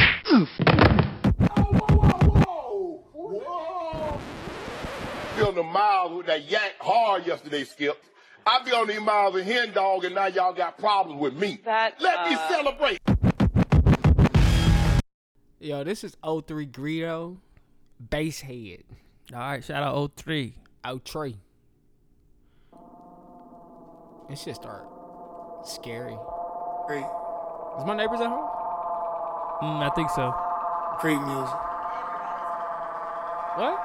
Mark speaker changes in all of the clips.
Speaker 1: truth.
Speaker 2: Whoa, whoa, whoa, whoa. Feeling the miles with that yank hard yesterday, Skip. I be on these miles of hen dog, and now y'all got problems with me.
Speaker 3: That,
Speaker 2: Let me
Speaker 3: uh,
Speaker 2: celebrate.
Speaker 1: Yo, this is 03 Greedo, bass head,
Speaker 4: All right, shout out 03.
Speaker 1: out Trey. This shit start scary.
Speaker 5: Great,
Speaker 1: Is my neighbors at home?
Speaker 4: Mm, I think so.
Speaker 5: great music.
Speaker 1: What?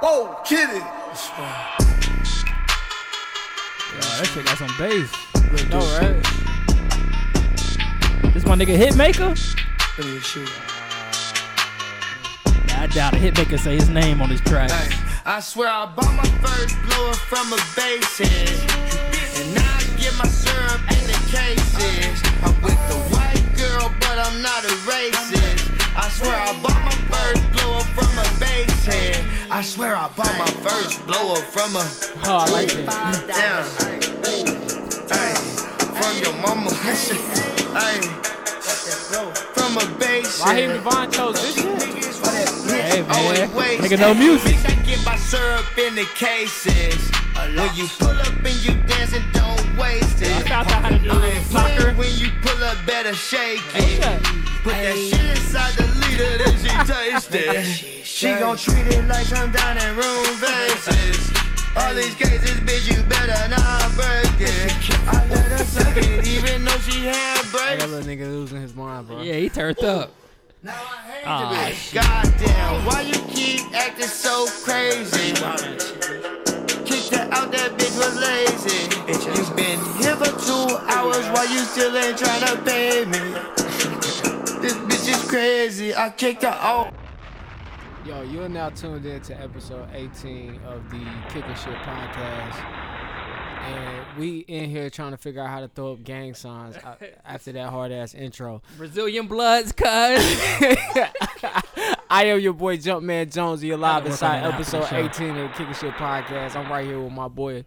Speaker 5: Whoa, kidding.
Speaker 4: Yo, that shit got some bass.
Speaker 1: No, right?
Speaker 4: This my nigga Hitmaker?
Speaker 5: Really a shit.
Speaker 4: Nah, I doubt it. Hitmaker say his name on his track.
Speaker 6: Ay, I swear I bought my first blower from a basehead. And now I get my syrup and the cases. I'm with the white girl, but I'm not a racist. I swear I bought my first blower from a basehead. I swear I bought my first blower from a
Speaker 1: Oh, I like that.
Speaker 6: down. Ay, from your mama. Ay, from a basehead.
Speaker 1: Raheem Devon chose this shit?
Speaker 4: Hey,
Speaker 6: Hey,
Speaker 4: man. Nigga, no music.
Speaker 6: I get my syrup in the cases. When you pull up and you dance and don't waste it.
Speaker 1: I found out how to do
Speaker 6: I
Speaker 1: this
Speaker 6: ain't
Speaker 1: soccer.
Speaker 6: playing When you pull up, better shake it.
Speaker 1: that?
Speaker 6: Put that shit inside the liter, then she taste it. she gon' treat it like some dining room vases. All these cases, bitch, you better not break it. I let her suck it, even though she had
Speaker 1: Hey,
Speaker 6: breaks.
Speaker 1: That little nigga losing his mind, bro.
Speaker 4: Yeah, he turned up.
Speaker 6: Ah, Goddamn, why you keep acting so crazy? Kicked her out, that bitch was lazy. You been here for two hours, why you still ain't tryna pay me? This bitch is crazy, I kicked her out.
Speaker 1: Yo, you are now tuned in to episode 18 of the Kicking Shit podcast. And we in here trying to figure out how to throw up gang signs a- after that hard ass intro.
Speaker 4: Brazilian Bloods, cuz.
Speaker 1: I am your boy Jumpman Jones, and you're live
Speaker 4: work on
Speaker 1: inside
Speaker 4: that after the
Speaker 1: episode
Speaker 4: show.
Speaker 1: 18 of the Kicking Shit podcast. I'm right here with my boy.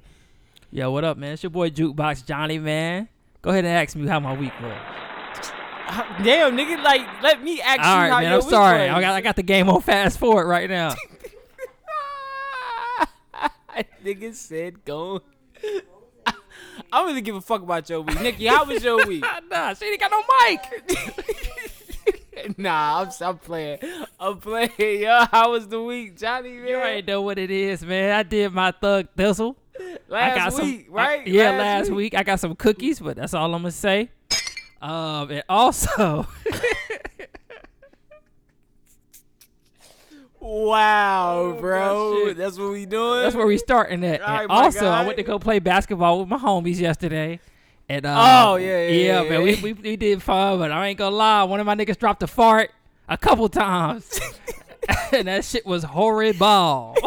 Speaker 4: Yo, what up, man? It's your boy Jukebox Johnny, man. Go ahead and ask me how my week was.
Speaker 1: Damn, nigga, like, let me ask
Speaker 4: All right,
Speaker 1: you how
Speaker 4: man.
Speaker 1: your
Speaker 4: I'm
Speaker 1: week
Speaker 4: sorry.
Speaker 1: was.
Speaker 4: I got, I got the game on fast forward right now.
Speaker 1: Nigga said go. I don't really give a fuck about your week. Nikki, how was your week?
Speaker 4: nah, she ain't got no mic.
Speaker 1: nah, I'm, I'm playing. I'm playing. Yo, how was the week, Johnny, man?
Speaker 4: You already know what it is, man. I did my thug thistle.
Speaker 1: Last
Speaker 4: I got
Speaker 1: week,
Speaker 4: some, I-
Speaker 1: right?
Speaker 4: yeah, last, week. I got some cookies, but that's all I'm gonna say. Um, and also,
Speaker 1: Wow,
Speaker 4: my
Speaker 1: bro.
Speaker 4: shit.
Speaker 1: Oh, That's what we doing?
Speaker 4: that's where we starting at.
Speaker 1: All right,
Speaker 4: and
Speaker 1: my
Speaker 4: also, I
Speaker 1: guy.
Speaker 4: went to go play basketball with my homies yesterday. And um,
Speaker 1: Oh, yeah, yeah, yeah,
Speaker 4: man.
Speaker 1: yeah.
Speaker 4: We, we we did fun, but I ain't gonna lie. One of my niggas dropped a fart a couple times, and that shit was horrible.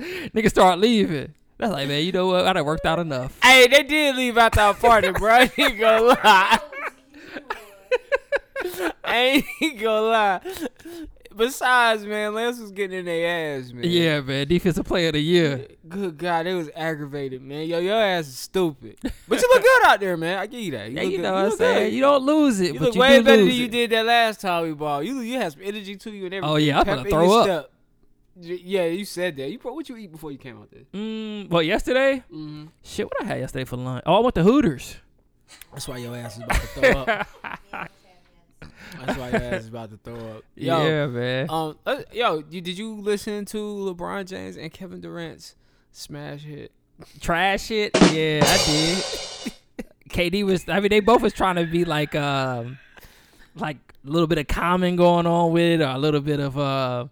Speaker 4: niggas start leaving. That's like, man, you know what? I done worked out enough.
Speaker 1: Hey, they did leave out that party, bro. I ain't gonna lie. I ain't gonna lie. Besides, man, Lance was getting in their ass, man.
Speaker 4: Yeah, man. Defensive player of the year.
Speaker 1: Good God, it was aggravated, man. Yo, your ass is stupid. But you look good out there, man. I give you that.
Speaker 4: Yeah,
Speaker 1: look
Speaker 4: you
Speaker 1: good.
Speaker 4: know what I'm
Speaker 1: look
Speaker 4: saying.
Speaker 1: good.
Speaker 4: You don't lose it,
Speaker 1: You
Speaker 4: but
Speaker 1: look
Speaker 4: you
Speaker 1: way
Speaker 4: do
Speaker 1: better
Speaker 4: lose
Speaker 1: than you
Speaker 4: it.
Speaker 1: did that last time we ball. You you had some energy to you and everything.
Speaker 4: Oh, yeah, I'm
Speaker 1: Pep
Speaker 4: gonna
Speaker 1: in
Speaker 4: throw
Speaker 1: your
Speaker 4: up.
Speaker 1: step. J- Yeah, you said that. You bro, what you eat before you came out there?
Speaker 4: Mm, but yesterday,
Speaker 1: Mhm.
Speaker 4: shit, what I had yesterday for lunch? Oh, I went to Hooters.
Speaker 1: That's why your ass is about to throw up. That's why your ass is about to throw up. Yo,
Speaker 4: yeah, man.
Speaker 1: um, uh, yo, you, did you listen to LeBron James and Kevin Durant's smash hit?
Speaker 4: Trash it. Yeah, I did. KD was. I mean, they both was trying to be like, um, like a little bit of common going on with it, or a little bit of uh,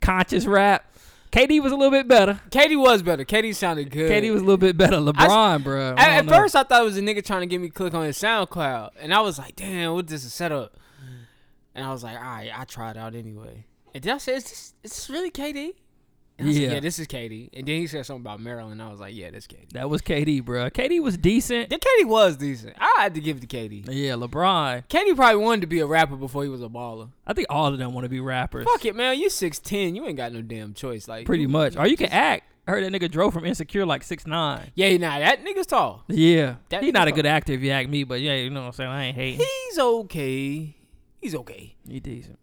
Speaker 4: conscious rap. KD was a little bit better.
Speaker 1: Katie was better. Katie sounded good.
Speaker 4: KD was a little bit better. LeBron, bro.
Speaker 1: At, at first, I thought it was a nigga trying to get me click on his SoundCloud, and I was like, "Damn, what this is set up?" And I was like, "All right, I tried out anyway." And then I said, "Is this, is this really KD?" And I said,
Speaker 4: Yeah.
Speaker 1: yeah, this is KD. And then he said something about Maryland. I was like, "Yeah, that's KD."
Speaker 4: that was KD, bro. KD was decent.
Speaker 1: Then KD was decent. I had to give it to KD.
Speaker 4: Yeah, LeBron.
Speaker 1: KD probably wanted to be a rapper before he was a baller.
Speaker 4: I think all of them want to be rappers.
Speaker 1: Fuck it, man. You six ten. You ain't got no damn choice. Like
Speaker 4: Pretty much. Or you can act. I heard that nigga drove from Insecure like six nine.
Speaker 1: Yeah, nah, that nigga's tall.
Speaker 4: Yeah,
Speaker 1: That
Speaker 4: he not a
Speaker 1: nigga-
Speaker 4: good actor if you ask me, but yeah, you know what I'm saying. I ain't hating.
Speaker 1: He's okay. He's okay.
Speaker 4: He decent.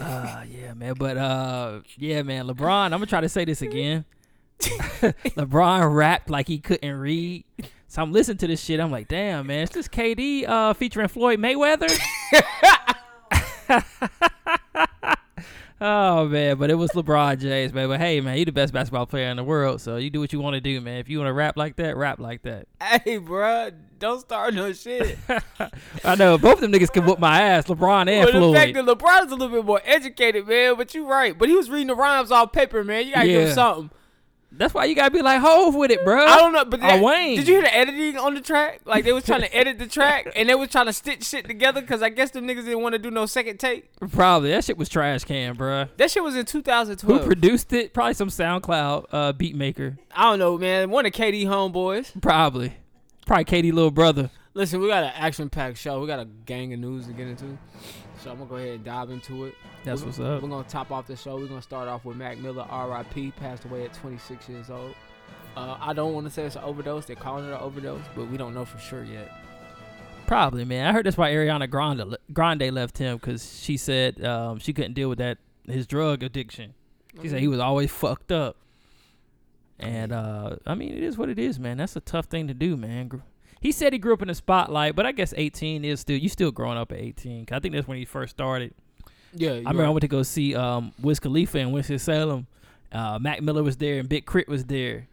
Speaker 4: uh, yeah, man. But uh, yeah, man. LeBron, I'm gonna try to say this again. LeBron rapped like he couldn't read. So I'm listening to this shit. I'm like, damn, man. Is this KD uh, featuring Floyd Mayweather? oh man, but it was LeBron James, man. But hey, man, you the best basketball player in the world. So you do what you want to do, man. If you want to rap like that, rap like that.
Speaker 1: Hey, bruh, don't start no shit.
Speaker 4: I know both of them niggas can whoop my ass, LeBron and
Speaker 1: But the
Speaker 4: Floyd.
Speaker 1: fact that LeBron's a little bit more educated, man, but you right. But he was reading the rhymes off paper, man. You gotta give
Speaker 4: Yeah.
Speaker 1: him something.
Speaker 4: That's why you gotta be like Hove with it, bro.
Speaker 1: I don't know, but that,
Speaker 4: or uh, Wayne.
Speaker 1: did you hear the editing on the track? Like they was trying to edit the track and they was trying to stitch shit together because I guess them niggas didn't want to do no second take.
Speaker 4: Probably that shit was trash can, bro.
Speaker 1: That shit was in
Speaker 4: Who
Speaker 1: 2012.
Speaker 4: produced it? Probably some SoundCloud uh, beat maker.
Speaker 1: I don't know, man. One of KD homeboys.
Speaker 4: Probably, probably Katie little brother.
Speaker 1: Listen, we got an action-packed show. We got a gang of news to get into, so I'm gonna go ahead and dive into it.
Speaker 4: That's
Speaker 1: We're-
Speaker 4: what's up.
Speaker 1: We're gonna top off the show. We're gonna start off with Mac Miller, R.I.P. Passed away at 26 years old. Uh, I don't want to say it's an overdose. They're calling it an overdose, but we don't know for sure yet.
Speaker 4: Probably, man. I heard that's why Ariana Grande le- Grande left him because she said um, she couldn't deal with that his drug addiction. She said he was always fucked up. And uh, I mean, it is what it is, man. That's a tough thing to do, man. Gr- He said he grew up in the spotlight, but I guess 18 is still you still growing up at 18. 'Cause I think that's when he first started.
Speaker 1: Yeah,
Speaker 4: I remember I went to go see um, Wiz Khalifa in Winston Salem. Uh, Mac Miller was there and Big Crit was there.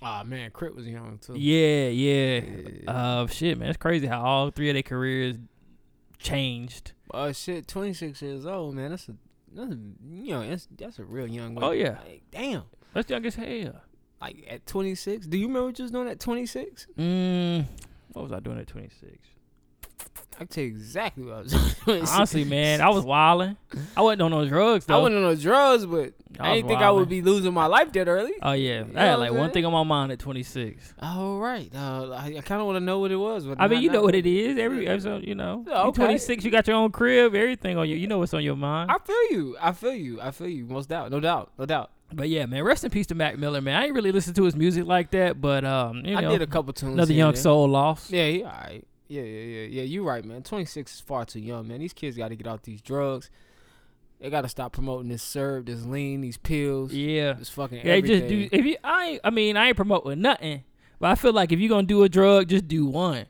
Speaker 1: Ah man, Crit was young too.
Speaker 4: Yeah, yeah. Uh, shit, man, it's crazy how all three of their careers changed.
Speaker 1: Uh, shit, 26 years old, man. That's a, that's a you know, that's, that's a real young.
Speaker 4: Oh,
Speaker 1: way-
Speaker 4: yeah.
Speaker 1: like, damn.
Speaker 4: That's young as hell.
Speaker 1: Like at 26, do you remember what you was doing at 26?
Speaker 4: Mm, what was I doing at 26?
Speaker 1: I can tell you exactly what I was doing. at 26.
Speaker 4: Honestly, man, I was wilding. I wasn't on no drugs
Speaker 1: I
Speaker 4: though.
Speaker 1: wasn't on no drugs, but
Speaker 4: I
Speaker 1: I,
Speaker 4: was
Speaker 1: didn't think I would
Speaker 4: wildin'.
Speaker 1: be losing my life that early.
Speaker 4: Oh yeah,
Speaker 1: know
Speaker 4: I had
Speaker 1: what
Speaker 4: like
Speaker 1: I'm
Speaker 4: one
Speaker 1: saying?
Speaker 4: thing on my mind at 26.
Speaker 1: All right, uh, I, I kind of want to know what it was. But
Speaker 4: I mean,
Speaker 1: not
Speaker 4: you know
Speaker 1: now.
Speaker 4: what it is. Every episode, you know,
Speaker 1: Yeah,
Speaker 4: you
Speaker 1: okay.
Speaker 4: 26, you got your own crib, everything on you. You know what's on your mind.
Speaker 1: I feel you. I feel you. I feel you. Most doubt, no doubt, no doubt.
Speaker 4: But yeah, man, rest in peace to Mac Miller, man. I ain't really listened to his music like that, but um, you
Speaker 1: I
Speaker 4: know,
Speaker 1: did a couple tunes.
Speaker 4: another
Speaker 1: here
Speaker 4: young
Speaker 1: and there.
Speaker 4: soul lost.
Speaker 1: Yeah, he all right. Yeah, yeah, yeah, yeah. You right, man. Twenty six is far too young, man. These kids got to get off these drugs. They got to stop promoting this serve, this lean, these pills.
Speaker 4: Yeah,
Speaker 1: this fucking
Speaker 4: they just do.
Speaker 1: everything.
Speaker 4: If you, I, ain't- I mean, I ain't promoting nothing, but I feel like if you're gonna do a drug, just do one.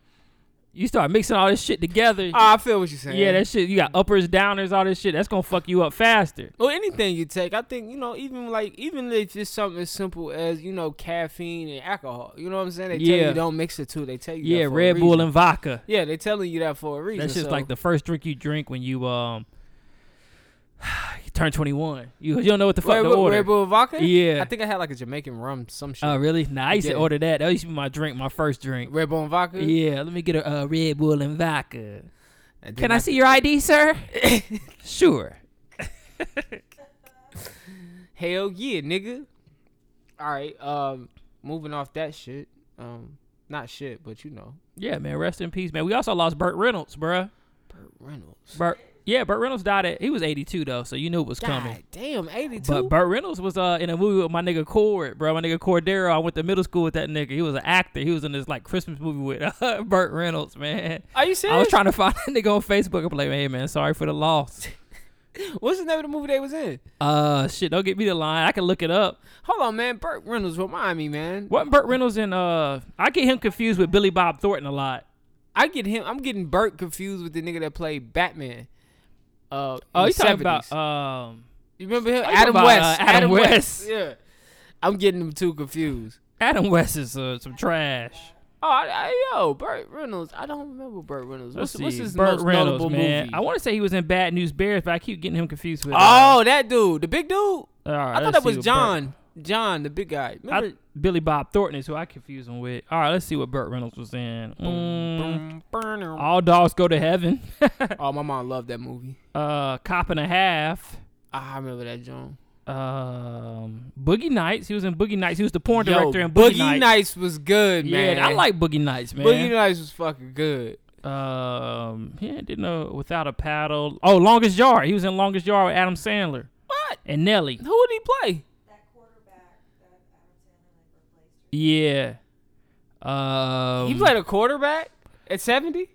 Speaker 4: You start mixing all this shit together.
Speaker 1: Ah, I feel what you're saying.
Speaker 4: yeah, that shit. You got uppers, downers, all this shit. That's gonna fuck you up faster.
Speaker 1: Well, anything you take, I think you know. Even like, even if it's something as simple as you know, caffeine and alcohol. You know what I'm saying? They
Speaker 4: Yeah.
Speaker 1: tell you don't mix the two. They tell you that
Speaker 4: Yeah,
Speaker 1: for a
Speaker 4: Red Bull
Speaker 1: reason.
Speaker 4: and vodka.
Speaker 1: yeah, they telling you that for a reason.
Speaker 4: That's just
Speaker 1: so-
Speaker 4: like the first drink you drink when you um you turn 21. You, you don't know what the fuck
Speaker 1: Red,
Speaker 4: to
Speaker 1: Bull-
Speaker 4: order.
Speaker 1: Red Bull vodka.
Speaker 4: Yeah.
Speaker 1: I think I had like a Jamaican rum, some shit.
Speaker 4: Oh, really? Nah, I used to
Speaker 1: Yeah.
Speaker 4: order that. That used to be my drink, my first drink.
Speaker 1: Red Bull and vodka.
Speaker 4: Yeah, let me get a uh, Red Bull and vodka.
Speaker 1: And then
Speaker 4: Can I see your ID, sir? sure.
Speaker 1: Hell yeah, nigga. All right, um, moving off that shit. Um, not shit, but you know,
Speaker 4: Yeah, man. Rest in peace, man. We also lost Burt Reynolds, bruh.
Speaker 1: Burt Reynolds.
Speaker 4: Burt. Yeah, Burt Reynolds died at. He was 82 though, so you knew it was coming.
Speaker 1: God damn, eighty-two.
Speaker 4: But Burt Reynolds was uh in a movie with my nigga Cord, bro. My nigga Cordero. I went to middle school with that nigga. He was an actor. He was in this like Christmas movie with uh, Burt Reynolds, man.
Speaker 1: Are you serious?
Speaker 4: I was trying to find that nigga on Facebook and be like, hey man, sorry for the loss.
Speaker 1: What's the name of the movie they was in?
Speaker 4: Uh, shit, don't get me the line. I can look it up.
Speaker 1: Hold on, man. Burt Reynolds, remind me, man.
Speaker 4: Wasn't Burt Reynolds in uh? I get him confused with Billy Bob Thornton a lot.
Speaker 1: I get him. I'm getting Burt confused with the nigga that played Batman. Uh,
Speaker 4: Oh,
Speaker 1: in
Speaker 4: you
Speaker 1: the
Speaker 4: talking
Speaker 1: 70s.
Speaker 4: about um
Speaker 1: you remember him?
Speaker 4: Oh, you
Speaker 1: Adam
Speaker 4: talking
Speaker 1: West.
Speaker 4: about, uh, Adam West.
Speaker 1: Yeah, I'm getting them two confused.
Speaker 4: Adam West is uh, some trash.
Speaker 1: Oh, I, I- yo, Burt Reynolds. I don't remember Burt Reynolds. What's,
Speaker 4: Let's
Speaker 1: what's
Speaker 4: see,
Speaker 1: his
Speaker 4: Burt
Speaker 1: most
Speaker 4: Reynolds,
Speaker 1: notable
Speaker 4: man.
Speaker 1: movie?
Speaker 4: I want to say he was in Bad News Bears, but I keep getting him confused with. uh,
Speaker 1: Oh, that dude, the big dude.
Speaker 4: all right,
Speaker 1: Oh, I thought
Speaker 4: let's
Speaker 1: that
Speaker 4: see
Speaker 1: was
Speaker 4: what Burt-
Speaker 1: John. John, the big guy.
Speaker 4: I-
Speaker 1: Remember?
Speaker 4: Billy Bob Thornton is who I confuse him with. All right, let's see what Burt Reynolds was in. Mm, All dogs go to heaven.
Speaker 1: Oh, my mom loved that movie. Ah,
Speaker 4: uh, cop and a half.
Speaker 1: I remember that John.
Speaker 4: Um, Boogie Nights. He was in Boogie Nights. He was the porn director in Boogie,
Speaker 1: Boogie
Speaker 4: Nights.
Speaker 1: Nights was good,
Speaker 4: Yeah,
Speaker 1: man.
Speaker 4: I like Boogie Nights, man.
Speaker 1: Boogie Nights was fucking good.
Speaker 4: Um, yeah, didn't know without a paddle. Oh, longest yard. He was in longest yard with Adam Sandler
Speaker 1: What?
Speaker 4: and Nelly.
Speaker 1: Who would he play?
Speaker 4: Yeah. Um,
Speaker 1: He played a quarterback at 70?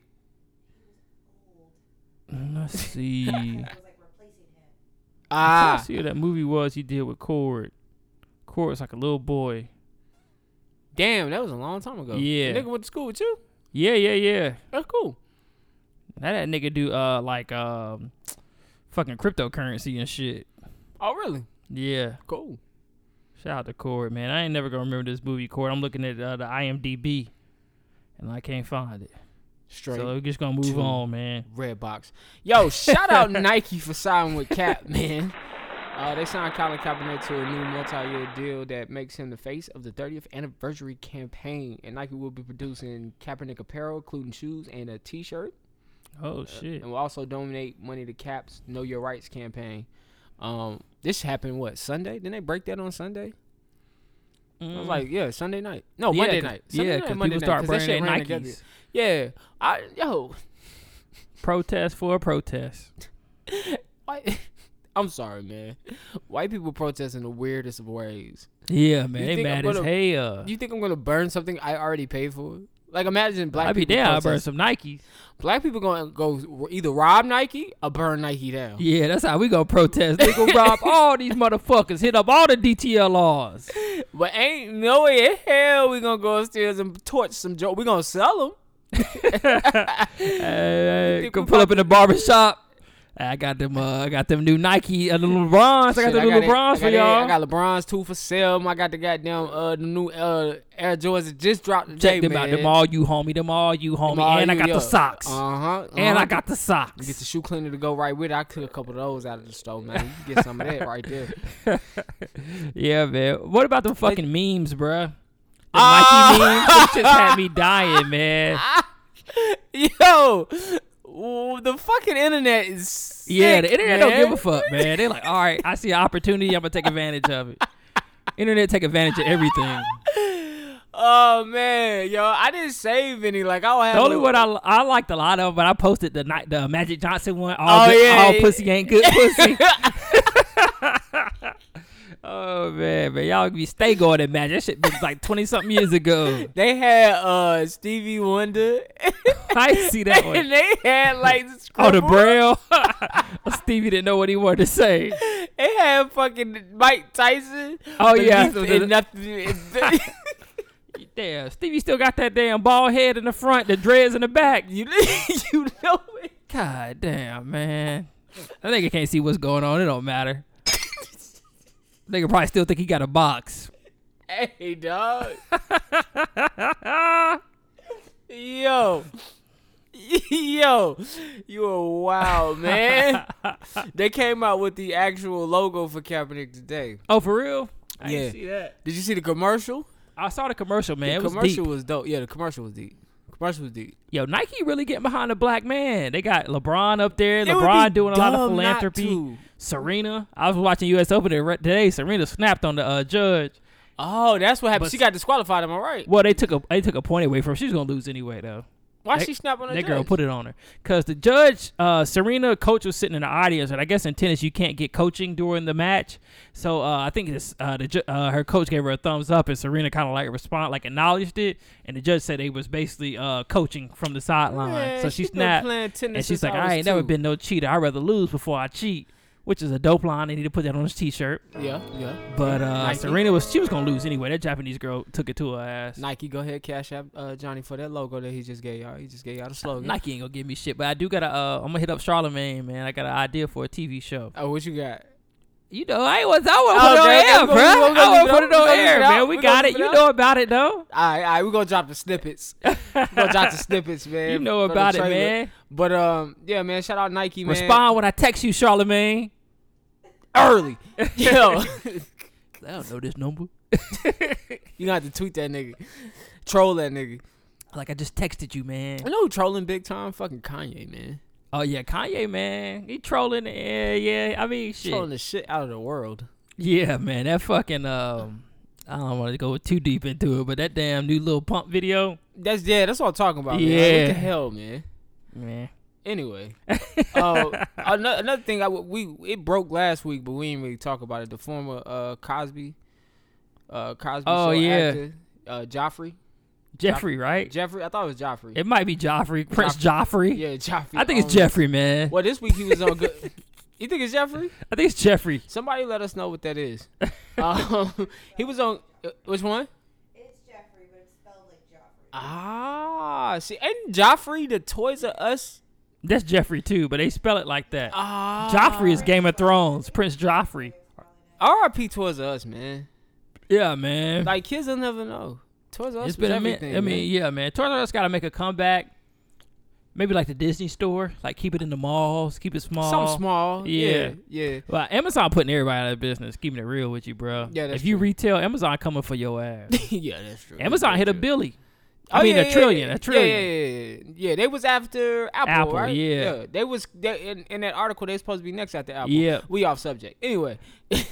Speaker 4: Let's see. I
Speaker 1: Ah.
Speaker 4: see what that movie was he did with Cord. Cord was like a little boy.
Speaker 1: Damn, that was a long time ago.
Speaker 4: Yeah.
Speaker 1: Nigga went to school with you?
Speaker 4: Yeah, yeah, yeah.
Speaker 1: That's cool.
Speaker 4: Now that nigga do uh like um fucking cryptocurrency and shit.
Speaker 1: Oh, really?
Speaker 4: Yeah.
Speaker 1: Cool.
Speaker 4: Shout out to Cord, man. I ain't never gonna remember this movie, Cord. I'm looking at uh, the IMDb, and I can't find it.
Speaker 1: Straight.
Speaker 4: So we're just gonna move
Speaker 1: Two.
Speaker 4: on, man.
Speaker 1: Red box. Yo, shout out Nike for signing with Cap, man. Uh, they signed Colin Kaepernick to a new multi-year deal that makes him the face of the 30th anniversary campaign, and Nike will be producing Kaepernick apparel, including shoes and a T-shirt,
Speaker 4: Oh shit.
Speaker 1: and will also donate money to Cap's Know Your Rights campaign. Um, this happened what Sunday? Didn't they break that on Sunday? I was like, yeah, Sunday night. No,
Speaker 4: Mm. Yeah,
Speaker 1: Monday
Speaker 4: 'cause-
Speaker 1: night. Sunday
Speaker 4: yeah,
Speaker 1: night,
Speaker 4: 'cause
Speaker 1: Monday
Speaker 4: people start
Speaker 1: night, 'cause that
Speaker 4: burning
Speaker 1: shit ran
Speaker 4: their
Speaker 1: together.
Speaker 4: Nikes.
Speaker 1: Yeah, I yo,
Speaker 4: protest for a protest.
Speaker 1: White, I'm sorry, man. White people protest in the weirdest of ways.
Speaker 4: Yeah, man.
Speaker 1: You
Speaker 4: They
Speaker 1: think
Speaker 4: mad
Speaker 1: I'm
Speaker 4: as
Speaker 1: gonna-
Speaker 4: hell.
Speaker 1: Do you think I'm gonna burn something I already paid for? Like, imagine black
Speaker 4: I'd be
Speaker 1: people.
Speaker 4: there. I burn
Speaker 1: protest-
Speaker 4: some Nikes.
Speaker 1: Black people gonna go either rob Nike or burn Nike down.
Speaker 4: Yeah, that's how we gonna protest. They gonna rob all these motherfuckers. Hit up all the DTLRs.
Speaker 1: But ain't no way in hell we gonna go upstairs and torch some joke. We gonna sell them.
Speaker 4: Hey,
Speaker 1: think
Speaker 4: go
Speaker 1: we
Speaker 4: pull up in the barber shop. I got them. Uh, I got them new Nike, uh, the LeBrons. I got
Speaker 1: Shit,
Speaker 4: the new
Speaker 1: it- I
Speaker 4: LeBrons for
Speaker 1: got it.
Speaker 4: y'all.
Speaker 1: I got LeBron's two for sale. I got the goddamn uh the new uh Air Jordans that just dropped today,
Speaker 4: Check them
Speaker 1: man.
Speaker 4: out. Them all you, homie. Them all you, Uh-huh. homie. and I got the socks.
Speaker 1: Uh huh.
Speaker 4: And I got the socks.
Speaker 1: Get the shoe cleaner to go right with it. I took a couple of those out of the store, man. You can get some of that right there.
Speaker 4: yeah, man. What about the fucking memes, bruh? The
Speaker 1: Ah!
Speaker 4: Nike memes. That just had me dying, man.
Speaker 1: Yo, w- the fucking internet is sick,
Speaker 4: Yeah, the internet
Speaker 1: man.
Speaker 4: don't give a fuck, man. They're like, all right, I see an opportunity. I'm gonna take advantage of it. Internet take advantage of everything.
Speaker 1: Oh man, yo, I didn't save any. Like I don't have.
Speaker 4: The only
Speaker 1: no-
Speaker 4: one I, I liked a lot of, but I posted the night the Magic Johnson one. All,
Speaker 1: Oh,
Speaker 4: good-
Speaker 1: yeah,
Speaker 4: all
Speaker 1: yeah.
Speaker 4: pussy ain't good pussy. oh man, man, y'all be stay going at Magic. That shit was like twenty something years ago.
Speaker 1: They had uh Stevie Wonder,
Speaker 4: I see that
Speaker 1: and
Speaker 4: one.
Speaker 1: they had like
Speaker 4: Oh, the
Speaker 1: scribble.
Speaker 4: braille. Stevie didn't know what he wanted to say.
Speaker 1: They had fucking Mike Tyson.
Speaker 4: Oh, yeah.
Speaker 1: beneath it, nothing.
Speaker 4: Damn, Stevie still got that damn bald head in the front, the dreads in the back.
Speaker 1: you you know it.
Speaker 4: God damn, man. That nigga can't see what's going on. It don't matter. nigga probably still think he got a box.
Speaker 1: Hey, dog. Yo. Yo, you are wild, man. they came out with the actual logo for Kaepernick today.
Speaker 4: Oh, for real? I
Speaker 1: Yeah.
Speaker 4: didn't see that.
Speaker 1: Did you see the commercial?
Speaker 4: I saw the commercial, man. it was
Speaker 1: commercial
Speaker 4: deep.
Speaker 1: was dope. Yeah, the commercial was deep. Commercial was deep.
Speaker 4: Yo, Nike really getting behind the black man. They got LeBron up there.
Speaker 1: would
Speaker 4: LeBron
Speaker 1: be
Speaker 4: doing a lot of
Speaker 1: dumb not
Speaker 4: philanthropy.
Speaker 1: to.
Speaker 4: Serena. I was watching U.S. Open the- today. Serena snapped on the uh, judge.
Speaker 1: Oh, that's what happened.
Speaker 4: But-
Speaker 1: she got disqualified. Am I right?
Speaker 4: Well, they took a they took a point away from her. She's gonna lose anyway, though.
Speaker 1: Why
Speaker 4: That-
Speaker 1: she snap on the
Speaker 4: That
Speaker 1: judge?
Speaker 4: girl put it on her. Because the judge, uh, Serena, coach was sitting in the audience, and I guess in tennis you can't get coaching during the match. So uh, I think this, uh, the, ju- uh, her coach gave her a thumbs up, and Serena kind of like respond, like acknowledged it, and the judge said they was basically uh, coaching from the sideline.
Speaker 1: Man,
Speaker 4: so she
Speaker 1: she been
Speaker 4: snapped,
Speaker 1: playing tennis
Speaker 4: and she's
Speaker 1: since
Speaker 4: like,
Speaker 1: I
Speaker 4: I,
Speaker 1: was
Speaker 4: ain't never
Speaker 1: two."
Speaker 4: been no cheater. I'd rather lose before I cheat, which is a dope line. They need to put that on his t-shirt.
Speaker 1: Yeah, yeah.
Speaker 4: But uh,
Speaker 1: Nike.
Speaker 4: Serena was she was gonna lose anyway. That Japanese girl took it to her ass.
Speaker 1: Nike, go ahead, cash app uh, Johnny for that logo that he just gave y'all. He just gave y'all the slogan.
Speaker 4: Nike ain't gonna give me shit, but I do gotta. Uh, I'm gonna hit up Charlemagne, man. I got an idea for a TV show.
Speaker 1: Oh, what you got?
Speaker 4: You know, I ain't was. I want to put it
Speaker 1: Okay,
Speaker 4: on
Speaker 1: Oh, okay, we
Speaker 4: air,
Speaker 1: gonna-
Speaker 4: bro.
Speaker 1: we gonna leave it out,
Speaker 4: I want to put it on
Speaker 1: we gonna
Speaker 4: air,
Speaker 1: leave it
Speaker 4: man.
Speaker 1: out,
Speaker 4: We
Speaker 1: we
Speaker 4: got
Speaker 1: gonna
Speaker 4: it.
Speaker 1: leave it
Speaker 4: You
Speaker 1: out.
Speaker 4: know about it, though.
Speaker 1: All right, all right, we're gonna drop the snippets. we're gonna drop the snippets, man.
Speaker 4: You know
Speaker 1: for the
Speaker 4: about it,
Speaker 1: trailer.
Speaker 4: man.
Speaker 1: But um, yeah, man, shout out Nike, man.
Speaker 4: Respond when I text you, Charlemagne.
Speaker 1: early. Yo,
Speaker 4: I don't know this number.
Speaker 1: you gonna have to tweet that nigga, troll that nigga.
Speaker 4: Like I just texted you, man.
Speaker 1: I know who trolling big time, fucking Kanye, man.
Speaker 4: Oh yeah, Kanye, man. He trolling. Yeah, yeah. I mean, shit.
Speaker 1: Trolling the shit out of the world.
Speaker 4: Yeah, man. That fucking um. I don't want to go too deep into it, but that damn new little pump video,
Speaker 1: That's yeah, that's what I'm talking about. man.
Speaker 4: Yeah.
Speaker 1: Like, what the hell, man.
Speaker 4: man.
Speaker 1: Anyway, uh, another, another thing I w- we it broke last week, but we didn't really talk about it. The former uh Cosby, uh Cosby
Speaker 4: Oh,
Speaker 1: show
Speaker 4: yeah.
Speaker 1: actor, uh, uh, Joffrey.
Speaker 4: Jeffrey, right?
Speaker 1: Jeffrey, I thought it was Joffrey.
Speaker 4: It might be Joffrey. Prince Joffrey.
Speaker 1: yeah, Joffrey.
Speaker 4: I think it's
Speaker 1: owns-
Speaker 4: Jeffrey, man.
Speaker 1: Well, this week he was on good. you think it's Jeffrey?
Speaker 4: I think it's Jeffrey.
Speaker 1: Somebody let us know what that is. um, he was on uh, which one?
Speaker 3: It's Jeffrey, but it's spelled like Joffrey.
Speaker 1: Ah, see, ain't Joffrey the Toys of Us?
Speaker 4: That's Jeffrey too, but they spell it like that.
Speaker 1: Ah,
Speaker 4: Joffrey is Game of Thrones. Prince Joffrey.
Speaker 1: R.I.P. Toys of Us, man.
Speaker 4: Yeah, man.
Speaker 1: Like kids will never know. Toys of Us
Speaker 4: it's
Speaker 1: was
Speaker 4: been a minute.
Speaker 1: everything.
Speaker 4: I mean,
Speaker 1: man.
Speaker 4: yeah, man. Toys R Us got to make a comeback. Maybe like the Disney store, like keep it in the malls, keep it small.
Speaker 1: something small.
Speaker 4: Yeah.
Speaker 1: Yeah, yeah.
Speaker 4: Well, Amazon putting everybody out of business. Keeping it real with you, bro.
Speaker 1: Yeah, that's
Speaker 4: If you
Speaker 1: true.
Speaker 4: retail, Amazon coming for your ass.
Speaker 1: Yeah, that's true.
Speaker 4: Amazon
Speaker 1: That's
Speaker 4: hit a
Speaker 1: true.
Speaker 4: billion.
Speaker 1: Oh,
Speaker 4: I mean,
Speaker 1: yeah,
Speaker 4: a trillion,
Speaker 1: yeah,
Speaker 4: a trillion.
Speaker 1: Yeah, yeah, yeah, yeah. They was after Apple,
Speaker 4: Apple,
Speaker 1: right?
Speaker 4: yeah.
Speaker 1: They was they, in, in that article. They supposed to be next after Apple.
Speaker 4: Yeah.
Speaker 1: We off subject. Anyway,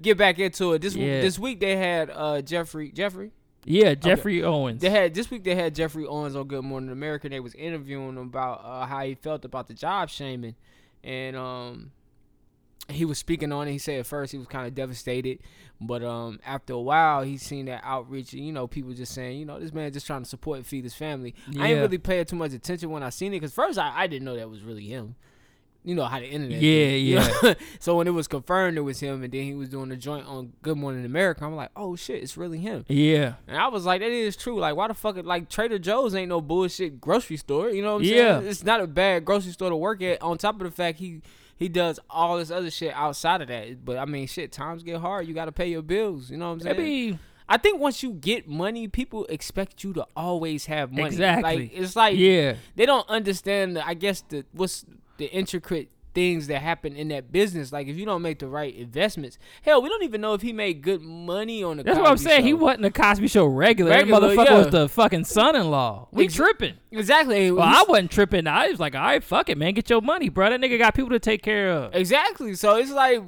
Speaker 1: get back into it. This
Speaker 4: Yeah.
Speaker 1: this week they had uh Jeffrey Jeffrey.
Speaker 4: Yeah, Jeffrey Owens.
Speaker 1: They had this week they had Jeffrey Owens on Good Morning America. They was interviewing him about uh, how he felt about the job shaming, and um, he was speaking on it. He said at first he was kind of devastated, but um, after a while he seen that outreach. You know, people just saying, you know, this man just trying to support and feed his family. I
Speaker 4: Yeah.
Speaker 1: ain't really paying too much attention when I seen it because first I, I didn't know that was really him. You know how the internet. do,
Speaker 4: Yeah,
Speaker 1: you know? so when it was confirmed it was him, and then he was doing a joint on Good Morning America, I'm like, oh shit, it's really him.
Speaker 4: yeah.
Speaker 1: And I was like, that is true. Like, why the fuck? it- Like, Trader Joe's ain't no bullshit grocery store. You know what I'm
Speaker 4: Yeah.
Speaker 1: saying? It's not a bad grocery store to work at. On top of the fact he he does all this other shit outside of that. But I mean, shit, times get hard. You got to pay your bills. You know what I'm
Speaker 4: I
Speaker 1: saying?
Speaker 4: mean,
Speaker 1: I think once you get money, people expect you to always have money.
Speaker 4: Exactly.
Speaker 1: Like, it's like
Speaker 4: yeah.
Speaker 1: they don't understand. The, I guess the what's the intricate things that happen in that business. Like, if you don't make the right investments, hell, we don't even know if he made good money on the.
Speaker 4: That's what I'm
Speaker 1: Cosby
Speaker 4: saying. He
Speaker 1: Show.
Speaker 4: wasn't the Cosby Show regular. that
Speaker 1: Regular,
Speaker 4: motherfucker
Speaker 1: yeah.
Speaker 4: was the fucking son-in-law. We
Speaker 1: Ex-
Speaker 4: tripping.
Speaker 1: Exactly.
Speaker 4: Well,
Speaker 1: He's-
Speaker 4: I wasn't tripping. I was like, all right, fuck it, man. Get your money, bro. That nigga got people to take care of.
Speaker 1: Exactly. So it's like,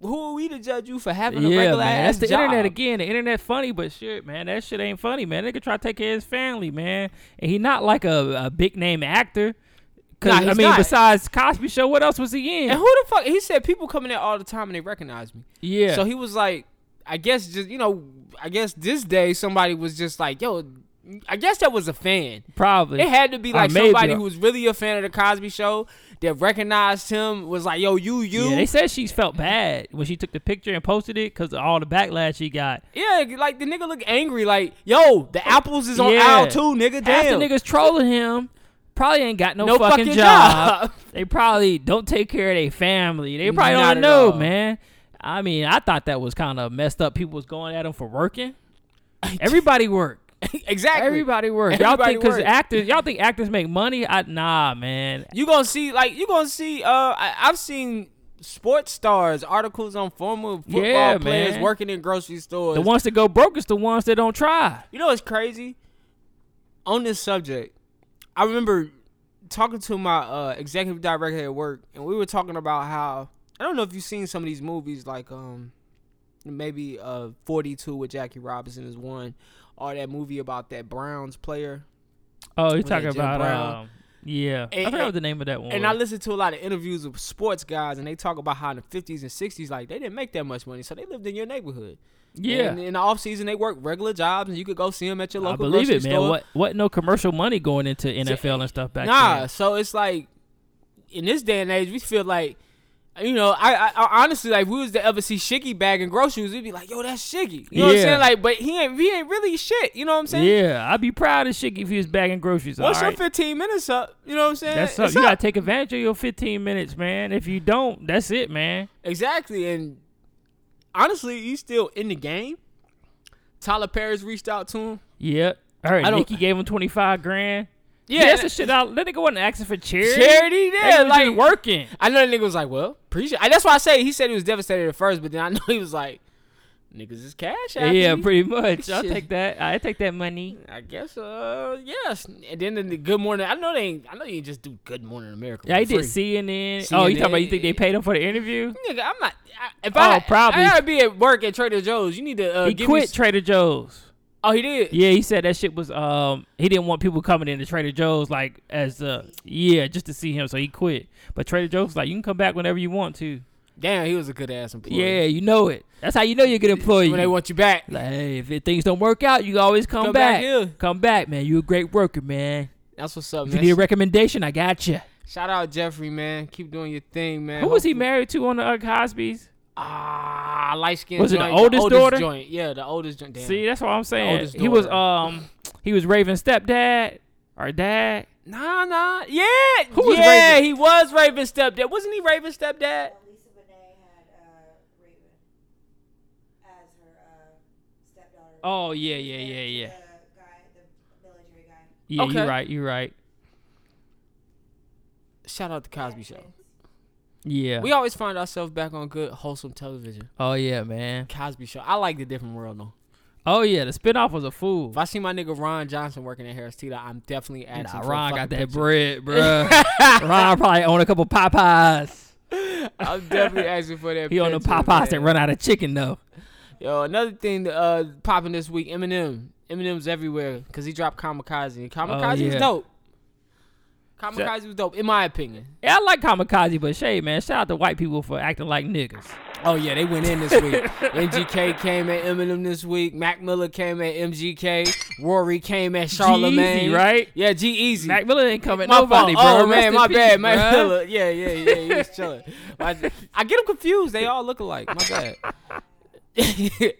Speaker 1: who are we to judge you for having a
Speaker 4: Yeah, man.
Speaker 1: regular
Speaker 4: That's
Speaker 1: ass
Speaker 4: the
Speaker 1: job?
Speaker 4: internet again. The internet funny, but shit, man, that shit ain't funny, man. Nigga try to take care of his family, man. And he not like a, a big name actor. Cause
Speaker 1: Nah,
Speaker 4: I
Speaker 1: he's
Speaker 4: mean,
Speaker 1: not.
Speaker 4: besides Cosby Show, what else was he in?
Speaker 1: And who the fuck? He said people come in there all the time and they recognize me.
Speaker 4: yeah.
Speaker 1: So he was like, I guess just you know, I guess this day somebody was just like, yo, I guess that was a fan.
Speaker 4: probably.
Speaker 1: It had to be
Speaker 4: Or
Speaker 1: like
Speaker 4: maybe
Speaker 1: somebody
Speaker 4: a-
Speaker 1: who was really a fan of the Cosby Show that recognized him was like, yo, you, you.
Speaker 4: Yeah, they said she felt bad when she took the picture and posted it because of all the backlash she got.
Speaker 1: Yeah, like the nigga look angry, like, yo, the apples is on
Speaker 4: Yeah.
Speaker 1: aisle two, nigga. Damn,
Speaker 4: After niggas trolling him, probably ain't got no,
Speaker 1: No
Speaker 4: fucking,
Speaker 1: fucking
Speaker 4: job.
Speaker 1: job.
Speaker 4: they probably don't take care of their family. They probably
Speaker 1: Not
Speaker 4: don't
Speaker 1: at
Speaker 4: know,
Speaker 1: all.
Speaker 4: man. I mean, I thought that was kind of messed up. People was going at him for working. Everybody work.
Speaker 1: exactly.
Speaker 4: Everybody work. Y'all
Speaker 1: Everybody
Speaker 4: think because
Speaker 1: work.
Speaker 4: actors, y'all think actors make money? I, nah, man.
Speaker 1: you gonna see like you gonna see uh I, i've seen sports stars articles on former football
Speaker 4: Yeah,
Speaker 1: players
Speaker 4: man.
Speaker 1: working in grocery stores
Speaker 4: The ones that go broke is the ones that don't try.
Speaker 1: you know what's crazy on this subject i remember talking to my uh executive director at work and we were talking about how i don't know if you've seen some of these movies like um maybe uh 42 with jackie robinson is one or that movie about that browns player
Speaker 4: Oh, you're
Speaker 1: With that
Speaker 4: talking
Speaker 1: Jim
Speaker 4: about
Speaker 1: Brown.
Speaker 4: um, yeah.
Speaker 1: And-
Speaker 4: I forgot
Speaker 1: and-
Speaker 4: what the name of that one.
Speaker 1: And I
Speaker 4: was.
Speaker 1: listen to a lot of interviews with sports guys, and they talk about how in the fifties and sixties, like they didn't make that much money, so they lived in your neighborhood.
Speaker 4: yeah.
Speaker 1: And in the off season, they worked regular jobs, and you could go see them at your
Speaker 4: I
Speaker 1: local
Speaker 4: believe
Speaker 1: grocery
Speaker 4: it, man.
Speaker 1: store.
Speaker 4: What what no commercial money going into NFL and stuff back
Speaker 1: nah,
Speaker 4: then.
Speaker 1: so it's like in this day and age, we feel like. You know, I, I, I honestly like if we was to ever see Shiggy bagging groceries, we'd be like, "Yo, that's Shiggy." You know what I'm
Speaker 4: Yeah.
Speaker 1: saying? Like, but he ain't he ain't really shit. You know what I'm saying?
Speaker 4: Yeah, I'd be proud as shit if he was bagging groceries.
Speaker 1: Once
Speaker 4: all
Speaker 1: your
Speaker 4: right?
Speaker 1: 15 minutes up, you know what I'm saying?
Speaker 4: That's up.
Speaker 1: It's
Speaker 4: You gotta take advantage of your 15 minutes, man. If you don't, that's it, man.
Speaker 1: Exactly, and honestly, he's still in the game. Tyler Perry's reached out to him.
Speaker 4: Yep. All right,
Speaker 1: I don't-
Speaker 4: Nikki gave him 25 grand.
Speaker 1: Yeah,
Speaker 4: Yeah, that's the
Speaker 1: and-
Speaker 4: shit out. That nigga wasn't asking for charity.
Speaker 1: Charity,
Speaker 4: That
Speaker 1: yeah,
Speaker 4: nigga was just
Speaker 1: like-
Speaker 4: working.
Speaker 1: I know the nigga was like, "Well, appreciate." I, that's why I say he said he was devastated at first, but then I know he was like, "Niggas is cash." after
Speaker 4: Yeah,
Speaker 1: me."
Speaker 4: pretty much. I'll
Speaker 1: Shit.
Speaker 4: take that. I take that money.
Speaker 1: I guess, uh, yes. And then in the Good Morning, I know they, ain't, I know you just do Good Morning America.
Speaker 4: Yeah,
Speaker 1: for
Speaker 4: he did
Speaker 1: free.
Speaker 4: CNN. Oh, you talking about you think they
Speaker 1: CNN.
Speaker 4: paid him for the interview?
Speaker 1: Nigga, I'm not. I, if
Speaker 4: Oh,
Speaker 1: I
Speaker 4: probably.
Speaker 1: I gotta be at work at Trader Joe's. You need to. Uh,
Speaker 4: He
Speaker 1: give me
Speaker 4: quit
Speaker 1: s-
Speaker 4: Trader Joe's.
Speaker 1: oh, he did.
Speaker 4: Yeah, he said that shit was um he didn't want people coming into Trader Joe's like as uh yeah, just to see him, so he quit. But Trader Joe's like you can come back whenever you want to.
Speaker 1: Damn, he was a good ass employee.
Speaker 4: Yeah, you know it. That's how you know you're a good employee.
Speaker 1: When they want you back.
Speaker 4: like, hey, if it- things don't work out, you can always come,
Speaker 1: Come back
Speaker 4: back.
Speaker 1: here.
Speaker 4: Come back, man. You a great worker, man.
Speaker 1: That's what's up,
Speaker 4: If you
Speaker 1: man.
Speaker 4: need a recommendation, I got you.
Speaker 1: Shout out Jeffrey, man. Keep doing your thing, man.
Speaker 4: Who was he
Speaker 1: Hopefully-
Speaker 4: married to on the uh, Cosby's?
Speaker 1: Ah, light skin.
Speaker 4: Was it the
Speaker 1: joint,
Speaker 4: oldest daughter?
Speaker 1: Joint. Yeah, the oldest joint. Damn.
Speaker 4: See, that's what I'm saying.
Speaker 1: oldest
Speaker 4: He was
Speaker 1: daughter.
Speaker 4: um, he was Raven's stepdad or dad.
Speaker 1: nah, nah. Yeah,
Speaker 4: Who was
Speaker 1: yeah,
Speaker 4: Raven?
Speaker 1: he was Raven's stepdad. Wasn't he Raven's stepdad?
Speaker 3: Well, Lisa Bonet had uh, Raven as her uh, stepdaughter.
Speaker 4: Oh yeah, yeah, yeah, yeah.
Speaker 3: The guy, the military guy.
Speaker 4: Yeah,
Speaker 1: Okay.
Speaker 4: you're right. You're right.
Speaker 1: Shout out the Cosby Show.
Speaker 4: Yeah.
Speaker 1: We always find ourselves back on good, wholesome television.
Speaker 4: oh yeah, man.
Speaker 1: Cosby Show. I like the different world though.
Speaker 4: Oh yeah, the spinoff was a fool.
Speaker 1: If I see my nigga Ron Johnson working at Harris Teeter, I'm definitely asking.
Speaker 4: Nah,
Speaker 1: for a
Speaker 4: Ron got
Speaker 1: fucking
Speaker 4: that
Speaker 1: picture.
Speaker 4: bread, bruh. Ron probably owned a couple Popeyes.
Speaker 1: I'm definitely asking for that.
Speaker 4: He owned the
Speaker 1: picture,
Speaker 4: Popeyes that
Speaker 1: man.
Speaker 4: run out of chicken though.
Speaker 1: Yo, another thing uh, popping this week, Eminem. Eminem's everywhere because he dropped Kamikaze. Kamikaze was
Speaker 4: yeah.
Speaker 1: dope. Kamikaze was dope, in my opinion.
Speaker 4: Yeah, I like Kamikaze, but shade, man. Shout out to white people for acting like niggas.
Speaker 1: Oh yeah, they went in this week. MGK came at Eminem this week. Mac Miller came at MGK. Rory came at Charlamagne.
Speaker 4: G-Eazy, right?
Speaker 1: Yeah, G Easy.
Speaker 4: Mac Miller ain't coming.
Speaker 1: my
Speaker 4: nobody,
Speaker 1: fault.
Speaker 4: bro.
Speaker 1: Oh man,
Speaker 4: Rest
Speaker 1: my
Speaker 4: in
Speaker 1: bad,
Speaker 4: peace,
Speaker 1: Mac
Speaker 4: bruh.
Speaker 1: Miller. Yeah, yeah, yeah. He was chilling. My- I get them confused. They all look alike. My bad.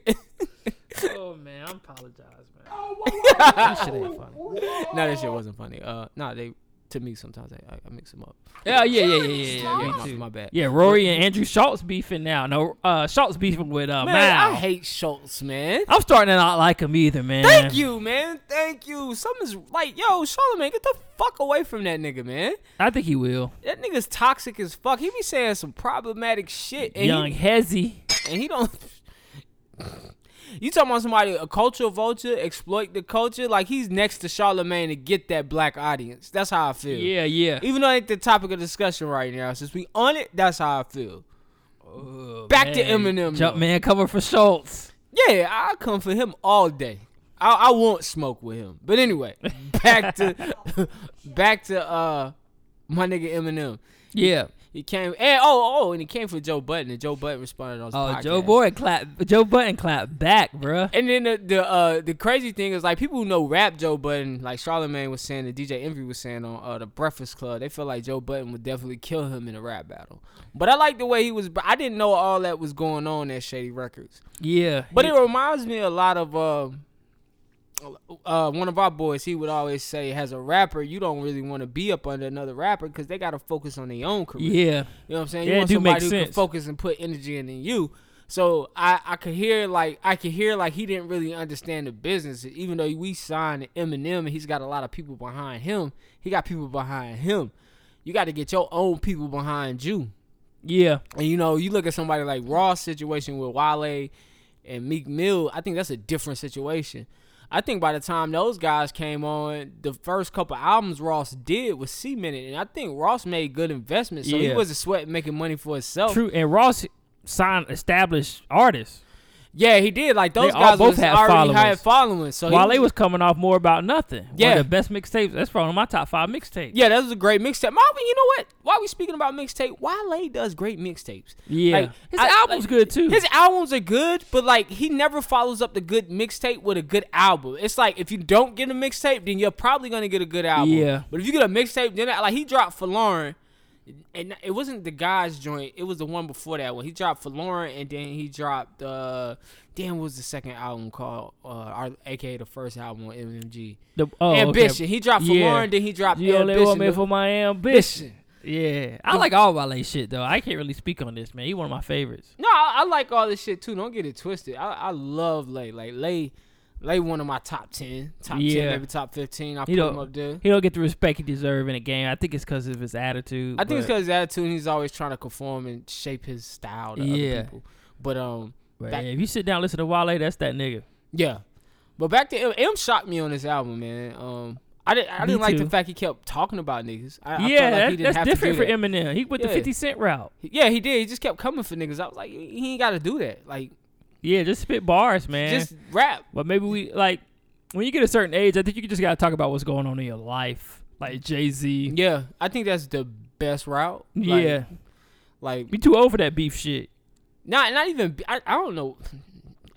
Speaker 4: Oh man, I apologize, man. that shit ain't funny.
Speaker 3: Oh,
Speaker 1: no, that shit wasn't funny. Uh, no, they to me sometimes I, I mix them up.
Speaker 4: Yeah, yeah, yeah, yeah, yeah, yeah.
Speaker 1: my,
Speaker 4: me too.
Speaker 1: my bad.
Speaker 4: Yeah, Rory and Andrew Schultz beefing now. No, uh, Schultz beefing with uh,
Speaker 1: Man,
Speaker 4: Mal.
Speaker 1: I hate Schultz, man.
Speaker 4: I'm starting to not like him either, man.
Speaker 1: Thank you, man. Thank you. Something's like, yo, Charlamagne, get the fuck away from that nigga, man.
Speaker 4: I think he will.
Speaker 1: That nigga's toxic as fuck. He be saying some problematic shit, and,
Speaker 4: Young
Speaker 1: He,
Speaker 4: Hezzy.
Speaker 1: and he don't. You talking about somebody a culture vulture exploit the culture? Like he's next to Charlamagne to get that black audience. That's how I feel.
Speaker 4: Yeah, yeah.
Speaker 1: Even though it ain't the topic of discussion right now, since we on it, that's how I feel.
Speaker 4: Oh,
Speaker 1: Back to
Speaker 4: man.
Speaker 1: Eminem, though.
Speaker 4: Jumpman cover for Schultz.
Speaker 1: Yeah, I come for him all day. I, I won't smoke with him. But anyway, back to back to uh my nigga Eminem.
Speaker 4: Yeah.
Speaker 1: He came and oh oh and he came for Joe Button and Joe Button responded on his
Speaker 4: Oh,
Speaker 1: podcast.
Speaker 4: Joe Boy clap. Joe Button clap back, bruh.
Speaker 1: And then the the, uh, the crazy thing is like people who know rap Joe Button, like Charlamagne was saying, and DJ Envy was saying on uh, the Breakfast Club, they feel like Joe Button would definitely kill him in a rap battle. But I like the way he was. I didn't know all that was going on at Shady Records.
Speaker 4: Yeah.
Speaker 1: But it reminds me a lot of um uh, one of our boys. He would always say, as a rapper, you don't really want to be up under another rapper because they got to focus on their own career.
Speaker 4: yeah.
Speaker 1: You know what I'm saying?
Speaker 4: Yeah,
Speaker 1: you
Speaker 4: it
Speaker 1: want
Speaker 4: do
Speaker 1: somebody
Speaker 4: make
Speaker 1: who can
Speaker 4: sense.
Speaker 1: focus and put energy in than you. So I, I could hear like I could hear like he didn't really understand the business. Even though we signed Eminem and he's got a lot of people behind him, he got people behind him. You got to get your own people behind you.
Speaker 4: Yeah.
Speaker 1: And you know, you look at somebody like Raw's situation with Wale and Meek Mill, I think that's a different situation. I think by the time those guys came on, the first couple albums Ross did was cemented, and I think Ross made good investments, so he
Speaker 4: Yeah.
Speaker 1: wasn't sweating making money for himself.
Speaker 4: True. And Ross signed established artists.
Speaker 1: Yeah, he did. Like those
Speaker 4: all
Speaker 1: guys
Speaker 4: both
Speaker 1: was
Speaker 4: had
Speaker 1: already
Speaker 4: followers.
Speaker 1: had following. So Oh, he
Speaker 4: Wale was coming off more about nothing.
Speaker 1: Yeah.
Speaker 4: One of the best mixtapes. That's probably one of my top five mixtapes.
Speaker 1: Yeah, that was a great mixtape. Why we- You know what? Why we speaking about mixtape? Wale does great mixtapes.
Speaker 4: Yeah. His album's good, too.
Speaker 1: His albums are good, but like he never follows up the good mixtape with a good album. It's like if you don't get a mixtape, then you're probably gonna get a good album.
Speaker 4: Yeah.
Speaker 1: But if you get a mixtape, then like he dropped for Lauren. And it wasn't the guy's joint. It was the one before that one. He dropped for Lauren, and then he dropped. uh Damn, what was the second album called? Uh, our, AKA the first album on MMG.
Speaker 4: The, oh, okay.
Speaker 1: Ambition. He dropped for Lauren, then he dropped
Speaker 4: You only want
Speaker 1: Ambition.
Speaker 4: me for my ambition. Yeah, I like all Wale shit though. I can't really speak on this man. He one of my favorites.
Speaker 1: No, I, I like all this shit too. Don't get it twisted. I, I love Lay. Like Lay, Lay one of my top ten, top ten,
Speaker 4: Yeah.
Speaker 1: maybe top fifteen. I put
Speaker 4: He
Speaker 1: him
Speaker 4: don't
Speaker 1: up there.
Speaker 4: he don't get the respect he deserve in a game. I think it's because of his attitude.
Speaker 1: I think it's
Speaker 4: but-
Speaker 1: because his attitude. and He's always trying to conform and shape his style to other
Speaker 4: Yeah.
Speaker 1: people. But um,
Speaker 4: but
Speaker 1: back-
Speaker 4: yeah, if you sit down and listen to Wale, that's that nigga.
Speaker 1: yeah. But back to M, M shocked me on this album, man. Um, I didn't. I
Speaker 4: Me
Speaker 1: didn't like the
Speaker 4: too.
Speaker 1: fact he kept talking about niggas. I, I
Speaker 4: yeah,
Speaker 1: felt like
Speaker 4: that-
Speaker 1: he didn't have
Speaker 4: that's
Speaker 1: to
Speaker 4: different
Speaker 1: do
Speaker 4: for
Speaker 1: that.
Speaker 4: Eminem. He went
Speaker 1: Yeah.
Speaker 4: the Fifty Cent route.
Speaker 1: Yeah, he did. He just kept coming for niggas. I was like, he ain't got to do that. Like,
Speaker 4: Yeah, just spit bars, man.
Speaker 1: just rap.
Speaker 4: but maybe we like when you get a certain age, I think you just gotta talk about what's going on in your life, like Jay Z.
Speaker 1: Yeah, I think that's the best route. Like,
Speaker 4: yeah,
Speaker 1: Like
Speaker 4: We too old for that beef shit.
Speaker 1: not not even I, I don't know.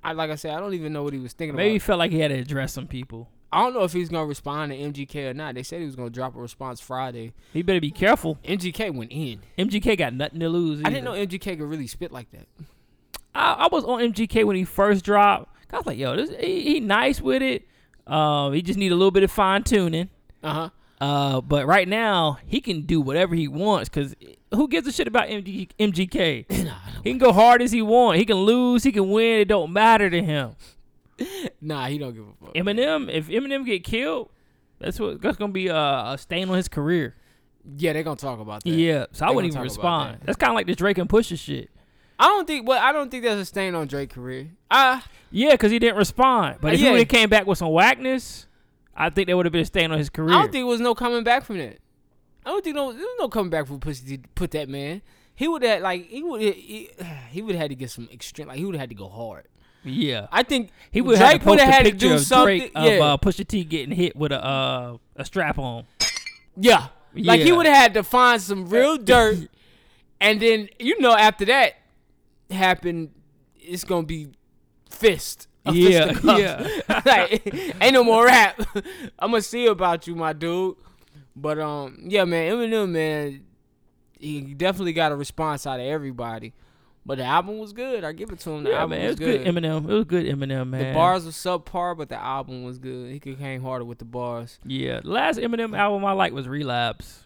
Speaker 1: I like I said, I don't even know what he was thinking
Speaker 4: Maybe he
Speaker 1: about.
Speaker 4: felt like he had to address some people.
Speaker 1: I don't know if he's gonna respond to MGK or not. They said he was gonna drop a response Friday.
Speaker 4: He better be careful.
Speaker 1: MGK went in.
Speaker 4: MGK got nothing to lose.
Speaker 1: I didn't
Speaker 4: either.
Speaker 1: know MGK could really spit like that.
Speaker 4: I, I was on MGK when he first dropped. I was like, yo, this, he, he nice with it. Uh, he just need a little bit of fine tuning.
Speaker 1: Uh huh.
Speaker 4: Uh, but right now he can do whatever he wants because who gives a shit about MG, MGK? he can go hard as he want. He can lose. He can win. It don't matter to him.
Speaker 1: Nah, he don't give a fuck.
Speaker 4: Eminem, if Eminem get killed, that's what that's gonna be a, a stain on his career.
Speaker 1: Yeah, they're gonna talk about that.
Speaker 4: Yeah, so I
Speaker 1: They gonna
Speaker 4: wouldn't even
Speaker 1: talk about
Speaker 4: respond.
Speaker 1: that.
Speaker 4: That's kind of like the Drake and Pusha shit.
Speaker 1: I don't think. Well, I don't think there's a stain on Drake's career. Ah,
Speaker 4: Yeah, because he didn't respond. But if
Speaker 1: Yeah.
Speaker 4: he would have came back with some whackness, I think that would have been a stain on his career.
Speaker 1: I don't think it was no coming back from that. I don't think no there was no coming back from Pussy to put that man. He would have like he would he, he would have had to get some extreme like he would have had to go hard.
Speaker 4: yeah,
Speaker 1: I think
Speaker 4: he would have
Speaker 1: Drake
Speaker 4: to post
Speaker 1: would
Speaker 4: a
Speaker 1: have had to
Speaker 4: picture
Speaker 1: do
Speaker 4: of
Speaker 1: something.
Speaker 4: Drake
Speaker 1: yeah,
Speaker 4: of uh, Pusha T getting hit with a uh, a strap on.
Speaker 1: yeah. Like he
Speaker 4: yeah. Uh,
Speaker 1: would have had to find some real dirt, and then you know after that happened, it's gonna be fist. A
Speaker 4: Yeah,
Speaker 1: fist of cuffs.
Speaker 4: yeah.
Speaker 1: like ain't no more rap. I'm gonna see about you, my dude. But um, yeah, man, Eminem, man, he definitely got a response out of everybody. But the album was good. I give it to him. The
Speaker 4: Yeah,
Speaker 1: album
Speaker 4: man, it
Speaker 1: was
Speaker 4: was good.
Speaker 1: good.
Speaker 4: Eminem. It was good Eminem, man.
Speaker 1: The bars were subpar, but the album was good. He could hang harder with the bars.
Speaker 4: Yeah, the last Eminem album I liked was Relapse.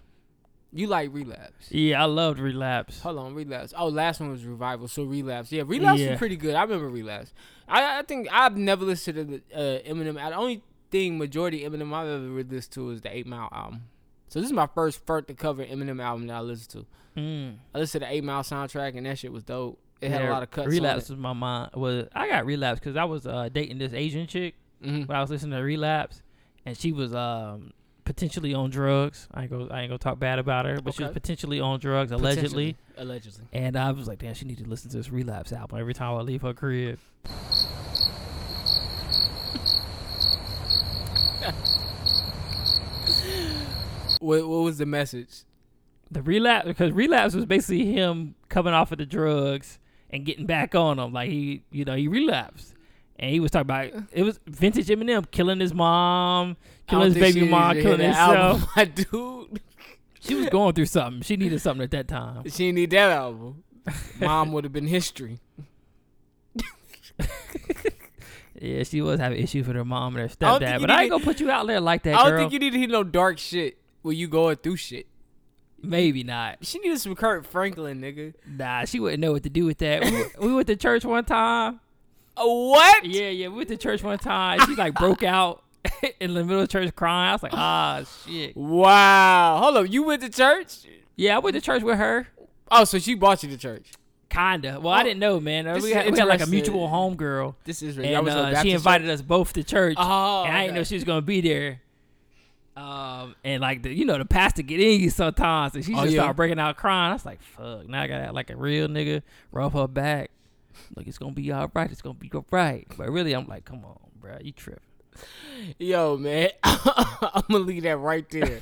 Speaker 1: You like relapse.
Speaker 4: Yeah, I loved Relapse.
Speaker 1: Hold on, relapse. Oh, last one was revival. So relapse. Yeah, relapse
Speaker 4: Yeah.
Speaker 1: was pretty good. I remember relapse. I, I think I've never listened to the uh, Eminem. The only thing majority Eminem I've ever really listened to is the Eight Mile album. So this is my first first to cover Eminem album that I listened to.
Speaker 4: Mm.
Speaker 1: I listened to the Eight Mile soundtrack and that shit was dope. It had
Speaker 4: Yeah,
Speaker 1: a lot of cuts.
Speaker 4: Relapse
Speaker 1: On
Speaker 4: was my mind. Was I got Relapse because I was uh, dating this Asian chick
Speaker 1: it. Mhm.
Speaker 4: when I was listening to Relapse, and she was um potentially on drugs. I ain't go I ain't gonna talk bad about her, but she was
Speaker 1: Okay.
Speaker 4: potentially on drugs allegedly.
Speaker 1: Potentially. Allegedly.
Speaker 4: And I was like, damn, she need to listen to this Relapse album every time I leave her crib.
Speaker 1: What, what was the message?
Speaker 4: The relapse because relapse was basically him coming off of the drugs and getting back on them. Like he, you know, he relapsed. And he was talking about it was vintage Eminem killing his
Speaker 1: I
Speaker 4: mom,
Speaker 1: don't
Speaker 4: killing his
Speaker 1: think
Speaker 4: baby
Speaker 1: she
Speaker 4: mom,
Speaker 1: needed to hear
Speaker 4: killing
Speaker 1: that album,
Speaker 4: himself.
Speaker 1: My dude.
Speaker 4: She was going through something. She needed something at that time.
Speaker 1: She didn't need that album. Mom would have been history.
Speaker 4: Yeah, she was having issues with her mom and her
Speaker 1: I don't think
Speaker 4: stepdad.
Speaker 1: you
Speaker 4: But I
Speaker 1: need
Speaker 4: ain't gonna put you out there like that,
Speaker 1: I don't
Speaker 4: girl.
Speaker 1: think you need to hear no dark shit when you going through shit.
Speaker 4: Maybe not.
Speaker 1: She needed some Kurt Franklin, nigga.
Speaker 4: Nah, she wouldn't know what to do with that. We, we went to church one time.
Speaker 1: A what?
Speaker 4: Yeah, yeah, we went to church one time. She like broke out in the middle of church crying. I was like, ah, shit.
Speaker 1: Wow. Hold up. You went to church?
Speaker 4: Yeah, I went to church with her.
Speaker 1: Oh, so she brought you to church.
Speaker 4: Kinda. Well, I didn't know, man.
Speaker 1: this
Speaker 4: We
Speaker 1: is
Speaker 4: had, we had like a
Speaker 1: interesting.
Speaker 4: mutual homegirl,
Speaker 1: This is really.
Speaker 4: and uh, she invited us both to church.
Speaker 1: Oh,
Speaker 4: and I didn't
Speaker 1: okay.
Speaker 4: know she was gonna be there. Um, and like the, you know, the pastor get in you sometimes, and she
Speaker 1: Oh,
Speaker 4: just
Speaker 1: yeah.
Speaker 4: started breaking out crying. I was like, "Fuck!" Now I gotta act like a real nigga, rub her back. Like it's gonna be all right. It's gonna be all right. But really, I'm like, "Come on, bro, you tripping."
Speaker 1: Yo, man. I'm going to leave that right there.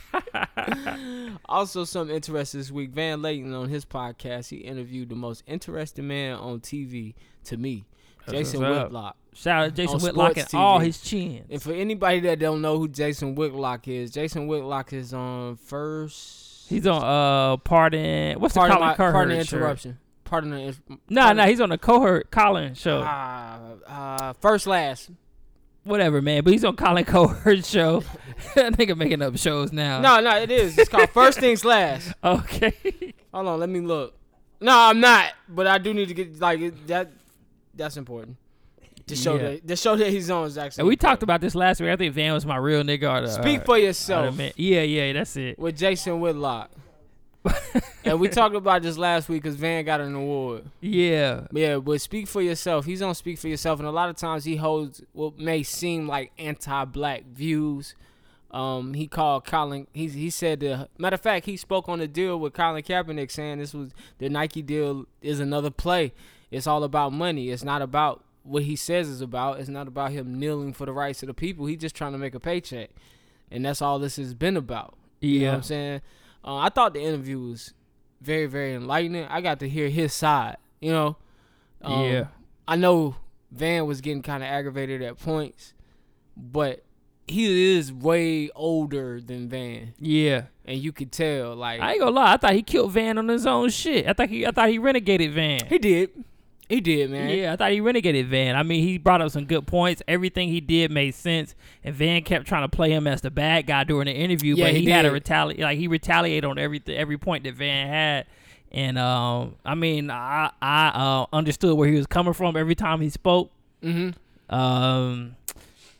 Speaker 1: also, something interesting this week. Van Layton on his podcast, he interviewed the most interesting man on TV to me, Jason
Speaker 4: what's up.
Speaker 1: Whitlock.
Speaker 4: Shout out to Jason
Speaker 1: On
Speaker 4: Whitlock and
Speaker 1: sports
Speaker 4: all
Speaker 1: TV.
Speaker 4: his chins.
Speaker 1: And for anybody that don't know who Jason Whitlock is, Jason Whitlock is on first.
Speaker 4: he's on uh, pardon. What's
Speaker 1: Pardon
Speaker 4: the Colin
Speaker 1: my-
Speaker 4: Cowherd
Speaker 1: pardon the
Speaker 4: show?
Speaker 1: interruption. Pardon the. inter-
Speaker 4: No,
Speaker 1: pardon-
Speaker 4: no, he's on the cohort Colin show.
Speaker 1: Uh, uh, first last.
Speaker 4: Whatever, man. But he's on Colin Cowherd show. that nigga making up shows now.
Speaker 1: No, no, it is. It's called First Things Last.
Speaker 4: Okay.
Speaker 1: Hold on, let me look. No, I'm not. But I do need to get like it- that. That's important. The show
Speaker 4: Yeah.
Speaker 1: that the show that he's on is actually.
Speaker 4: And we
Speaker 1: important.
Speaker 4: talked about Uh, this last week. I think Van was my real nigga. Or the,
Speaker 1: Speak
Speaker 4: or-
Speaker 1: for
Speaker 4: or the
Speaker 1: yourself
Speaker 4: man. Yeah, yeah, that's it.
Speaker 1: with Jason Whitlock. and we talked about this last week because Van got an award.
Speaker 4: Yeah,
Speaker 1: Yeah, but speak for yourself. He's on speak for yourself, and a lot of times he holds what may seem like anti-black views. Um, he called Colin. He he said the matter of fact he spoke on the deal with Colin Kaepernick, saying this was the Nike deal is another play. It's all about money. It's not about what he says is about. It's not about him kneeling for the rights of the people. He's just trying to make a paycheck, and that's all this has been about. You know
Speaker 4: yeah.
Speaker 1: what I'm saying? Uh, I thought the interview was very very enlightening. I got to hear his side. You know. Um,
Speaker 4: Yeah.
Speaker 1: I know Van was getting kind of aggravated at points, but he is way older than Van,
Speaker 4: Yeah.
Speaker 1: and you could tell. Like
Speaker 4: I ain't gonna lie. I thought he killed Van on his own shit. I thought he, I thought he renegaded Van.
Speaker 1: he did, he did, man.
Speaker 4: Yeah, I thought he renegaded Van. I mean, he brought up some good points. Everything he did made sense, and Van kept trying to play him as the bad guy during the interview.
Speaker 1: Yeah,
Speaker 4: but he,
Speaker 1: he
Speaker 4: had a
Speaker 1: did.
Speaker 4: retaliate, like he retaliated on every every point that Van had. And um, I mean, I I uh, understood where he was coming from every time he spoke. Mm-hmm. Um,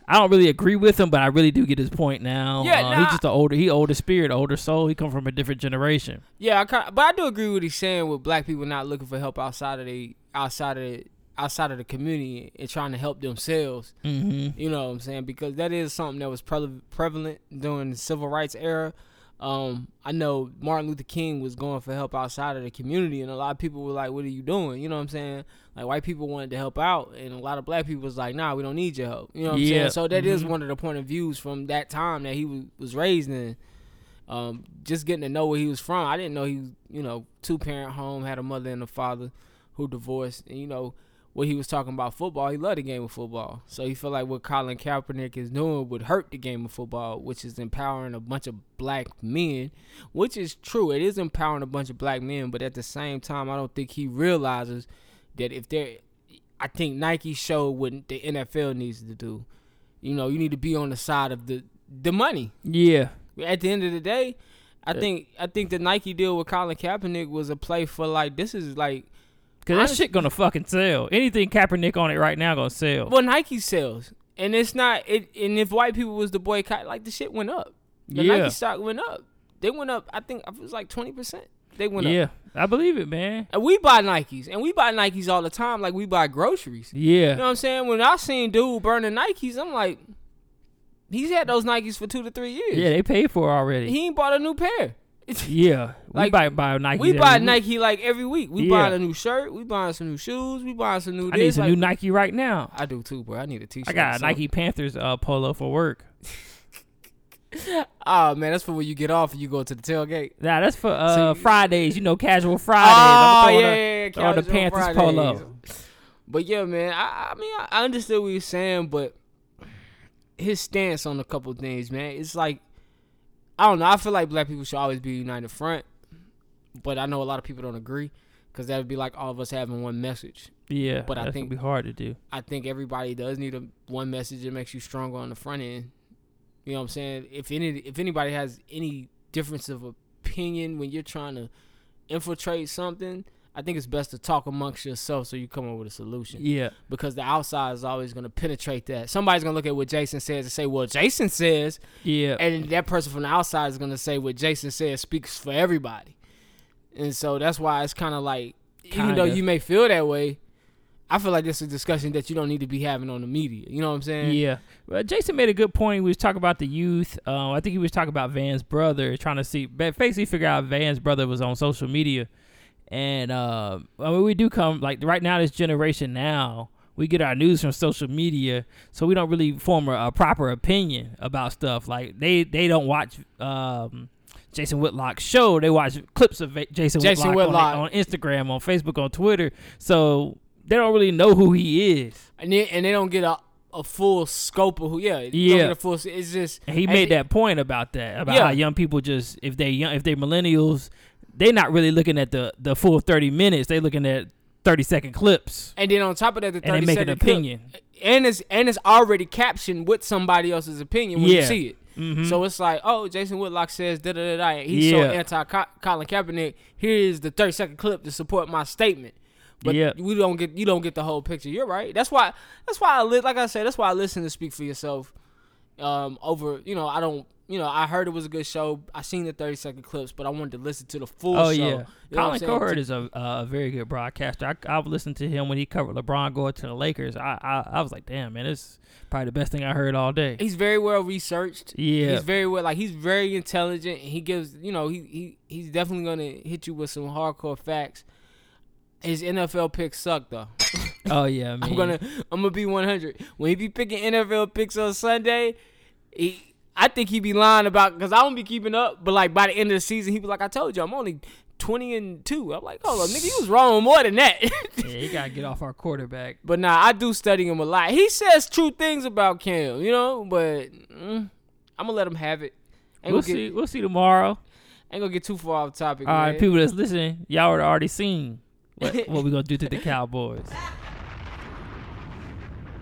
Speaker 4: I don't really agree with him, but I really do get his point now.
Speaker 1: Yeah,
Speaker 4: Uh,
Speaker 1: nah.
Speaker 4: he's just an older, he older spirit, older soul. He come from a different generation.
Speaker 1: Yeah, I kind but I do agree with what he's saying with black people not looking for help outside of the outside of the, outside of the community and trying to help themselves. Mm-hmm. You know what I'm saying? Because that is something that was pre- prevalent during the civil rights era. Um, I know Martin Luther King was going for help outside of the community, and a lot of people were like, "What are you doing?" You know what I'm saying? Like white people wanted to help out, and a lot of black people was like, "Nah, we don't need your help." You know what I'm
Speaker 4: Yeah.
Speaker 1: saying? So that is one of the point of views from that time that he was, was raised in um, just getting to know where he was from. I didn't know he, was, you know, two parent home, had a mother and a father who divorced. And you know, what he was talking about football, he loved the game of football. So he felt like what Colin Kaepernick is doing would hurt the game of football, which is empowering a bunch of black men, which is true. It is empowering a bunch of black men, but at the same time, I don't think he realizes that if they're, I think Nike showed what the NFL needs to do. You know, you need to be on the side of the the money
Speaker 4: Yeah,
Speaker 1: at the end of the day, I think I think the Nike deal with Colin Kaepernick was a play for like this is like
Speaker 4: because that
Speaker 1: Honest-
Speaker 4: shit gonna fucking sell. Anything Kaepernick on it right now gonna sell.
Speaker 1: well Nike sells, and it's not it. And if white people was to boycott, like the shit went up. The
Speaker 4: Yeah.
Speaker 1: Nike stock went up. They went up. I think it was like twenty percent. They went
Speaker 4: yeah,
Speaker 1: up.
Speaker 4: I believe it, man.
Speaker 1: And we buy Nikes, and we buy Nikes all the time, like we buy groceries.
Speaker 4: Yeah.
Speaker 1: You know what I'm saying? When I seen dude burning Nikes, I'm like, he's had those Nikes for two to three years.
Speaker 4: Yeah, they paid for it already.
Speaker 1: He ain't bought a new pair.
Speaker 4: yeah, we
Speaker 1: Like,
Speaker 4: buy buy Nike.
Speaker 1: We buy Nike like every week. We
Speaker 4: Yeah.
Speaker 1: buying a new shirt. We buying some new shoes. We buying some new.
Speaker 4: I need
Speaker 1: this,
Speaker 4: some
Speaker 1: like-
Speaker 4: new Nike right now.
Speaker 1: I do too, bro. I need a t-shirt.
Speaker 4: I got a
Speaker 1: so-
Speaker 4: Nike Panthers uh, polo for work.
Speaker 1: Oh man, that's for when you get off and you go to the tailgate.
Speaker 4: Nah, that's for uh, Fridays. You know, casual Fridays.
Speaker 1: Oh
Speaker 4: I'ma throw
Speaker 1: yeah,
Speaker 4: the-
Speaker 1: yeah, yeah.
Speaker 4: throw the
Speaker 1: Casual
Speaker 4: Panthers
Speaker 1: Fridays.
Speaker 4: polo.
Speaker 1: But yeah, man. I, I mean, I, I understood what you're saying, but his stance on a couple things, man. It's like I don't know. I feel like black people should always be united front, but I know a lot of people don't agree because that would be like all of us having one message.
Speaker 4: Yeah,
Speaker 1: But I
Speaker 4: that's
Speaker 1: think-
Speaker 4: gonna be hard to do.
Speaker 1: I think everybody does need a one message that makes you stronger on the front end. You know what I'm saying? If any if anybody has any difference of opinion when you're trying to infiltrate something, I think it's best to talk amongst yourself so you come up with a solution.
Speaker 4: Yeah,
Speaker 1: Because the outside is always gonna penetrate that. Somebody's gonna look at what Jason says and say, Well, Jason says
Speaker 4: yeah,
Speaker 1: and that person from the outside is gonna say what Jason says speaks for everybody, and so that's why it's kind of like, even though
Speaker 4: Kinda.
Speaker 1: you may feel that way, I feel like this is a discussion that you don't need to be having on the media. You know what I'm saying?
Speaker 4: yeah. Well, Jason made a good point. He was talking about the youth. Uh, I think he was talking about Van's brother, trying to see, ba- basically figure out if Van's brother was on social media. And uh, I mean, we do come like right now, this generation now, we get our news from social media, so we don't really form a, a proper opinion about stuff. Like they they don't watch um, Jason Whitlock's show; they watch clips of Va- Jason,
Speaker 1: Jason
Speaker 4: Whitlock,
Speaker 1: Whitlock.
Speaker 4: on- on Instagram, on Facebook, on Twitter. So they don't really know who he is.
Speaker 1: And they, and they don't get a, a full scope of who. Yeah, you don't
Speaker 4: Yeah.
Speaker 1: get a full. s- It's just
Speaker 4: And he
Speaker 1: as
Speaker 4: made
Speaker 1: it-
Speaker 4: that point about that about
Speaker 1: Yeah.
Speaker 4: how young people just if they young if they millennials, they're not really looking at the the full thirty minutes. They're looking at thirty second clips.
Speaker 1: And then on top of that, the
Speaker 4: And they
Speaker 1: 30
Speaker 4: make an
Speaker 1: second clip-
Speaker 4: opinion.
Speaker 1: and it's and it's already captioned with somebody else's opinion when
Speaker 4: Yeah. Mm-hmm.
Speaker 1: you see it. So it's like, oh, Jason Whitlock says da da da da. and He's
Speaker 4: Yeah.
Speaker 1: so anti Co- Colin Kaepernick. Here's the 30 second clip to support my statement. But
Speaker 4: Yeah.
Speaker 1: we don't get you don't get the whole picture. You're right. That's why that's why I li- like I said that's why I listen to Speak for Yourself. Um, over you know I don't you know I heard it was a good show. I seen the 30 second clips, but I wanted to listen to the full
Speaker 4: Oh
Speaker 1: show. You
Speaker 4: yeah,
Speaker 1: know what I'm
Speaker 4: Colin
Speaker 1: saying?
Speaker 4: Cowherd
Speaker 1: To-
Speaker 4: is a a very good broadcaster. I, I've listened to him when he covered LeBron going to the Lakers. I I, I was like, damn man, it's probably the best thing I heard all day.
Speaker 1: he's very well researched.
Speaker 4: Yeah.
Speaker 1: he's very well like he's very intelligent. And he gives you know he, he he's definitely gonna hit you with some hardcore facts. His NFL picks suck though.
Speaker 4: oh yeah, man.
Speaker 1: I'm gonna I'm gonna be 100. When he be picking NFL picks on Sunday, he I think he be lying about because I don't be keeping up. But like by the end of the season, he be like, I told you, I'm only twenty and two. I'm like, hold up, nigga, you was wrong with more than that.
Speaker 4: Yeah, you gotta get off our quarterback.
Speaker 1: but nah, I do study him a lot. He says true things about Cam, you know. But mm, I'm gonna let him have it. Ain't
Speaker 4: We'll
Speaker 1: gonna
Speaker 4: see.
Speaker 1: Get,
Speaker 4: We'll see tomorrow.
Speaker 1: ain't gonna get too far off topic.
Speaker 4: All right,
Speaker 1: man.
Speaker 4: people that's listening, y'all already already seen what, what we gonna do to the Cowboys.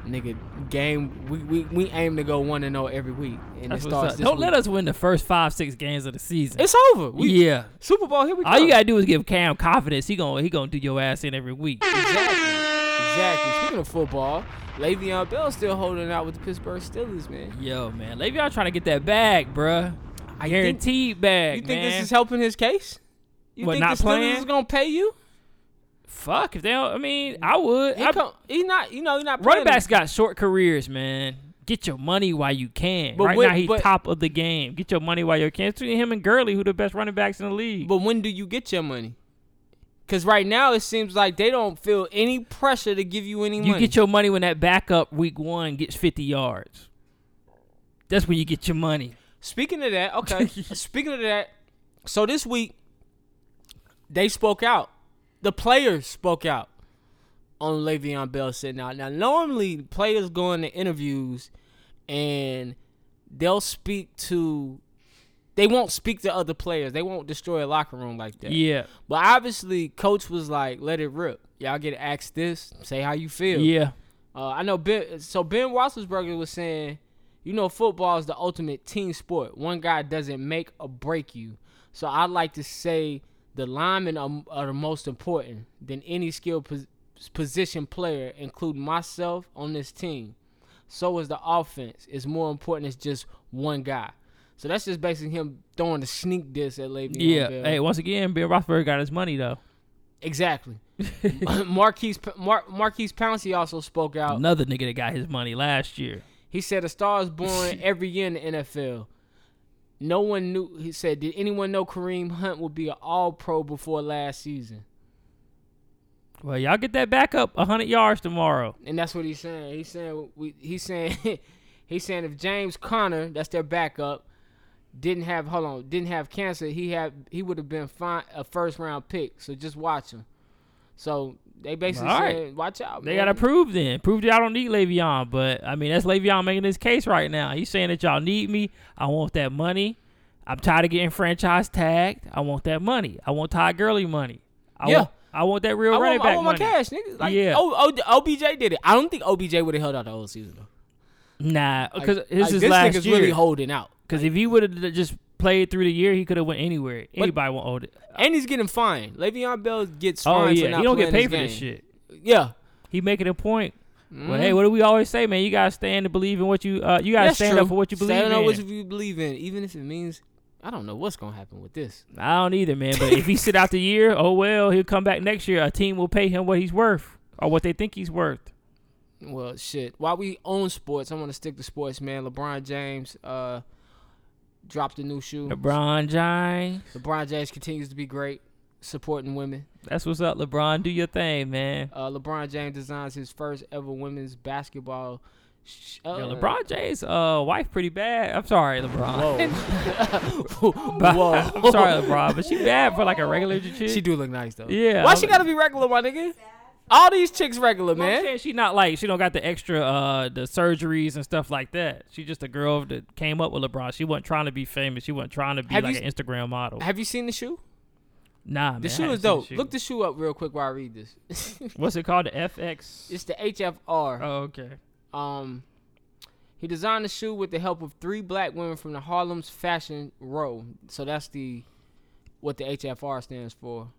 Speaker 1: nigga, game. We, we we aim to go one and zero every week, and it
Speaker 4: That's what's
Speaker 1: starts.
Speaker 4: up.
Speaker 1: This
Speaker 4: Don't let
Speaker 1: week.
Speaker 4: us win the first five, six games of the season.
Speaker 1: It's over. We,
Speaker 4: yeah.
Speaker 1: Super Bowl. Here we
Speaker 4: All
Speaker 1: go.
Speaker 4: you gotta do is give Cam confidence. He gonna he gonna do your ass in every week.
Speaker 1: Exactly. Exactly. Speaking of football, Le'Veon Bell still holding out with the Pittsburgh Steelers, man.
Speaker 4: Yo, man, Le'Veon trying to get that bag, bruh. Guaranteed bag,
Speaker 1: You think
Speaker 4: man.
Speaker 1: this is helping his case? You
Speaker 4: What,
Speaker 1: think
Speaker 4: not
Speaker 1: the Steelers
Speaker 4: playing?
Speaker 1: is gonna pay you?
Speaker 4: Fuck if they don't. I mean, I would.
Speaker 1: He
Speaker 4: I-
Speaker 1: come, he not. You know, he not
Speaker 4: running
Speaker 1: playing.
Speaker 4: backs got short careers, man. Get your money while you can.
Speaker 1: But
Speaker 4: right
Speaker 1: when-
Speaker 4: now he's
Speaker 1: but-
Speaker 4: top of the game. Get your money while you can. It's between him and Gurley, who the best running backs in the league.
Speaker 1: But when do you get your money? Because right now it seems like they don't feel any pressure to give you any
Speaker 4: you
Speaker 1: money.
Speaker 4: get your money when that backup week one gets fifty yards. That's when you get your money.
Speaker 1: Speaking of that, okay. Speaking of that, so this week they spoke out. The players spoke out on Le'Veon Bell sitting out. Now, normally players go into interviews and they'll speak to. They won't speak to other players. They won't destroy a locker room like that.
Speaker 4: Yeah,
Speaker 1: But obviously, coach was like, "Let it rip. Y'all get asked this. Say how you feel."
Speaker 4: yeah.
Speaker 1: Uh, I know Ben. So Ben Roethlisberger was saying, you know, football is the ultimate team sport. One guy doesn't make or break you. So I like to say the linemen are, are the most important than any skilled pos- position player, including myself on this team. So is the offense. It's more important. It's just one guy. So that's just basically him throwing the sneak diss at Le'Veon
Speaker 4: Yeah.
Speaker 1: Bell.
Speaker 4: Hey, once again, Ben Roethlisberger got his money though.
Speaker 1: Exactly. Marquise Mar- Marquise Pouncey also spoke out.
Speaker 4: Another nigga that got his money last year.
Speaker 1: He said a star is born every year in the NFL. No one knew. He said, "Did anyone know Kareem Hunt would be an All Pro before last season?"
Speaker 4: Well, y'all get that back up 100 yards tomorrow.
Speaker 1: And that's what he's saying. He's saying we. He's saying he's saying if James Conner, that's their backup, didn't have hold on, didn't have cancer, he had he would have been fine a first round pick. So just watch him. So they basically
Speaker 4: All right.
Speaker 1: saying, watch out.
Speaker 4: They
Speaker 1: man.
Speaker 4: got to prove then. Prove that I don't need Le'Veon. But, I mean, that's Le'Veon making his case right now. He's saying that y'all need me. I want that money. I'm tired of getting franchise tagged. I want that money. I want Todd Gurley money. I
Speaker 1: Yeah.
Speaker 4: Want, I want that real
Speaker 1: I
Speaker 4: running
Speaker 1: want,
Speaker 4: back
Speaker 1: I want
Speaker 4: money.
Speaker 1: my cash, nigga. Like,
Speaker 4: Yeah.
Speaker 1: O- O- OBJ did it. I don't think OBJ would have held out the whole season though.
Speaker 4: Nah,
Speaker 1: Like-
Speaker 4: because
Speaker 1: like,
Speaker 4: this is
Speaker 1: this
Speaker 4: last
Speaker 1: nigga's
Speaker 4: year.
Speaker 1: really holding out,
Speaker 4: Because if he would have just played through the year, he could have went anywhere. Anybody won't hold it.
Speaker 1: and he's getting fined. Le'Veon Bell gets
Speaker 4: Oh,
Speaker 1: fined. for
Speaker 4: yeah.
Speaker 1: not
Speaker 4: He don't get
Speaker 1: playing
Speaker 4: paid for this
Speaker 1: his game.
Speaker 4: shit.
Speaker 1: Yeah,
Speaker 4: He making a point. Well, hey, what do we always say, man? You gotta stand and believe in what you. Uh, you gotta
Speaker 1: that's
Speaker 4: stand
Speaker 1: true.
Speaker 4: up for what you believe
Speaker 1: Stand
Speaker 4: in.
Speaker 1: up what you believe in, even if it means I don't know what's gonna happen with this.
Speaker 4: I don't either, man. But if he sit out the year, oh well, he'll come back next year. A team will pay him what he's worth or what they think he's worth.
Speaker 1: Well, shit. While we own sports, I want to stick to sports, man. LeBron James uh dropped a new shoe.
Speaker 4: LeBron James,
Speaker 1: LeBron James continues to be great, supporting women.
Speaker 4: that's what's up, LeBron. Do your thing, man.
Speaker 1: Uh, LeBron James designs his first ever women's basketball. Sh- uh,
Speaker 4: Yo, LeBron James, uh, wife pretty bad. I'm sorry, LeBron.
Speaker 1: Whoa.
Speaker 4: But-
Speaker 1: Whoa.
Speaker 4: I'm sorry, LeBron, but she bad for like a regular chick.
Speaker 1: She do look nice though.
Speaker 4: Yeah,
Speaker 1: Why
Speaker 4: I
Speaker 1: she
Speaker 4: like-
Speaker 1: gotta be regular, my nigga? All these chicks regular,
Speaker 4: You know what I'm
Speaker 1: man.
Speaker 4: saying? She not like she don't got the extra uh the surgeries and stuff like that. She just a girl that came up with LeBron. She wasn't trying to be famous. She wasn't trying to be
Speaker 1: Have
Speaker 4: like
Speaker 1: you-
Speaker 4: an Instagram model.
Speaker 1: Have you seen the shoe?
Speaker 4: nah, man.
Speaker 1: The
Speaker 4: I
Speaker 1: shoe
Speaker 4: haven't
Speaker 1: is
Speaker 4: seen the
Speaker 1: dope.
Speaker 4: shoe.
Speaker 1: Look the shoe up real quick while I read this.
Speaker 4: What's it called? The FX.
Speaker 1: it's the HFR.
Speaker 4: Oh, okay.
Speaker 1: Um, he designed the shoe with the help of three black women from the Harlem's Fashion Row. So that's the what the HFR stands for.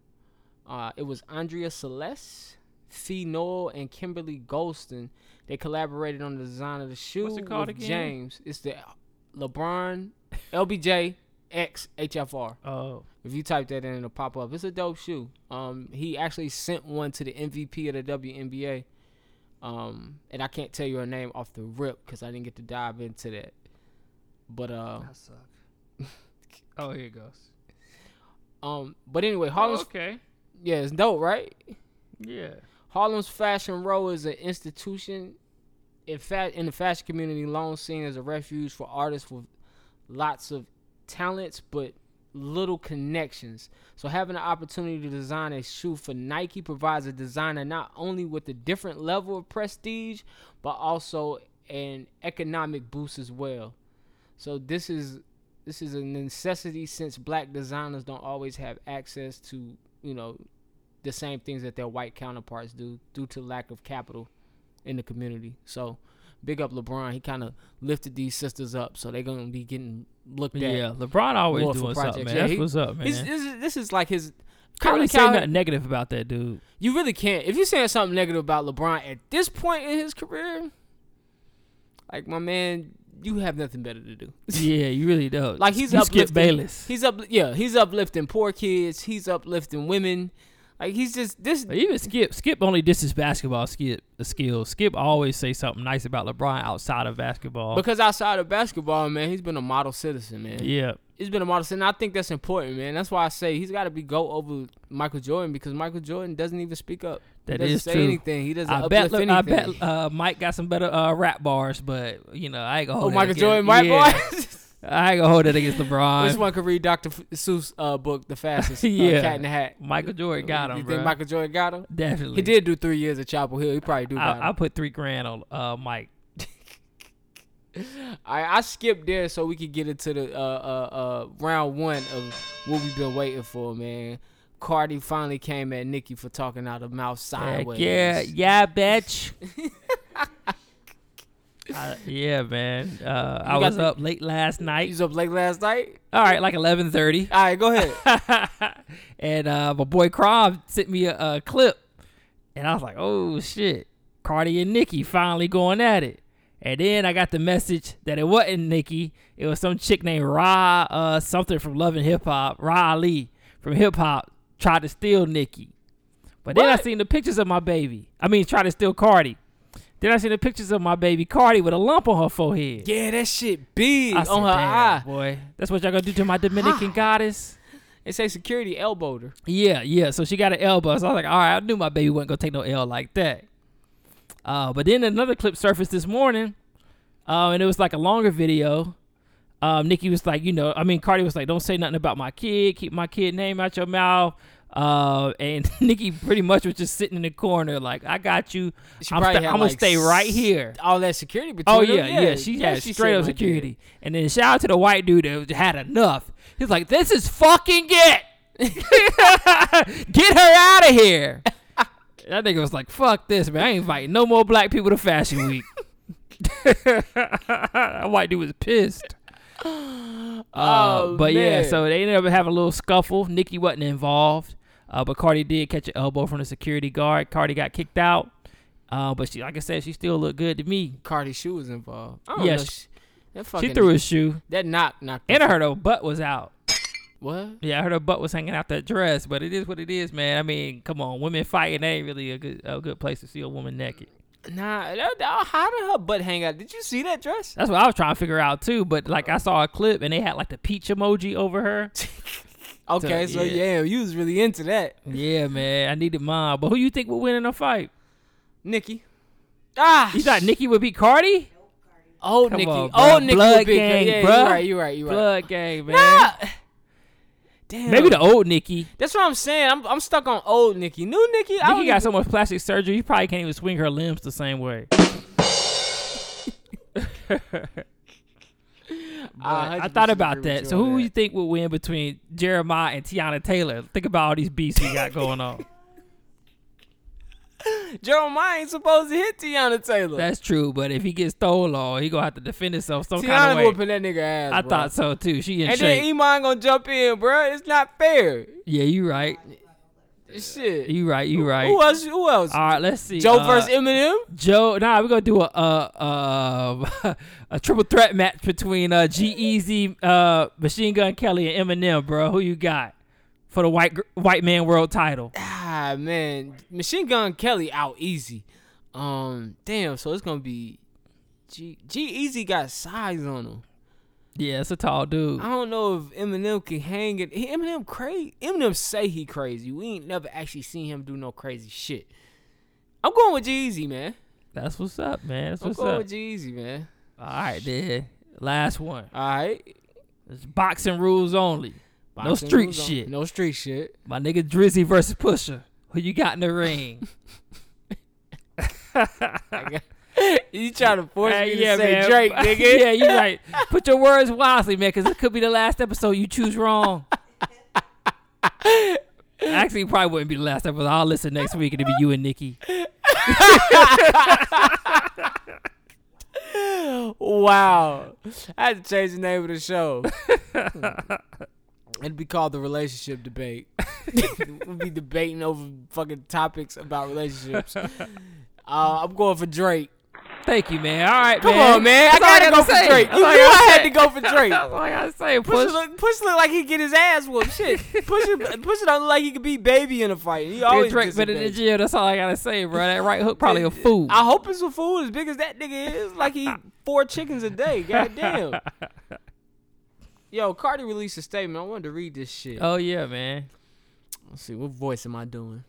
Speaker 1: Uh, it was Andrea Celeste, Fee Noel, and Kimberly Golston. They collaborated on the design of the shoe
Speaker 4: it called
Speaker 1: with
Speaker 4: again?
Speaker 1: James. It's the LeBron LBJ X HFR.
Speaker 4: Oh,
Speaker 1: If you type that in, it'll pop up. It's a dope shoe. Um, he actually sent one to the MVP of the WNBA. Um, and I can't tell you her name off the rip because I didn't get to dive into that. But uh,
Speaker 4: oh, here it goes. Oh,
Speaker 1: um, but anyway, Harlem's
Speaker 4: okay.
Speaker 1: yeah, it's dope, right?
Speaker 4: Yeah.
Speaker 1: Harlem's Fashion Row is an institution in fact in the fashion community long seen as a refuge for artists with lots of talents but little connections. So having the opportunity to design a shoe for Nike provides a designer not only with a different level of prestige, but also an economic boost as well. So this is this is a necessity since black designers don't always have access to, you know, the same things that their white counterparts do due to lack of capital in the community. So big up LeBron. He kind of lifted these sisters up, so they're gonna be getting looked at.
Speaker 4: Yeah, LeBron always
Speaker 1: more for
Speaker 4: doing something,
Speaker 1: projects.
Speaker 4: man.
Speaker 1: Yeah,
Speaker 4: That's
Speaker 1: he-
Speaker 4: what's up, man.
Speaker 1: he's- This is, this is like his.
Speaker 4: Can't really
Speaker 1: Colin
Speaker 4: say
Speaker 1: Cowherd-
Speaker 4: nothing negative about that dude.
Speaker 1: you really can't. If you're saying something negative about LeBron at this point in his career, like my man, you have nothing better to do.
Speaker 4: yeah, you really don't.
Speaker 1: Like he's
Speaker 4: you
Speaker 1: uplifting.
Speaker 4: Skip Bayless.
Speaker 1: He's up. Yeah, he's uplifting poor kids. He's uplifting women. Like he's just this.
Speaker 4: But even Skip, Skip only disses basketball skip skills. Skip always say something nice about LeBron outside of basketball.
Speaker 1: Because outside of basketball, man, he's been a model citizen, man.
Speaker 4: yeah,
Speaker 1: he's been a model citizen. I think that's important, man. That's why I say he's got to be go over Michael Jordan because Michael Jordan doesn't even speak up.
Speaker 4: That
Speaker 1: he doesn't
Speaker 4: is
Speaker 1: say
Speaker 4: true.
Speaker 1: anything. He doesn't
Speaker 4: I
Speaker 1: uplift
Speaker 4: bet, look,
Speaker 1: anything.
Speaker 4: I bet uh, Mike got some better uh, rap bars, but you know I ain't gonna
Speaker 1: oh,
Speaker 4: hold. that
Speaker 1: Michael
Speaker 4: against-
Speaker 1: Jordan, my
Speaker 4: yeah,
Speaker 1: boy.
Speaker 4: I ain't gonna hold it against
Speaker 1: Which
Speaker 4: LeBron.
Speaker 1: one could read Dr. F- Seuss' uh, book, The Fastest?
Speaker 4: Yeah.
Speaker 1: uh, Cat in the Hat.
Speaker 4: Michael Jordan got him,
Speaker 1: You
Speaker 4: bro.
Speaker 1: think Michael Jordan got him?
Speaker 4: Definitely,
Speaker 1: He did do three years at Chapel Hill. He probably do got
Speaker 4: I, I
Speaker 1: him.
Speaker 4: put three grand on uh, Mike.
Speaker 1: I, I skipped there so we could get into the uh, uh, uh, round one of what we've been waiting for, man. Cardi finally came at Nicki for talking out of mouth
Speaker 4: Heck
Speaker 1: sideways.
Speaker 4: yeah, yeah, bitch. I- yeah, man. Uh, I
Speaker 1: got
Speaker 4: was
Speaker 1: the-
Speaker 4: up late last
Speaker 1: You
Speaker 4: night.
Speaker 1: was up late last night?
Speaker 4: All right, like eleven thirty.
Speaker 1: All right, go ahead.
Speaker 4: and uh, my boy Crom sent me a, a clip, and I was like, "Oh shit, Cardi and Nicki finally going at it." And then I got the message that it wasn't Nicki; it was some chick named Ra uh, something from Love and Hip Hop, Ra Ali from Hip Hop, tried to steal Nicki. But then I
Speaker 1: What?
Speaker 4: seen the pictures of my baby. I mean, tried to steal Cardi. Then I seen the pictures of my baby Cardi with a lump on her forehead.
Speaker 1: yeah, that shit big
Speaker 4: I
Speaker 1: on
Speaker 4: said,
Speaker 1: her
Speaker 4: "Damn,
Speaker 1: eye.
Speaker 4: boy. That's what y'all gonna do to my Dominican goddess.
Speaker 1: It say security elbowed her.
Speaker 4: Yeah, yeah. So she got an elbow. So I was like, all right, I knew my baby wasn't gonna take no L like that. Uh, but then another clip surfaced this morning, uh, and it was like a longer video. Um, Nikki was like, you know, I mean, Cardi was like, don't say nothing about my kid. Keep my kid name out your mouth. Uh, and Nikki pretty much was just sitting in the corner, like, I got you.
Speaker 1: She
Speaker 4: I'm,
Speaker 1: probably
Speaker 4: sta-
Speaker 1: had,
Speaker 4: I'm gonna
Speaker 1: like,
Speaker 4: stay right
Speaker 1: s-
Speaker 4: here.
Speaker 1: All that security between
Speaker 4: Oh
Speaker 1: them?
Speaker 4: yeah, yeah, She had straight
Speaker 1: said
Speaker 4: up
Speaker 1: my
Speaker 4: security. And then shout out to the white dude that had enough. He's like, "This is fucking it. Get her out of here." That nigga was like, "Fuck this, man. I ain't inviting no more black people to Fashion Week." that white dude was pissed. Uh,
Speaker 1: Oh,
Speaker 4: but yeah,
Speaker 1: man.
Speaker 4: so they ended up having a little scuffle. Nikki wasn't involved, uh, but Cardi did catch an elbow from the security guard. Cardi got kicked out, uh, but she, like I said, she still looked good to me.
Speaker 1: Cardi shoe was involved. I don't
Speaker 4: Yeah,
Speaker 1: know.
Speaker 4: she-
Speaker 1: She, that
Speaker 4: She
Speaker 1: fucking,
Speaker 4: threw a shoe.
Speaker 1: that knock knocked.
Speaker 4: And I heard her butt was out.
Speaker 1: what?
Speaker 4: Yeah, I heard her butt was hanging out that dress, but it is what it is, man. I mean, come on, women fighting that ain't really a good a good place to see a woman naked.
Speaker 1: Nah, that, that- how did her butt hang out? Did you see that dress?
Speaker 4: That's what I was trying to figure out too. But like, I saw a clip and they had like the peach emoji over her.
Speaker 1: Okay, so
Speaker 4: yeah.
Speaker 1: yeah. you was really into that,
Speaker 4: yeah, man, I needed mine. But who you think would win in a fight?
Speaker 1: Nikki. Ah,
Speaker 4: You thought Nikki would beat Cardi?
Speaker 1: old
Speaker 4: Come
Speaker 1: Nikki,
Speaker 4: on, bruh.
Speaker 1: old Nikki,
Speaker 4: Blood
Speaker 1: would be-
Speaker 4: gang,
Speaker 1: yeah, You
Speaker 4: bruh.
Speaker 1: right, you right, you right.
Speaker 4: Blood gang, man.
Speaker 1: Ah! Damn.
Speaker 4: Maybe the old Nikki.
Speaker 1: That's what I'm saying. I'm, I'm stuck on old Nikki. New Nikki, I
Speaker 4: Nikki
Speaker 1: don't
Speaker 4: got
Speaker 1: even-
Speaker 4: so much plastic surgery, you probably can't even swing her limbs the same way.
Speaker 1: uh, I
Speaker 4: Uh, I
Speaker 1: 100%
Speaker 4: thought about
Speaker 1: agree with
Speaker 4: that.
Speaker 1: you
Speaker 4: So
Speaker 1: on
Speaker 4: who
Speaker 1: that.
Speaker 4: you think would win between Jeremiah and Tiana Taylor? Think about all these beasts we got going on.
Speaker 1: Jeremiah ain't supposed to hit Tiana Taylor.
Speaker 4: That's true, but if he gets stole on, he gonna have to defend himself some
Speaker 1: Tiana
Speaker 4: kind of way.
Speaker 1: whooping that nigga ass.
Speaker 4: I
Speaker 1: bruh.
Speaker 4: thought so too. She in
Speaker 1: And
Speaker 4: shape.
Speaker 1: then Iman gonna jump in, bruh. It's not fair.
Speaker 4: yeah, you right.
Speaker 1: Shit.
Speaker 4: You right. You right.
Speaker 1: Who else? Who else?
Speaker 4: All right, let's see.
Speaker 1: Joe
Speaker 4: Uh,
Speaker 1: versus Eminem.
Speaker 4: Joe. Nah, we're gonna do a uh, uh, a triple threat match between uh, G Easy, uh, Machine Gun Kelly, and Eminem, bro. Who you got for the white gr- white man world title?
Speaker 1: Ah man, Machine Gun Kelly out easy. Um, damn. So it's gonna be G G Easy got size on him.
Speaker 4: Yeah, it's a tall dude.
Speaker 1: I don't know if Eminem can hang it. He- Eminem crazy. Eminem say he crazy. We ain't never actually seen him do no crazy shit. I'm going with Jeezy, man.
Speaker 4: That's what's up, man. That's
Speaker 1: I'm
Speaker 4: what's
Speaker 1: going
Speaker 4: up.
Speaker 1: with Jeezy, man.
Speaker 4: All right, then. Last one.
Speaker 1: All right.
Speaker 4: It's boxing rules only.
Speaker 1: Boxing
Speaker 4: street
Speaker 1: rules on-
Speaker 4: shit.
Speaker 1: No street shit.
Speaker 4: My nigga Drizzy versus Pusher. Who you got in the ring?
Speaker 1: You trying to force
Speaker 4: Hey,
Speaker 1: me to say Drake, nigga?
Speaker 4: yeah, you right. Put your words wisely, man, because it could be the last episode you choose wrong. Actually, it probably wouldn't be the last episode. I'll listen next week, and it'll be you and Nikki.
Speaker 1: Wow. I had to change the name of the show. It'd be called the relationship debate. we'll be debating over fucking topics about relationships. Uh, I'm going for Drake.
Speaker 4: Thank you, man. All right,
Speaker 1: Come
Speaker 4: man.
Speaker 1: on, man.
Speaker 4: That's all
Speaker 1: I gotta
Speaker 4: gotta
Speaker 1: go for
Speaker 4: say.
Speaker 1: Drake.
Speaker 4: That's
Speaker 1: You
Speaker 4: all
Speaker 1: knew
Speaker 4: gotta
Speaker 1: I had
Speaker 4: say.
Speaker 1: to go for Drake.
Speaker 4: That's all I gotta say.
Speaker 1: Push,
Speaker 4: Push.
Speaker 1: look, Push look like he get his ass whooped. Shit, Push it, Push it don't look like he could beat Baby in a fight. He
Speaker 4: Get
Speaker 1: always
Speaker 4: Drake
Speaker 1: gets
Speaker 4: better than
Speaker 1: embarrassed.
Speaker 4: jail. That's all I gotta say, bro. That right hook probably a fool.
Speaker 1: I hope it's a fool as big as that nigga is. Like he eat four chickens a day. Goddamn. Yo, Cardi released a statement. I wanted to read this shit.
Speaker 4: Oh yeah, man.
Speaker 1: Let's see, what voice am I doing?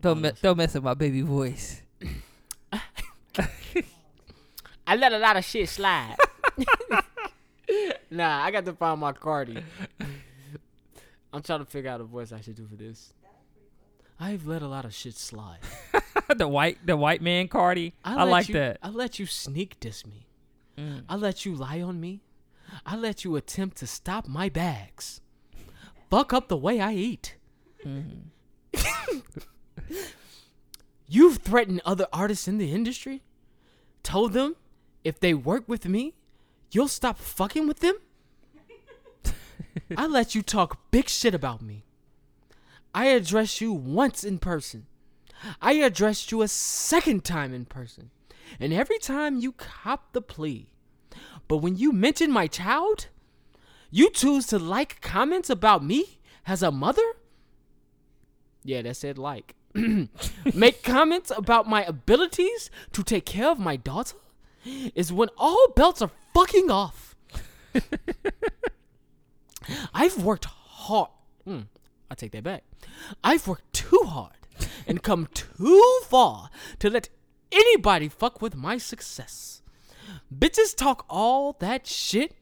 Speaker 4: Don't me- don't mess up my baby voice.
Speaker 1: I let a lot of shit slide. nah, I got to find my Cardi. I'm trying to figure out a voice I should do for this. I've let a lot of shit slide.
Speaker 4: the white the white man Cardi. I,
Speaker 1: let
Speaker 4: like
Speaker 1: you-
Speaker 4: that.
Speaker 1: I let you sneak diss me.
Speaker 4: Mm.
Speaker 1: I let you lie on me. I let you attempt to stop my bags. Fuck up the way I eat. You've threatened other artists in the industry. Told them if they work with me, you'll stop fucking with them. I let you talk big shit about me. I addressed you once in person. I addressed you a second time in person, and every time you cop the plea. But when you mention my child, you choose to like comments about me as a mother? Yeah, that said like. Make comments about my abilities to take care of my daughter is when all belts are fucking off. I've worked hard. Mm, I take that back. I've worked too hard and come too far to let anybody fuck with my success. Bitches talk all that shit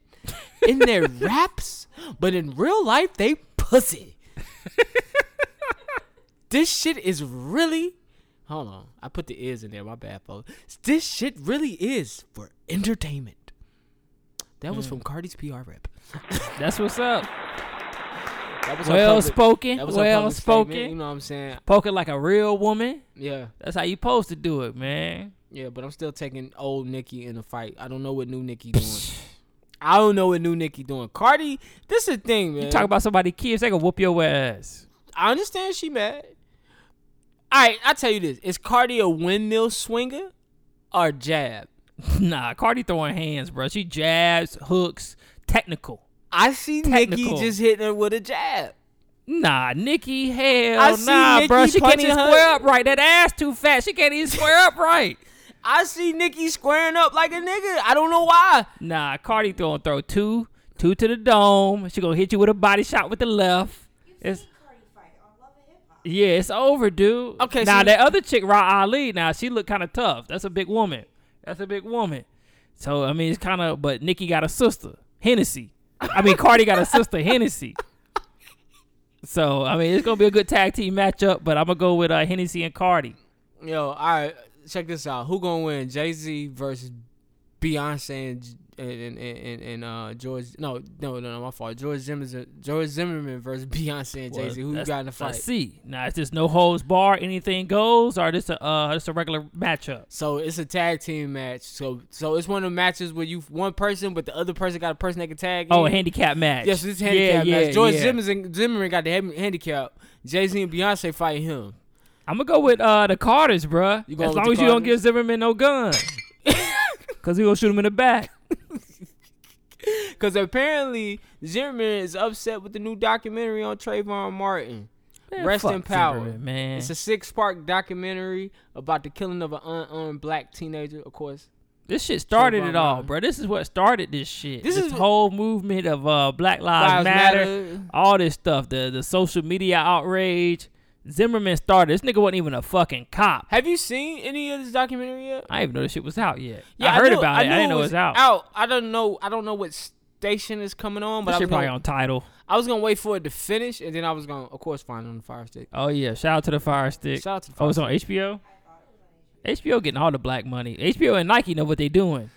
Speaker 1: in their raps, but in real life they pussy. this shit is really Hold on. I put the is in there, my bad folks. This shit really is for entertainment. That was from Cardi's PR rep.
Speaker 4: That's what's up.
Speaker 1: That was her
Speaker 4: Well
Speaker 1: public-
Speaker 4: spoken.
Speaker 1: that was her
Speaker 4: Well
Speaker 1: public statement, You
Speaker 4: spoken.
Speaker 1: know what I'm saying?
Speaker 4: Poking like a real woman.
Speaker 1: Yeah.
Speaker 4: That's how you supposed to do it, man.
Speaker 1: Yeah, but I'm still taking old Nikki in a fight. I don't know what new Nikki doing. I don't know what new Nikki doing. Cardi, this is the thing, man.
Speaker 4: Talk about somebody kids, they gonna whoop your ass.
Speaker 1: I understand she mad. All right, I tell you this: is Cardi a windmill swinger or jab?
Speaker 4: Nah, Cardi throwing hands, bro. She jabs, hooks, technical.
Speaker 1: I see
Speaker 4: Technical.
Speaker 1: Nikki just hitting her with a jab.
Speaker 4: Nah, Nikki, hell
Speaker 1: I see
Speaker 4: nah, bro.
Speaker 1: Nicki
Speaker 4: She can't even
Speaker 1: punching her-
Speaker 4: square up right. That ass too fat. She can't even square up right.
Speaker 1: I see Nikki squaring up like a nigga. I don't know why.
Speaker 4: Nah, Cardi throwing throw two, two to the dome. She gonna hit you with a body shot with the left. It's
Speaker 3: Cardi fight on Love and Hip Hop.
Speaker 4: yeah, it's over, dude.
Speaker 1: Okay,
Speaker 4: Now
Speaker 1: so-
Speaker 4: that other chick, Ra Ali, now she looked kind of tough. That's a big woman. That's a big woman. So I mean, it's kind of. But Nikki got a sister, Hennessy. I mean, Cardi got a sister, Hennessy. So I mean, it's gonna be a good tag team matchup. But I'm gonna go with uh, Hennessy and Cardi.
Speaker 1: Yo, all right, check this out. Who gonna win? Jay Z versus Beyonce and and and, and, and uh, George. No, no, no, no, my fault. George Zimmerman, George Zimmerman versus Beyonce and Jay Z. Who you
Speaker 4: Let's-
Speaker 1: got in the
Speaker 4: let's
Speaker 1: fight?
Speaker 4: see. Now it's just no holds bar, anything goes, or just a uh, just a regular matchup.
Speaker 1: So it's a tag team match. So so it's one of the matches where you one person, but the other person got a person that can tag.
Speaker 4: Oh, a
Speaker 1: in.
Speaker 4: handicap match.
Speaker 1: Yes, this
Speaker 4: Yeah,
Speaker 1: handicap
Speaker 4: yeah,
Speaker 1: match. George
Speaker 4: yeah.
Speaker 1: Zimmerman, Zimmerman got the hand- handicap. Jay Z and Beyonce fighting him.
Speaker 4: I'm gonna go with uh, the Carters, bruh.
Speaker 1: You going with
Speaker 4: As long
Speaker 1: the
Speaker 4: as you don't
Speaker 1: Carters?
Speaker 4: give Zimmerman no gun, cause he gonna shoot him in the back.
Speaker 1: Because apparently Zimmerman is upset with the new documentary on Trayvon Martin.
Speaker 4: Man,
Speaker 1: Rest
Speaker 4: fuck
Speaker 1: in power,
Speaker 4: Zimmerman, man.
Speaker 1: It's a six-part documentary about the killing of an unarmed black teenager. Of course,
Speaker 4: this shit started
Speaker 1: Trayvon
Speaker 4: it all,
Speaker 1: Martin.
Speaker 4: bruh. This is what started this shit.
Speaker 1: This
Speaker 4: This,
Speaker 1: is-
Speaker 4: whole movement of uh, Black Lives,
Speaker 1: Lives
Speaker 4: Matter,
Speaker 1: Matter.
Speaker 4: all this stuff. The the social media outrage. Zimmerman started. This nigga wasn't even a fucking cop.
Speaker 1: have you seen any of this documentary yet?
Speaker 4: I didn't even know this shit was out yet. I heard
Speaker 1: knew-
Speaker 4: about it. I,
Speaker 1: knew
Speaker 4: didn't know it was out.
Speaker 1: Out. I don't know. I don't know what s- station is coming on, but
Speaker 4: That
Speaker 1: I was,
Speaker 4: shit probably
Speaker 1: gonna,
Speaker 4: on title.
Speaker 1: I was gonna wait for it to finish, and then I was gonna, of course, find it on the Fire Stick.
Speaker 4: Oh yeah, shout out to the Fire Stick.
Speaker 1: Shout out to the
Speaker 4: oh,
Speaker 1: Fire
Speaker 4: it's on HBO. HBO getting all the black money. HBO and Nike know what they doing.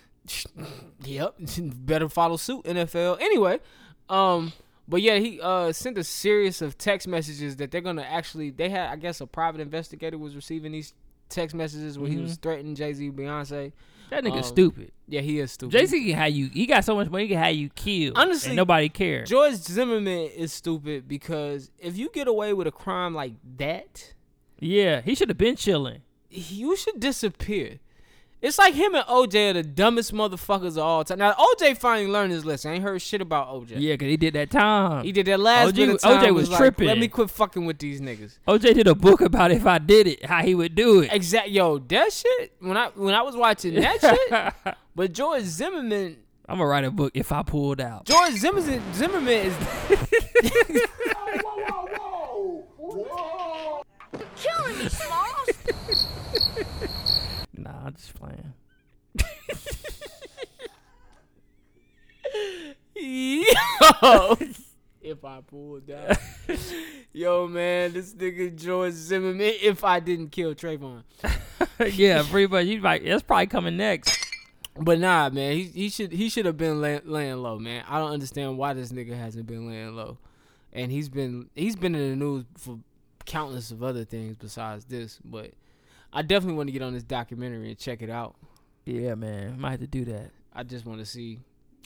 Speaker 1: Yep, better follow suit, NFL. Anyway, um, but yeah, he uh sent a series of text messages that they're gonna actually. They had, I guess, a private investigator was receiving these text messages where he was threatening Jay Z, Beyonce.
Speaker 4: That nigga
Speaker 1: Um,
Speaker 4: stupid.
Speaker 1: Yeah, he is stupid.
Speaker 4: Jay Z can have you. He got so much money. He can have you killed.
Speaker 1: Honestly,
Speaker 4: and nobody care.
Speaker 1: George Zimmerman is stupid because if you get away with a crime like that,
Speaker 4: yeah, he should have been chilling.
Speaker 1: you should disappear. It's like him and OJ are the dumbest motherfuckers of all time. Now OJ finally learned his lesson. I ain't heard shit about OJ.
Speaker 4: Yeah, cause he did that time.
Speaker 1: He did that last
Speaker 4: OJ
Speaker 1: bit of time.
Speaker 4: OJ was
Speaker 1: like,
Speaker 4: tripping.
Speaker 1: Let me quit fucking with these niggas.
Speaker 4: OJ did a book about if I did it, how he would do it.
Speaker 1: Exact yo, that shit. When I when I was watching that shit, but George Zimmerman,
Speaker 4: I'm gonna write a book if I pulled out.
Speaker 1: George Zimmerman, Zimmerman is
Speaker 4: Nah, I'm just playing.
Speaker 1: yo. if I pulled down, yo man, this nigga George Zimmerman. If I didn't kill Trayvon,
Speaker 4: yeah, pretty much. You like that's probably coming next.
Speaker 1: but nah, man, he he should he should have been lay, laying low, man. I don't understand why this nigga hasn't been laying low, and he's been he's been in the news for countless of other things besides this, but. I definitely want to get on this documentary and check it out.
Speaker 4: Yeah, man, might have to do that.
Speaker 1: I just want to see.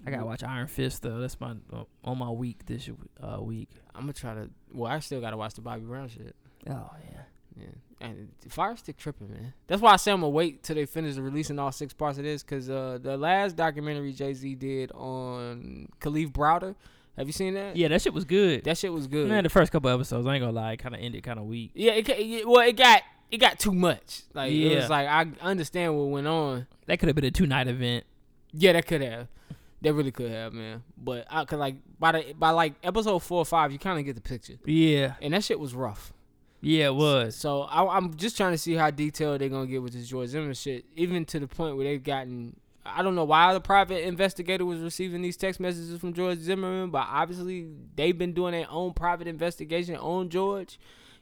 Speaker 4: I gotta watch Iron Fist though. That's my uh, on my week this uh, week.
Speaker 1: I'm gonna try to. Well, I still gotta watch the Bobby Brown shit.
Speaker 4: Oh yeah.
Speaker 1: Yeah, and Fire Stick tripping, man. That's why I say I'm gonna wait till they finish releasing all six parts of this, cause uh, the last documentary Jay Z did on Khalif Browder. Have you seen that?
Speaker 4: Yeah, that shit was good.
Speaker 1: that shit was good.
Speaker 4: man, the first couple episodes, I ain't gonna lie, kind of ended kind of weak.
Speaker 1: yeah, it, ca- yeah, well, it got it got too much. Like it
Speaker 4: Yeah.
Speaker 1: was like I understand what went on.
Speaker 4: That could have been a two night event.
Speaker 1: Yeah, that could have. That really could have, man. But I could like by the by like episode four or five, you kind of get the picture,
Speaker 4: Yeah,
Speaker 1: and that shit was rough.
Speaker 4: yeah, it was.
Speaker 1: So I, I'm just trying to see how detailed they're gonna get with this George Zimmerman shit, even to the point where they've gotten. I don't know why the private investigator was receiving these text messages from George Zimmerman, but obviously they've been doing their own private investigation on George.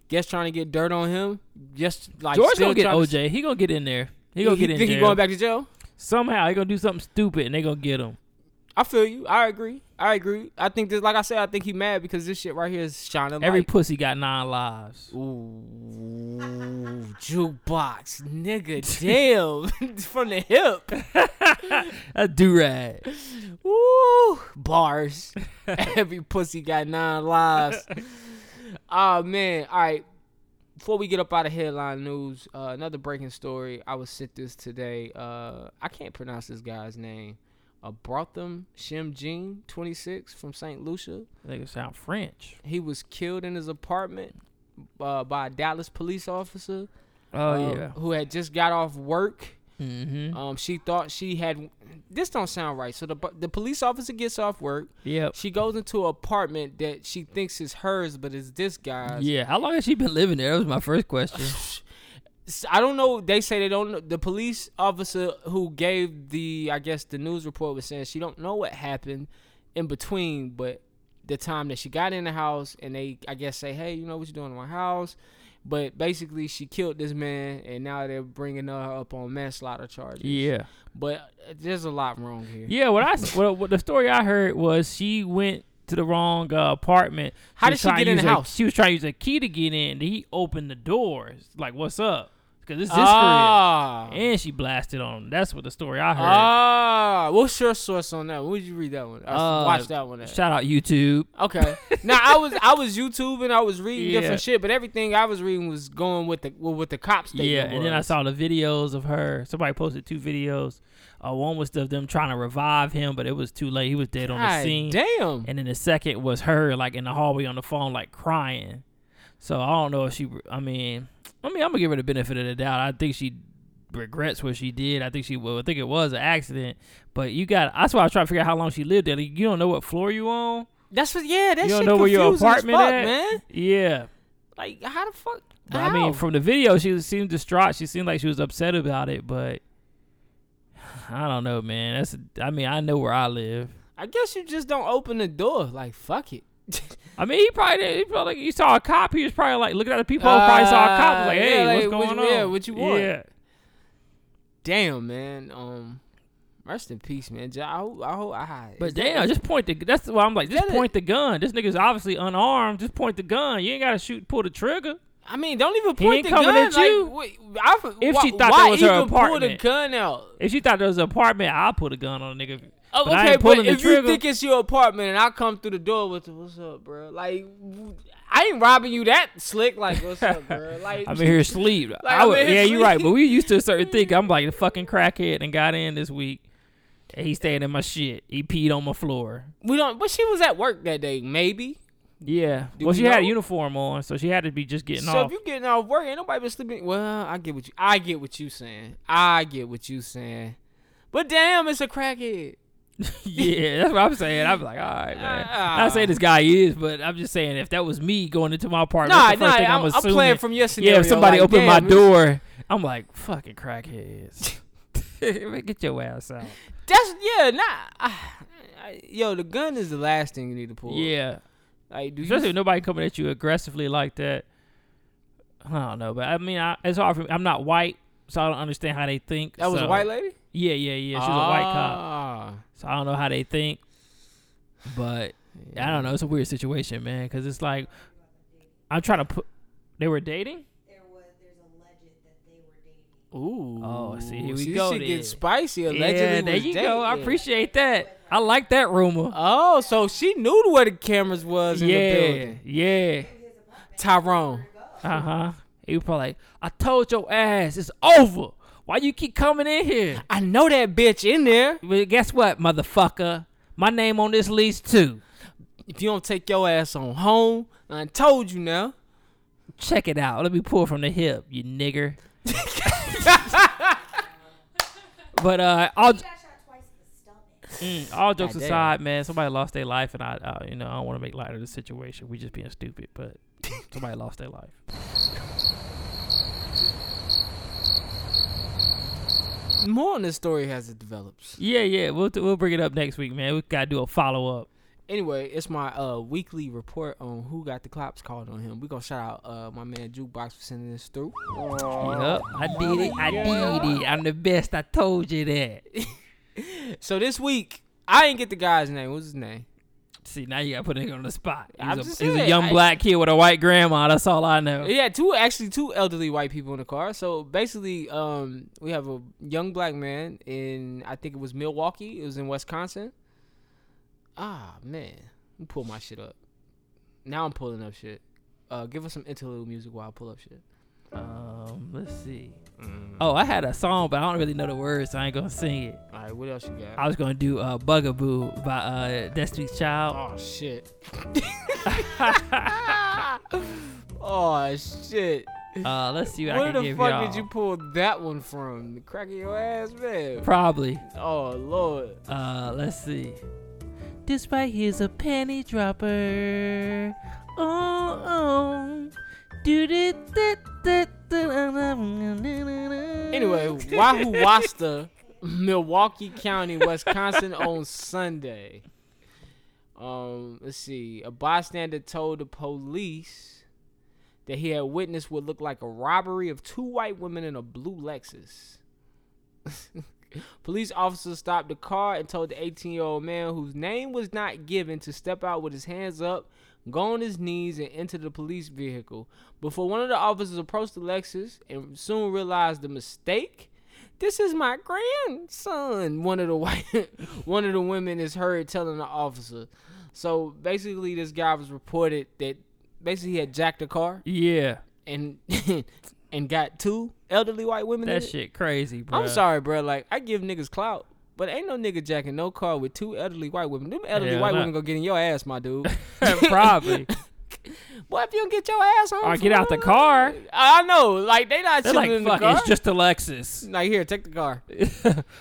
Speaker 1: Guess trying to get dirt on him. Just like
Speaker 4: George
Speaker 1: still
Speaker 4: gonna get
Speaker 1: trying to-
Speaker 4: OJ. He gonna get in there. He gonna
Speaker 1: you
Speaker 4: get in
Speaker 1: Think
Speaker 4: jail.
Speaker 1: he going back to jail?
Speaker 4: Somehow he gonna do something stupid and they gonna get him.
Speaker 1: I feel you. I agree. I agree. I think this, like I said, I think he mad because this shit right here is shining.
Speaker 4: Every
Speaker 1: light.
Speaker 4: pussy got nine lives.
Speaker 1: Ooh, jukebox, nigga, damn, from the hip.
Speaker 4: A do rag.
Speaker 1: Woo! Bars. Every pussy got nine lives. oh man. All right. Before we get up out of headline news, uh, another breaking story. I was sent this today. Uh, I can't pronounce this guy's name. Uh, Brotham Shimjin, 26, from St. Lucia.
Speaker 4: Nigga sound French.
Speaker 1: He was killed in his apartment uh, by a Dallas police officer
Speaker 4: Oh
Speaker 1: uh,
Speaker 4: yeah.
Speaker 1: who had just got off work.
Speaker 4: Mm-hmm.
Speaker 1: Um, she thought she had. This don't sound right. So the the police officer gets off work.
Speaker 4: Yep.
Speaker 1: She goes into an apartment that she thinks is hers, but it's this guy's.
Speaker 4: Yeah. How long has she been living there? That was my first question.
Speaker 1: S- I don't know. They say they don't. know. The police officer who gave the, I guess, the news report was saying she don't know what happened in between, but the time that she got in the house and they, I guess, say, hey, you know what you doing in my house. But basically, she killed this man, and now they're bringing her up on manslaughter charges.
Speaker 4: yeah.
Speaker 1: But uh, there's a lot wrong here.
Speaker 4: Yeah. What I s- what, what the story I heard was she went to the wrong uh, apartment.
Speaker 1: How
Speaker 4: was
Speaker 1: did she
Speaker 4: trying to
Speaker 1: get in
Speaker 4: use
Speaker 1: the
Speaker 4: her-
Speaker 1: house?
Speaker 4: She was trying to use a key to get in. Then he opened the doors. Like, what's up? Because this is his crib.
Speaker 1: ah.
Speaker 4: And she blasted on. him. That's what the story I heard.
Speaker 1: Ah, what's your source on that? Where did you read that one? I
Speaker 4: Uh,
Speaker 1: watched that one. At.
Speaker 4: Shout out YouTube.
Speaker 1: Okay. now I was I was YouTubing, I was reading
Speaker 4: Yeah.
Speaker 1: different shit, but everything I was reading was going with the with what the cops.
Speaker 4: Yeah, and then I saw the videos of her. Somebody posted two videos. Uh, one was of them trying to revive him, but it was too late. He was dead on the scene.
Speaker 1: damn.
Speaker 4: And then the second was her like in the hallway on the phone, like crying. So I don't know if she. I mean, I mean, I'm gonna give her the benefit of the doubt. I think she regrets what she did. I think she. Well, I think it was an accident. But you got. That's why I was trying to figure out how long she lived there. Like, you don't know what floor you on.
Speaker 1: That's what. Yeah, that shit
Speaker 4: you don't know where your
Speaker 1: confusing as
Speaker 4: apartment
Speaker 1: fuck,
Speaker 4: at,
Speaker 1: man.
Speaker 4: Yeah.
Speaker 1: Like how the fuck?
Speaker 4: But I mean,
Speaker 1: how?
Speaker 4: from the video, she was- seemed distraught. She seemed like she was upset about it, but I don't know, man. That's I mean, I know where I live.
Speaker 1: I guess you just don't open the door. Like fuck it.
Speaker 4: I mean, he probably did. He probably like, he saw a cop. He was probably like looking at the people. probably saw a cop. was
Speaker 1: Uh,
Speaker 4: Like,
Speaker 1: yeah,
Speaker 4: hey, what's
Speaker 1: like,
Speaker 4: going
Speaker 1: what-
Speaker 4: on?
Speaker 1: yeah, what you want?
Speaker 4: Yeah.
Speaker 1: damn, man. Um, rest in peace, man. Ja- I hope. I hope. I,
Speaker 4: But
Speaker 1: is that-
Speaker 4: damn, just point the. That's why I'm like, just
Speaker 1: that a-
Speaker 4: point the gun. This nigga's obviously unarmed. Just point the gun. You ain't gotta shoot, pull the trigger.
Speaker 1: I mean, don't even
Speaker 4: He
Speaker 1: point
Speaker 4: ain't
Speaker 1: the
Speaker 4: coming
Speaker 1: gun
Speaker 4: at you.
Speaker 1: Like, wh- I,
Speaker 4: If
Speaker 1: why,
Speaker 4: she thought
Speaker 1: why
Speaker 4: that was her
Speaker 1: even pull the
Speaker 4: apartment.
Speaker 1: gun out.
Speaker 4: If she thought there was an apartment, I'll put a gun on a nigga.
Speaker 1: Oh,
Speaker 4: I
Speaker 1: okay, but
Speaker 4: ain't pulling the
Speaker 1: if you
Speaker 4: trigger.
Speaker 1: think it's your apartment and I come through the door with "What's up, bro?" Like, w- I ain't robbing you that slick. Like, "What's up, bro?" Like,
Speaker 4: I'm in here sleep. I
Speaker 1: I'm
Speaker 4: would,
Speaker 1: in here
Speaker 4: yeah, you're right. But
Speaker 1: sleep.
Speaker 4: we used to a certain thing. I'm like the fucking crackhead and got in this week. And he stayed in my shit. He peed on my floor.
Speaker 1: we don't. But she was at work that day, maybe.
Speaker 4: Yeah.
Speaker 1: Do
Speaker 4: well,
Speaker 1: we
Speaker 4: she had a
Speaker 1: know?
Speaker 4: uniform on, so she had to be just getting
Speaker 1: so
Speaker 4: off.
Speaker 1: if you getting off work, ain't nobody been sleeping. Well, I get what you. I get what you saying. I get what you saying. But damn, it's a crackhead.
Speaker 4: yeah, that's what I'm saying. I'm like, all right, man.
Speaker 1: Ah.
Speaker 4: Not saying this guy is, but I'm just saying if that was me going into my apartment,
Speaker 1: Nah,
Speaker 4: that's the
Speaker 1: nah,
Speaker 4: first thing I'm,
Speaker 1: I'm, I'm
Speaker 4: assuming.
Speaker 1: playing from your scenario.
Speaker 4: yeah, if somebody
Speaker 1: like,
Speaker 4: opened my
Speaker 1: damn, it's-
Speaker 4: door, I'm like, fucking crackheads. Man, Get your ass out.
Speaker 1: That's yeah, nah. I- I- yo, the gun is the last thing you need to pull.
Speaker 4: Yeah.
Speaker 1: like do you
Speaker 4: Especially if nobody coming at you aggressively like that. I don't know, but I mean, I, it's hard for me. I'm not white, so I don't understand how they think.
Speaker 1: That was
Speaker 4: so-
Speaker 1: a white lady.
Speaker 4: Yeah, yeah, yeah. She was a white cop,
Speaker 1: Ah.
Speaker 4: so I don't know how they think. But I don't know. It's a weird situation, man, because it's like I'm trying to put. They were dating.
Speaker 3: There was, there's a legend that they were dating.
Speaker 1: Ooh.
Speaker 4: Oh, see, here we
Speaker 1: see,
Speaker 4: go
Speaker 1: She
Speaker 4: then.
Speaker 1: get spicy. Allegedly,
Speaker 4: yeah, there
Speaker 1: was
Speaker 4: you go. I
Speaker 1: dating.
Speaker 4: appreciate that. I like that rumor.
Speaker 1: Oh, so she knew where the cameras was in the
Speaker 4: yeah,
Speaker 1: building.
Speaker 4: yeah.
Speaker 1: Tyrone.
Speaker 4: Uh huh. He was probably like, "I told your ass, it's over. Why you keep coming in here?"
Speaker 1: I know that bitch in there.
Speaker 4: But guess what, motherfucker? My name on this lease too.
Speaker 1: If you don't take your ass on home, I told you now.
Speaker 4: Check it out. Let me pull from the hip, you nigger. but uh, all
Speaker 3: Got shot twice in the stomach.
Speaker 4: mm, all jokes
Speaker 1: God damn.
Speaker 4: aside, man, somebody lost their life, and I, uh, you know, I don't want to make light of the situation. We just being stupid, but somebody lost their life.
Speaker 1: More on this story as it develops.
Speaker 4: Yeah, yeah, we'll we'll bring it up next week, man. We gotta do a follow up.
Speaker 1: Anyway, it's my uh, weekly report on who got the cops called on him. We gonna shout out uh, my man Jukebox for sending this through.
Speaker 4: Yup, I did it.
Speaker 1: Oh,
Speaker 4: I did it. I'm the best. I told you that.
Speaker 1: So this week, I didn't get the guy's name. What's his name?
Speaker 4: See, now you gotta put it on the spot.
Speaker 1: I'm
Speaker 4: He's
Speaker 1: just
Speaker 4: a, he's a
Speaker 1: saying,
Speaker 4: young
Speaker 1: I-
Speaker 4: black kid with a white grandma. That's all I know.
Speaker 1: Yeah, two actually two elderly white people in the car. So basically, um, we have a young black man in I think it was Milwaukee. It was in Wisconsin. Ah man, let me pull my shit up. Now I'm pulling up shit. Uh, give us some interlude music while I pull up shit.
Speaker 4: Um, let's see.
Speaker 1: Mm.
Speaker 4: Oh, I had a song, but I don't really know the words, so I ain't gonna sing it.
Speaker 1: All right, what else you got?
Speaker 4: I was gonna do uh, "Bugaboo" by uh, Destiny's Child.
Speaker 1: oh shit. oh shit.
Speaker 4: Uh, let's see what I
Speaker 1: Where
Speaker 4: can
Speaker 1: the
Speaker 4: give
Speaker 1: fuck
Speaker 4: y'all.
Speaker 1: did you pull that one from? The crack of your ass, man.
Speaker 4: Probably.
Speaker 1: Oh lord.
Speaker 4: Uh, let's see. This right here's a penny dropper. Oh, oh. Do do do do do.
Speaker 1: Anyway, Wahoo Wasta, Milwaukee County, Wisconsin on Sunday. Um, let's see. A bystander told the police that he had witnessed what looked like a robbery of two white women in a blue Lexus. police officers stopped the car and told the 18-year-old man whose name was not given to step out with his hands up, go on his knees and enter the police vehicle. Before one of the officers approached the Lexus and soon realized the mistake, this is my grandson. One of the white, one of the women is heard telling the officer. So basically, this guy was reported that basically he had jacked a car
Speaker 4: Yeah,
Speaker 1: and and got two elderly white women. in
Speaker 4: that
Speaker 1: it.
Speaker 4: shit crazy, bro.
Speaker 1: I'm sorry, bro. Like I give niggas clout, but ain't no nigga jacking no car with two elderly white women. Them elderly
Speaker 4: Hell
Speaker 1: white
Speaker 4: nah.
Speaker 1: women gonna get in your ass, my dude.
Speaker 4: Probably.
Speaker 1: Boy, if you don't get your ass on,
Speaker 4: Or get out the car.
Speaker 1: I know, like they not
Speaker 4: They're
Speaker 1: chilling in
Speaker 4: like,
Speaker 1: the
Speaker 4: fuck,
Speaker 1: car.
Speaker 4: it's just a Lexus.
Speaker 1: like here, take the car.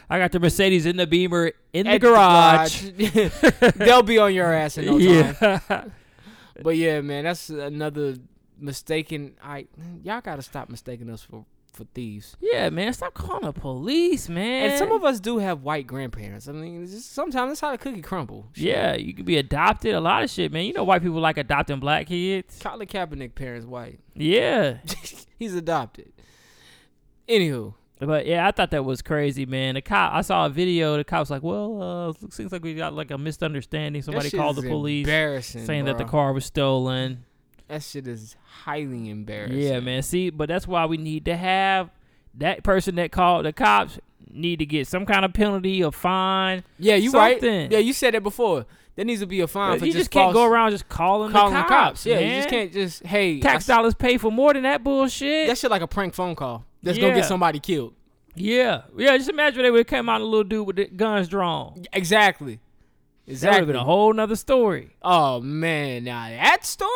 Speaker 4: I got the Mercedes in the Beamer in the
Speaker 1: At
Speaker 4: garage.
Speaker 1: garage. They'll be on your ass in no time.
Speaker 4: yeah.
Speaker 1: But yeah, man, that's another mistaken. I y'all gotta stop mistaking us for for thieves.
Speaker 4: Yeah, man. Stop calling the police, man.
Speaker 1: And some of us do have white grandparents. I mean, it's just, sometimes that's how the cookie crumble. Shit.
Speaker 4: Yeah, you could be adopted. A lot of shit, man. You know, white people like adopting black kids.
Speaker 1: Colin Kaepernick parents white.
Speaker 4: Yeah,
Speaker 1: He's adopted. Anywho,
Speaker 4: but yeah, I thought that was crazy, man. The cop. I saw a video. The cop's like, "Well, uh, it seems like we got like a misunderstanding.
Speaker 1: that
Speaker 4: Somebody
Speaker 1: shit
Speaker 4: called
Speaker 1: is
Speaker 4: the police,
Speaker 1: Embarrassing,
Speaker 4: saying that the
Speaker 1: bruh.
Speaker 4: car was stolen."
Speaker 1: That shit is highly embarrassing.
Speaker 4: Yeah, man. See, but that's why we need to have that person that called the cops need to get some kind of penalty or fine.
Speaker 1: Yeah, you
Speaker 4: Something.
Speaker 1: right. Yeah, you said that before. There needs to be a fine for
Speaker 4: you
Speaker 1: just,
Speaker 4: just can't go
Speaker 1: false-
Speaker 4: around just calling,
Speaker 1: calling
Speaker 4: the cops.
Speaker 1: Yeah,
Speaker 4: man.
Speaker 1: you just can't just hey I
Speaker 4: Tax
Speaker 1: s-
Speaker 4: dollars pay for more than that bullshit.
Speaker 1: That shit like a prank phone call that's gonna
Speaker 4: Yeah.
Speaker 1: get somebody killed.
Speaker 4: Yeah, yeah. Just imagine they would have came out a little dude with the guns drawn.
Speaker 1: Exactly.
Speaker 4: That would have
Speaker 1: Exactly.
Speaker 4: been a whole nother story.
Speaker 1: oh man, now that story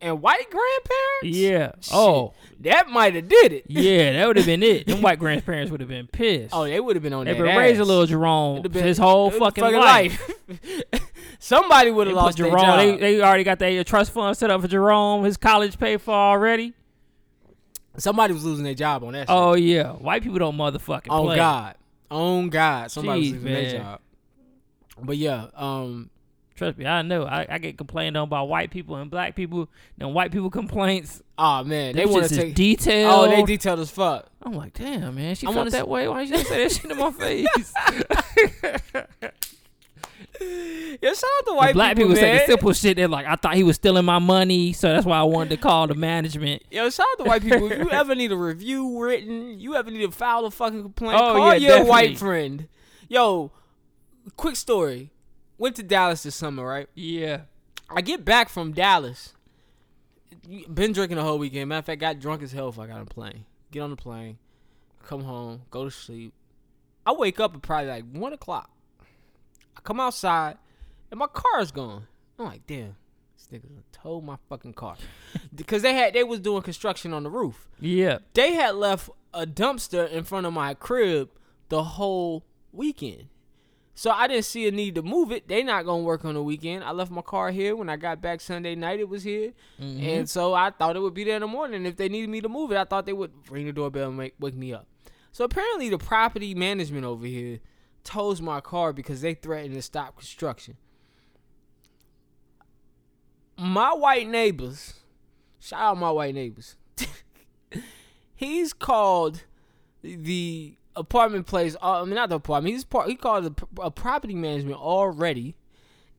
Speaker 1: and white grandparents.
Speaker 4: Yeah.
Speaker 1: Shit,
Speaker 4: Oh,
Speaker 1: that might have did it.
Speaker 4: yeah. That would have been it. Them white grandparents would have been pissed.
Speaker 1: Oh, they would have been on
Speaker 4: they
Speaker 1: that.
Speaker 4: been raised a
Speaker 1: ass.
Speaker 4: little Jerome
Speaker 1: It'd've been-
Speaker 4: his whole
Speaker 1: it'd've
Speaker 4: fucking,
Speaker 1: been
Speaker 4: life.
Speaker 1: life. Somebody would
Speaker 4: They
Speaker 1: have
Speaker 4: put
Speaker 1: lost their
Speaker 4: Jerome.
Speaker 1: job.
Speaker 4: They, they already got their trust fund set up for Jerome. His college paid for already.
Speaker 1: Somebody was losing their job on that.
Speaker 4: Oh yeah, white people don't motherfucking
Speaker 1: Oh
Speaker 4: play.
Speaker 1: God. On God. Somebody's
Speaker 4: Jeez,
Speaker 1: losing their
Speaker 4: man.
Speaker 1: job. But yeah, um
Speaker 4: Trust me, I know. I, I get complained on by white people and black people. Then white people complaints.
Speaker 1: oh man, they
Speaker 4: Them
Speaker 1: want
Speaker 4: shits
Speaker 1: to
Speaker 4: is
Speaker 1: take
Speaker 4: detailed.
Speaker 1: Oh, they detailed as fuck.
Speaker 4: I'm like, damn, man, she
Speaker 1: I
Speaker 4: felt
Speaker 1: wanna
Speaker 4: that
Speaker 1: s-
Speaker 4: way. Why you gonna say that shit in my face?
Speaker 1: Yeah, shout out to
Speaker 4: The
Speaker 1: white
Speaker 4: black people,
Speaker 1: people,
Speaker 4: say the
Speaker 1: man.
Speaker 4: simple shit. They're like, I thought he was stealing my money, so that's why I wanted to call the management.
Speaker 1: Yo, shout out to white people. If you ever need a review written, you ever need to file a fucking complaint,
Speaker 4: Oh,
Speaker 1: call
Speaker 4: yeah,
Speaker 1: your
Speaker 4: definitely.
Speaker 1: white friend. Yo, quick story. Went to Dallas this summer, right?
Speaker 4: Yeah.
Speaker 1: I get back from Dallas. Been drinking the whole weekend. Matter of fact, got drunk as hell. If I got on a plane, get on the plane, come home, go to sleep. I wake up at probably like one o'clock. I come outside, and my car is gone. I'm like, damn, this nigga done towed my fucking car because they had they was doing construction on the roof.
Speaker 4: Yeah.
Speaker 1: They had left a dumpster in front of my crib the whole weekend. So I didn't see a need to move it. They not gonna work on the weekend. I left my car here. When I got back Sunday night, it was here, and so I thought it would be there in the morning. If they needed me to move it, I thought they would ring the doorbell and make, wake me up. So apparently, the property management over here tows my car because they threatened to stop construction. My white neighbors, shout out my white neighbors. he's called the apartment place. Uh, I mean, not the apartment. He's part. He called a, p- a property management already,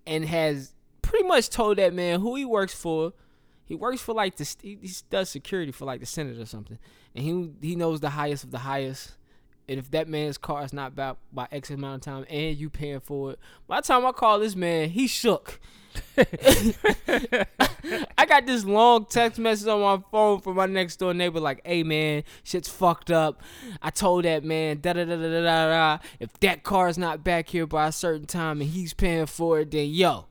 Speaker 1: and has pretty much told that man who he works for. He works for like the st- he he does security for like the senate or something, and he he knows the highest of the highest. And if that man's car is not back by X amount of time, and you paying for it, by the time I call this man, he shook. I got this long text message on my phone from my next door neighbor, like, "Hey man, shit's fucked up. I told that man, da da da da da da. da. If that car's not back here by a certain time and he's paying for it, then yo,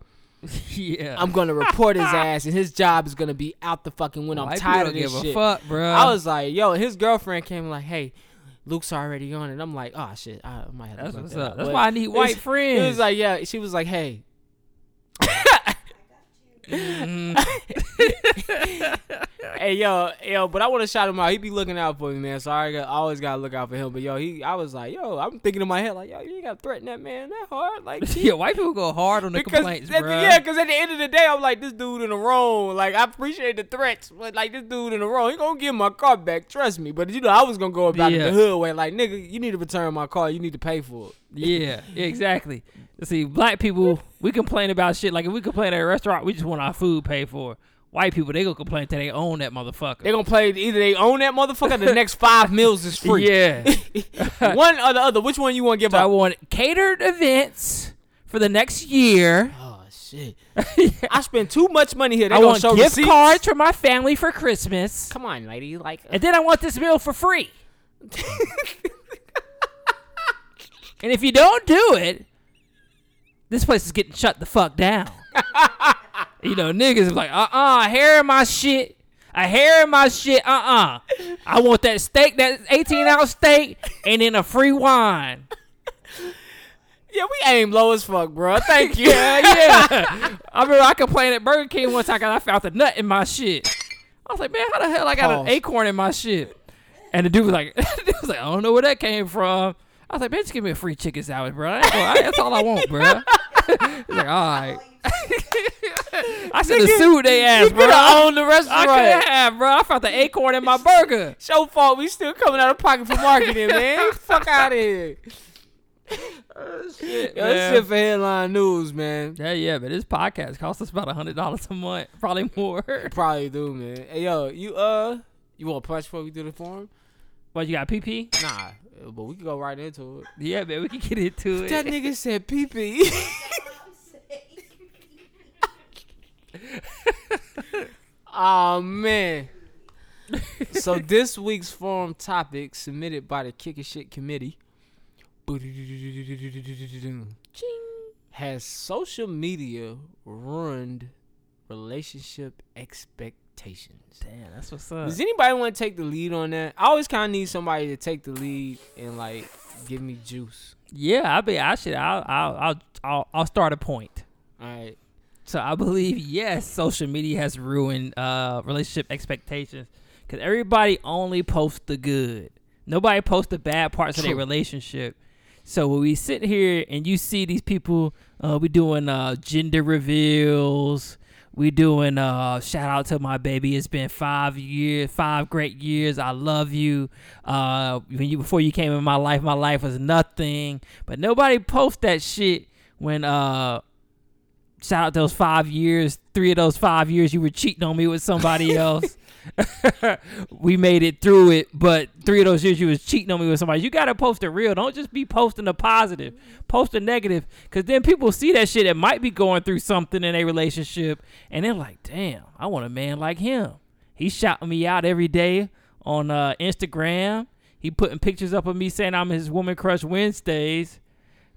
Speaker 4: Yeah.
Speaker 1: I'm gonna report his ass and his job is gonna be out the fucking window. I'm
Speaker 4: White people
Speaker 1: tired of
Speaker 4: don't
Speaker 1: this
Speaker 4: give a
Speaker 1: shit.
Speaker 4: fuck, bruh.
Speaker 1: I was like, yo, and his girlfriend came like, hey. Luke's already on it. I'm like, oh shit, I might have to
Speaker 4: That's
Speaker 1: look
Speaker 4: what's
Speaker 1: that
Speaker 4: up. That's
Speaker 1: But
Speaker 4: why I need
Speaker 1: it was-
Speaker 4: white
Speaker 1: It
Speaker 4: friends.
Speaker 1: was like, yeah. She was like, hey, Hey yo, yo, but I want to shout him out. He be looking out for me, man. So I, got, I always gotta look out for him. But yo, he, I was like, yo, I'm thinking in my head like, yo, you ain't gotta threaten that man that hard, like.
Speaker 4: yeah, white people go hard on the
Speaker 1: Because
Speaker 4: complaints,
Speaker 1: at the-
Speaker 4: bro.
Speaker 1: yeah, because at the end of the day, I'm like this dude in the wrong. Like I appreciate the threats, but like this dude in the wrong, he gonna get my car back. Trust me. But you know, I was gonna go about it
Speaker 4: Yeah.
Speaker 1: the hood way. Like nigga, you need to return my car. You need to pay for it.
Speaker 4: Yeah, yeah, exactly. See, black people, we complain about shit. Like if we complain at a restaurant, we just want our food paid for. White people, they go complain till they own that motherfucker.
Speaker 1: They gonna play either they own that motherfucker. Or the next five meals is free.
Speaker 4: Yeah.
Speaker 1: one or the other. Which one you wanna give
Speaker 4: So I
Speaker 1: up?
Speaker 4: want catered events for the next year.
Speaker 1: Oh shit! I spend too much money here. They
Speaker 4: I
Speaker 1: gonna
Speaker 4: want
Speaker 1: show
Speaker 4: gift
Speaker 1: receipts.
Speaker 4: cards for my family for Christmas.
Speaker 1: Come on, lady. Like, uh,
Speaker 4: And then I want this meal for free. and if you don't do it, this place is getting shut the fuck down. you know, niggas is like, uh uh hair in my shit. A hair in my shit, uh uh I want that steak, that 18 ounce steak, and then a free wine.
Speaker 1: yeah, we aim low as fuck, bro. Thank you.
Speaker 4: Yeah, yeah. I remember I complained at Burger King one time because I found a nut in my shit. I was like, man, how the hell I got
Speaker 1: Pause.
Speaker 4: an acorn in my shit? And the dude was like, dude was like, I don't know where that came from. I was like, man, just give me a free chicken sandwich, bro. I ain't gonna- I- that's all I want, bro. He's like, all right. I should have sued they ass,
Speaker 7: You
Speaker 4: bro.
Speaker 7: could have owned the
Speaker 4: I
Speaker 7: restaurant.
Speaker 4: could have, bro. I found the acorn in my burger.
Speaker 7: Show fault. We still coming out of pocket for marketing, man. Fuck out of here.
Speaker 4: Oh, Shit,
Speaker 7: Yo, this
Speaker 1: That's
Speaker 4: man.
Speaker 1: it for headline news, man.
Speaker 4: Yeah, yeah, but this podcast costs us about a hundred dollars a month, probably more.
Speaker 1: Probably do, man. Hey, yo, you uh, you want to punch before we do the forum?
Speaker 4: What you got, PP?
Speaker 1: Nah, but we can go right into it.
Speaker 4: Yeah, man, we can get into it.
Speaker 1: That nigga said pee pee. oh man. so this week's forum topic submitted by the Kick and Shit Committee has social media ruined relationship expectations.
Speaker 4: Damn, that's what's up.
Speaker 1: Does anybody want to take the lead on that? I always kind of need somebody to take the lead and like give me juice.
Speaker 4: Yeah, I be. I should. I'll. I'll. I'll. I'll, I'll start a point.
Speaker 1: All right.
Speaker 4: So I believe yes, social media has ruined uh relationship expectations because everybody only posts the good. Nobody posts the bad parts of their
Speaker 1: True.
Speaker 4: relationship. So when we sit here and you see these people, uh, we doing uh gender reveals. We doing uh shout out to my baby. It's been five years, five great years. I love you. Uh, when you before you came in my life, my life was nothing. But nobody posts that shit when uh shout out those five years, three of those five years you were cheating on me with somebody else. we made it through it, but three of those years you was cheating on me with somebody. You gotta post the real. Don't just be posting the positive. Post the negative. Cause then people see that shit that might be going through something in a relationship and they're like, damn, I want a man like him. He's shouting me out every day on uh, Instagram. He putting pictures up of me saying I'm his woman crush Wednesdays.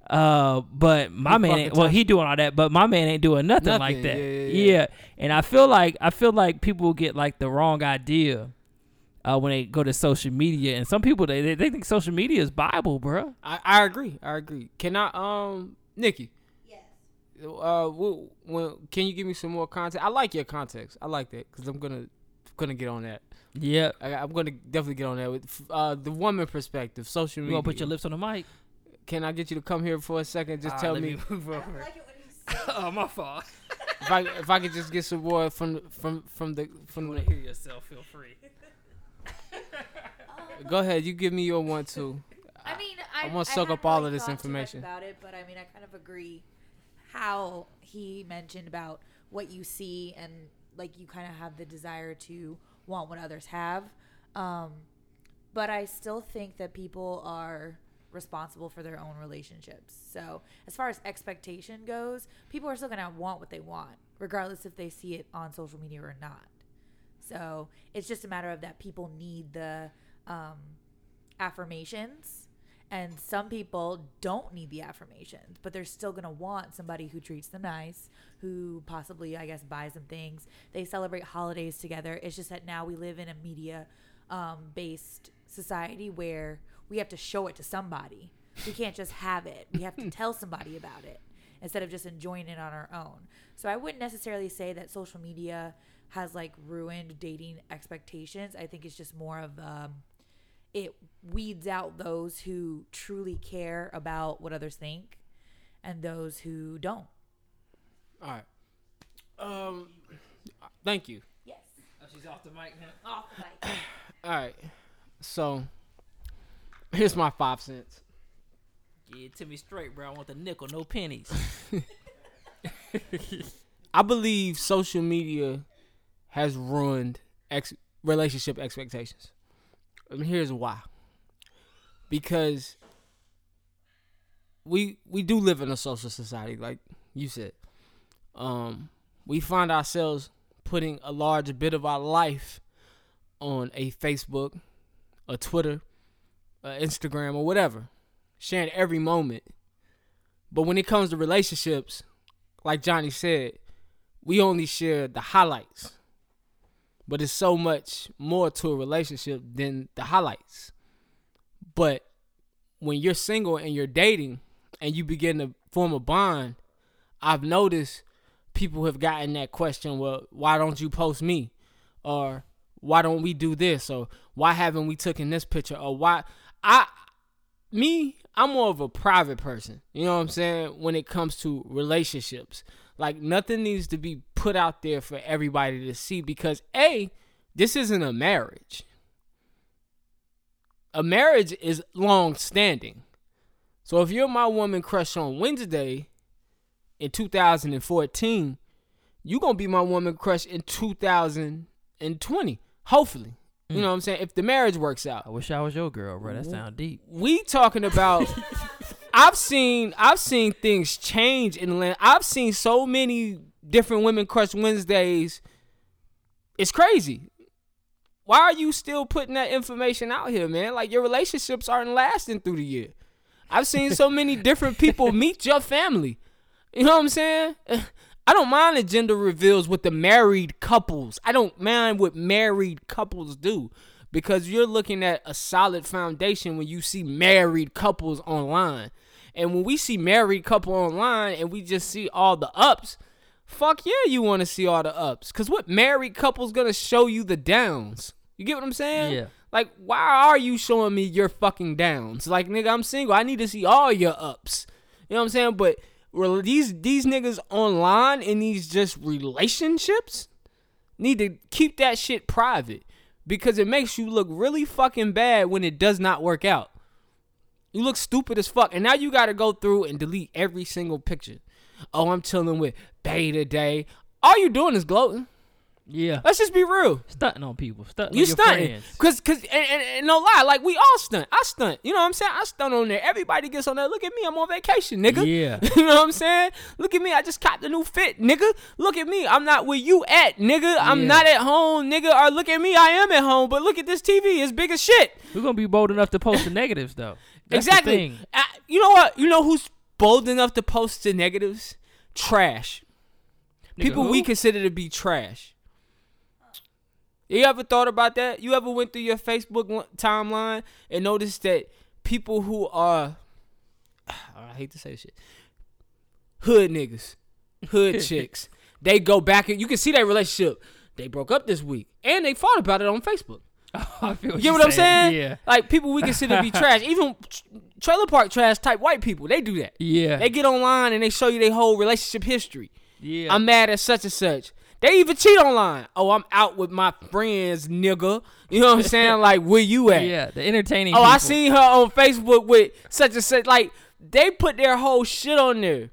Speaker 4: Uh, but my man,
Speaker 1: fucking
Speaker 4: ain't, well, he doing all that, but my man ain't doing nothing, like
Speaker 1: Nothing,
Speaker 4: that.
Speaker 1: yeah, yeah,
Speaker 4: yeah.
Speaker 1: yeah.
Speaker 4: and I feel like I feel like people get like the wrong idea uh, when they go to social media, and some people they they, they think social media is Bible, bruh.
Speaker 1: I, I agree. I agree. Can I um Nikki?
Speaker 3: Yes.
Speaker 1: Uh, wh- when, can you give me some more context? I like your context. I like that because I'm gonna gonna get on that.
Speaker 4: Yeah,
Speaker 1: I, I'm gonna definitely get on that with f- uh the woman perspective, social
Speaker 4: you
Speaker 1: media.
Speaker 4: gonna put your lips on the mic?
Speaker 1: Can I get you to come here for a second? Just
Speaker 4: All right,
Speaker 1: tell
Speaker 4: let
Speaker 1: me,
Speaker 4: move
Speaker 3: I don't
Speaker 4: over.
Speaker 3: like it when you say
Speaker 4: oh, my fault.
Speaker 1: if I if I could just get some more from from from the from
Speaker 4: want
Speaker 1: the.
Speaker 4: to hear yourself? Feel free. Oh,
Speaker 1: Go ahead. You give me your one two.
Speaker 8: I mean, I,
Speaker 1: I'm gonna
Speaker 8: I
Speaker 1: soak
Speaker 8: hadn't
Speaker 1: up all
Speaker 8: really
Speaker 1: of this
Speaker 8: thought too much
Speaker 1: information.
Speaker 8: about it, but I mean, I kind of agree how he mentioned about what you see and like you kind of have the desire to want what others have. Um, but I still think that people are responsible for their own relationships. So as far as expectation goes, people are still gonna want what they want, regardless if they see it on social media or not. So it's just a matter of that people need the um, affirmations, and some people don't need the affirmations, but they're still gonna want somebody who treats them nice, who possibly, I guess, buys them things. They celebrate holidays together. It's just that now we live in a media um, based society where we have to show it to somebody. We can't just have it, we have to tell somebody about it instead of just enjoying it on our own. So I wouldn't necessarily say that social media has like ruined dating expectations. I think it's just more of um, it weeds out those who truly care about what others think and those who don't.
Speaker 1: All right. Um, thank you.
Speaker 8: Yes.
Speaker 4: She's off the mic Oh. now.
Speaker 8: Off mic.
Speaker 1: All right. So here's my five cents.
Speaker 4: Yeah, to me straight, bro. I want the nickel, no pennies.
Speaker 1: I believe social media has ruined ex- relationship expectations. And here's why. Because we we do live in a social society, like you said. Um, we find ourselves putting a large bit of our life on a Facebook, a Twitter, a Instagram, or whatever, sharing every moment. But when it comes to relationships, like Johnny said, we only share the highlights. But it's so much more to a relationship than the highlights. But when you're single and you're dating and you begin to form a bond, I've noticed people have gotten that question, well, why don't you post me? Or why don't we do this or why haven't we taken this picture or why I me, I'm more of a private person. You know what I'm saying? When it comes to relationships, like nothing needs to be put out there for everybody to see because A, this isn't a marriage. A marriage is long standing. So if you're my woman crush on Wednesday in 2014, you're going to be my woman crush in 2020, hopefully. You know what I'm saying? If the marriage works out
Speaker 4: I wish I was your girl, bro. That sound deep.
Speaker 1: we talking about I've seen I've seen things change in the land. I've seen so many different women crush Wednesdays. It's crazy. Why are you still putting that information out here, man? Like your relationships aren't lasting through the year. I've seen so many different people meet your family. You know what I'm saying? I don't mind the gender reveals with the married couples. I don't mind what married couples do because you're looking at a solid foundation when you see married couples online. And when we see married couple online and we just see all the ups, fuck yeah, you want to see all the ups. Cause what married couple's gonna show you the downs? You get what I'm saying?
Speaker 4: Yeah.
Speaker 1: Like, why are you showing me your fucking downs? Like, nigga, I'm single. I need to see all your ups. You know what I'm saying? But rel- these these niggas online in these just relationships need to keep that shit private because it makes you look really fucking bad when it does not work out. You look stupid as fuck, and now you got to go through and delete every single picture. Oh, I'm chilling with Bay today. All you doing is gloating.
Speaker 4: Yeah.
Speaker 1: Let's just be real.
Speaker 4: Stunting on people. Stunting
Speaker 1: You
Speaker 4: on your
Speaker 1: stunting,
Speaker 4: friends.
Speaker 1: cause, cause, and, and, and no lie, like we all stunt. I stunt. You know what I'm saying? I stunt on there. Everybody gets on there. Look at me. I'm on vacation, nigga.
Speaker 4: Yeah.
Speaker 1: you know what I'm saying? Look at me. I just copped a new fit, nigga. Look at me. I'm not where you at, nigga. I'm
Speaker 4: Yeah.
Speaker 1: not at home, nigga. Or look at me. I am at home, but look at this TV. It's big as shit.
Speaker 4: We're gonna be bold enough to post the negatives though. That's the
Speaker 1: exactly.
Speaker 4: thing.
Speaker 1: I, Uh, you know what? You know who's bold enough to post the negatives? Trash.
Speaker 4: Nigga,
Speaker 1: People we
Speaker 4: who?
Speaker 1: consider to be trash. You ever thought about that? You ever went through your Facebook li- timeline and noticed that people who are I hate to say this shit. Hood niggas, hood chicks. They go back and you can see their relationship. They broke up this week and they fought about it on Facebook.
Speaker 4: I feel
Speaker 1: You get
Speaker 4: you're
Speaker 1: what I'm saying?
Speaker 4: Yeah.
Speaker 1: Like people we consider to be trash, even tr- trailer park trash type white people, they do that.
Speaker 4: Yeah.
Speaker 1: They get online and they show you their whole relationship history.
Speaker 4: yeah.
Speaker 1: I'm mad at such and such. They even cheat online. Oh, I'm out with my friends, nigga. You know what I'm saying? like, where you at?
Speaker 4: yeah. The entertaining.
Speaker 1: Oh, I
Speaker 4: people.
Speaker 1: seen her on Facebook with such and such. Like they put their whole shit on there.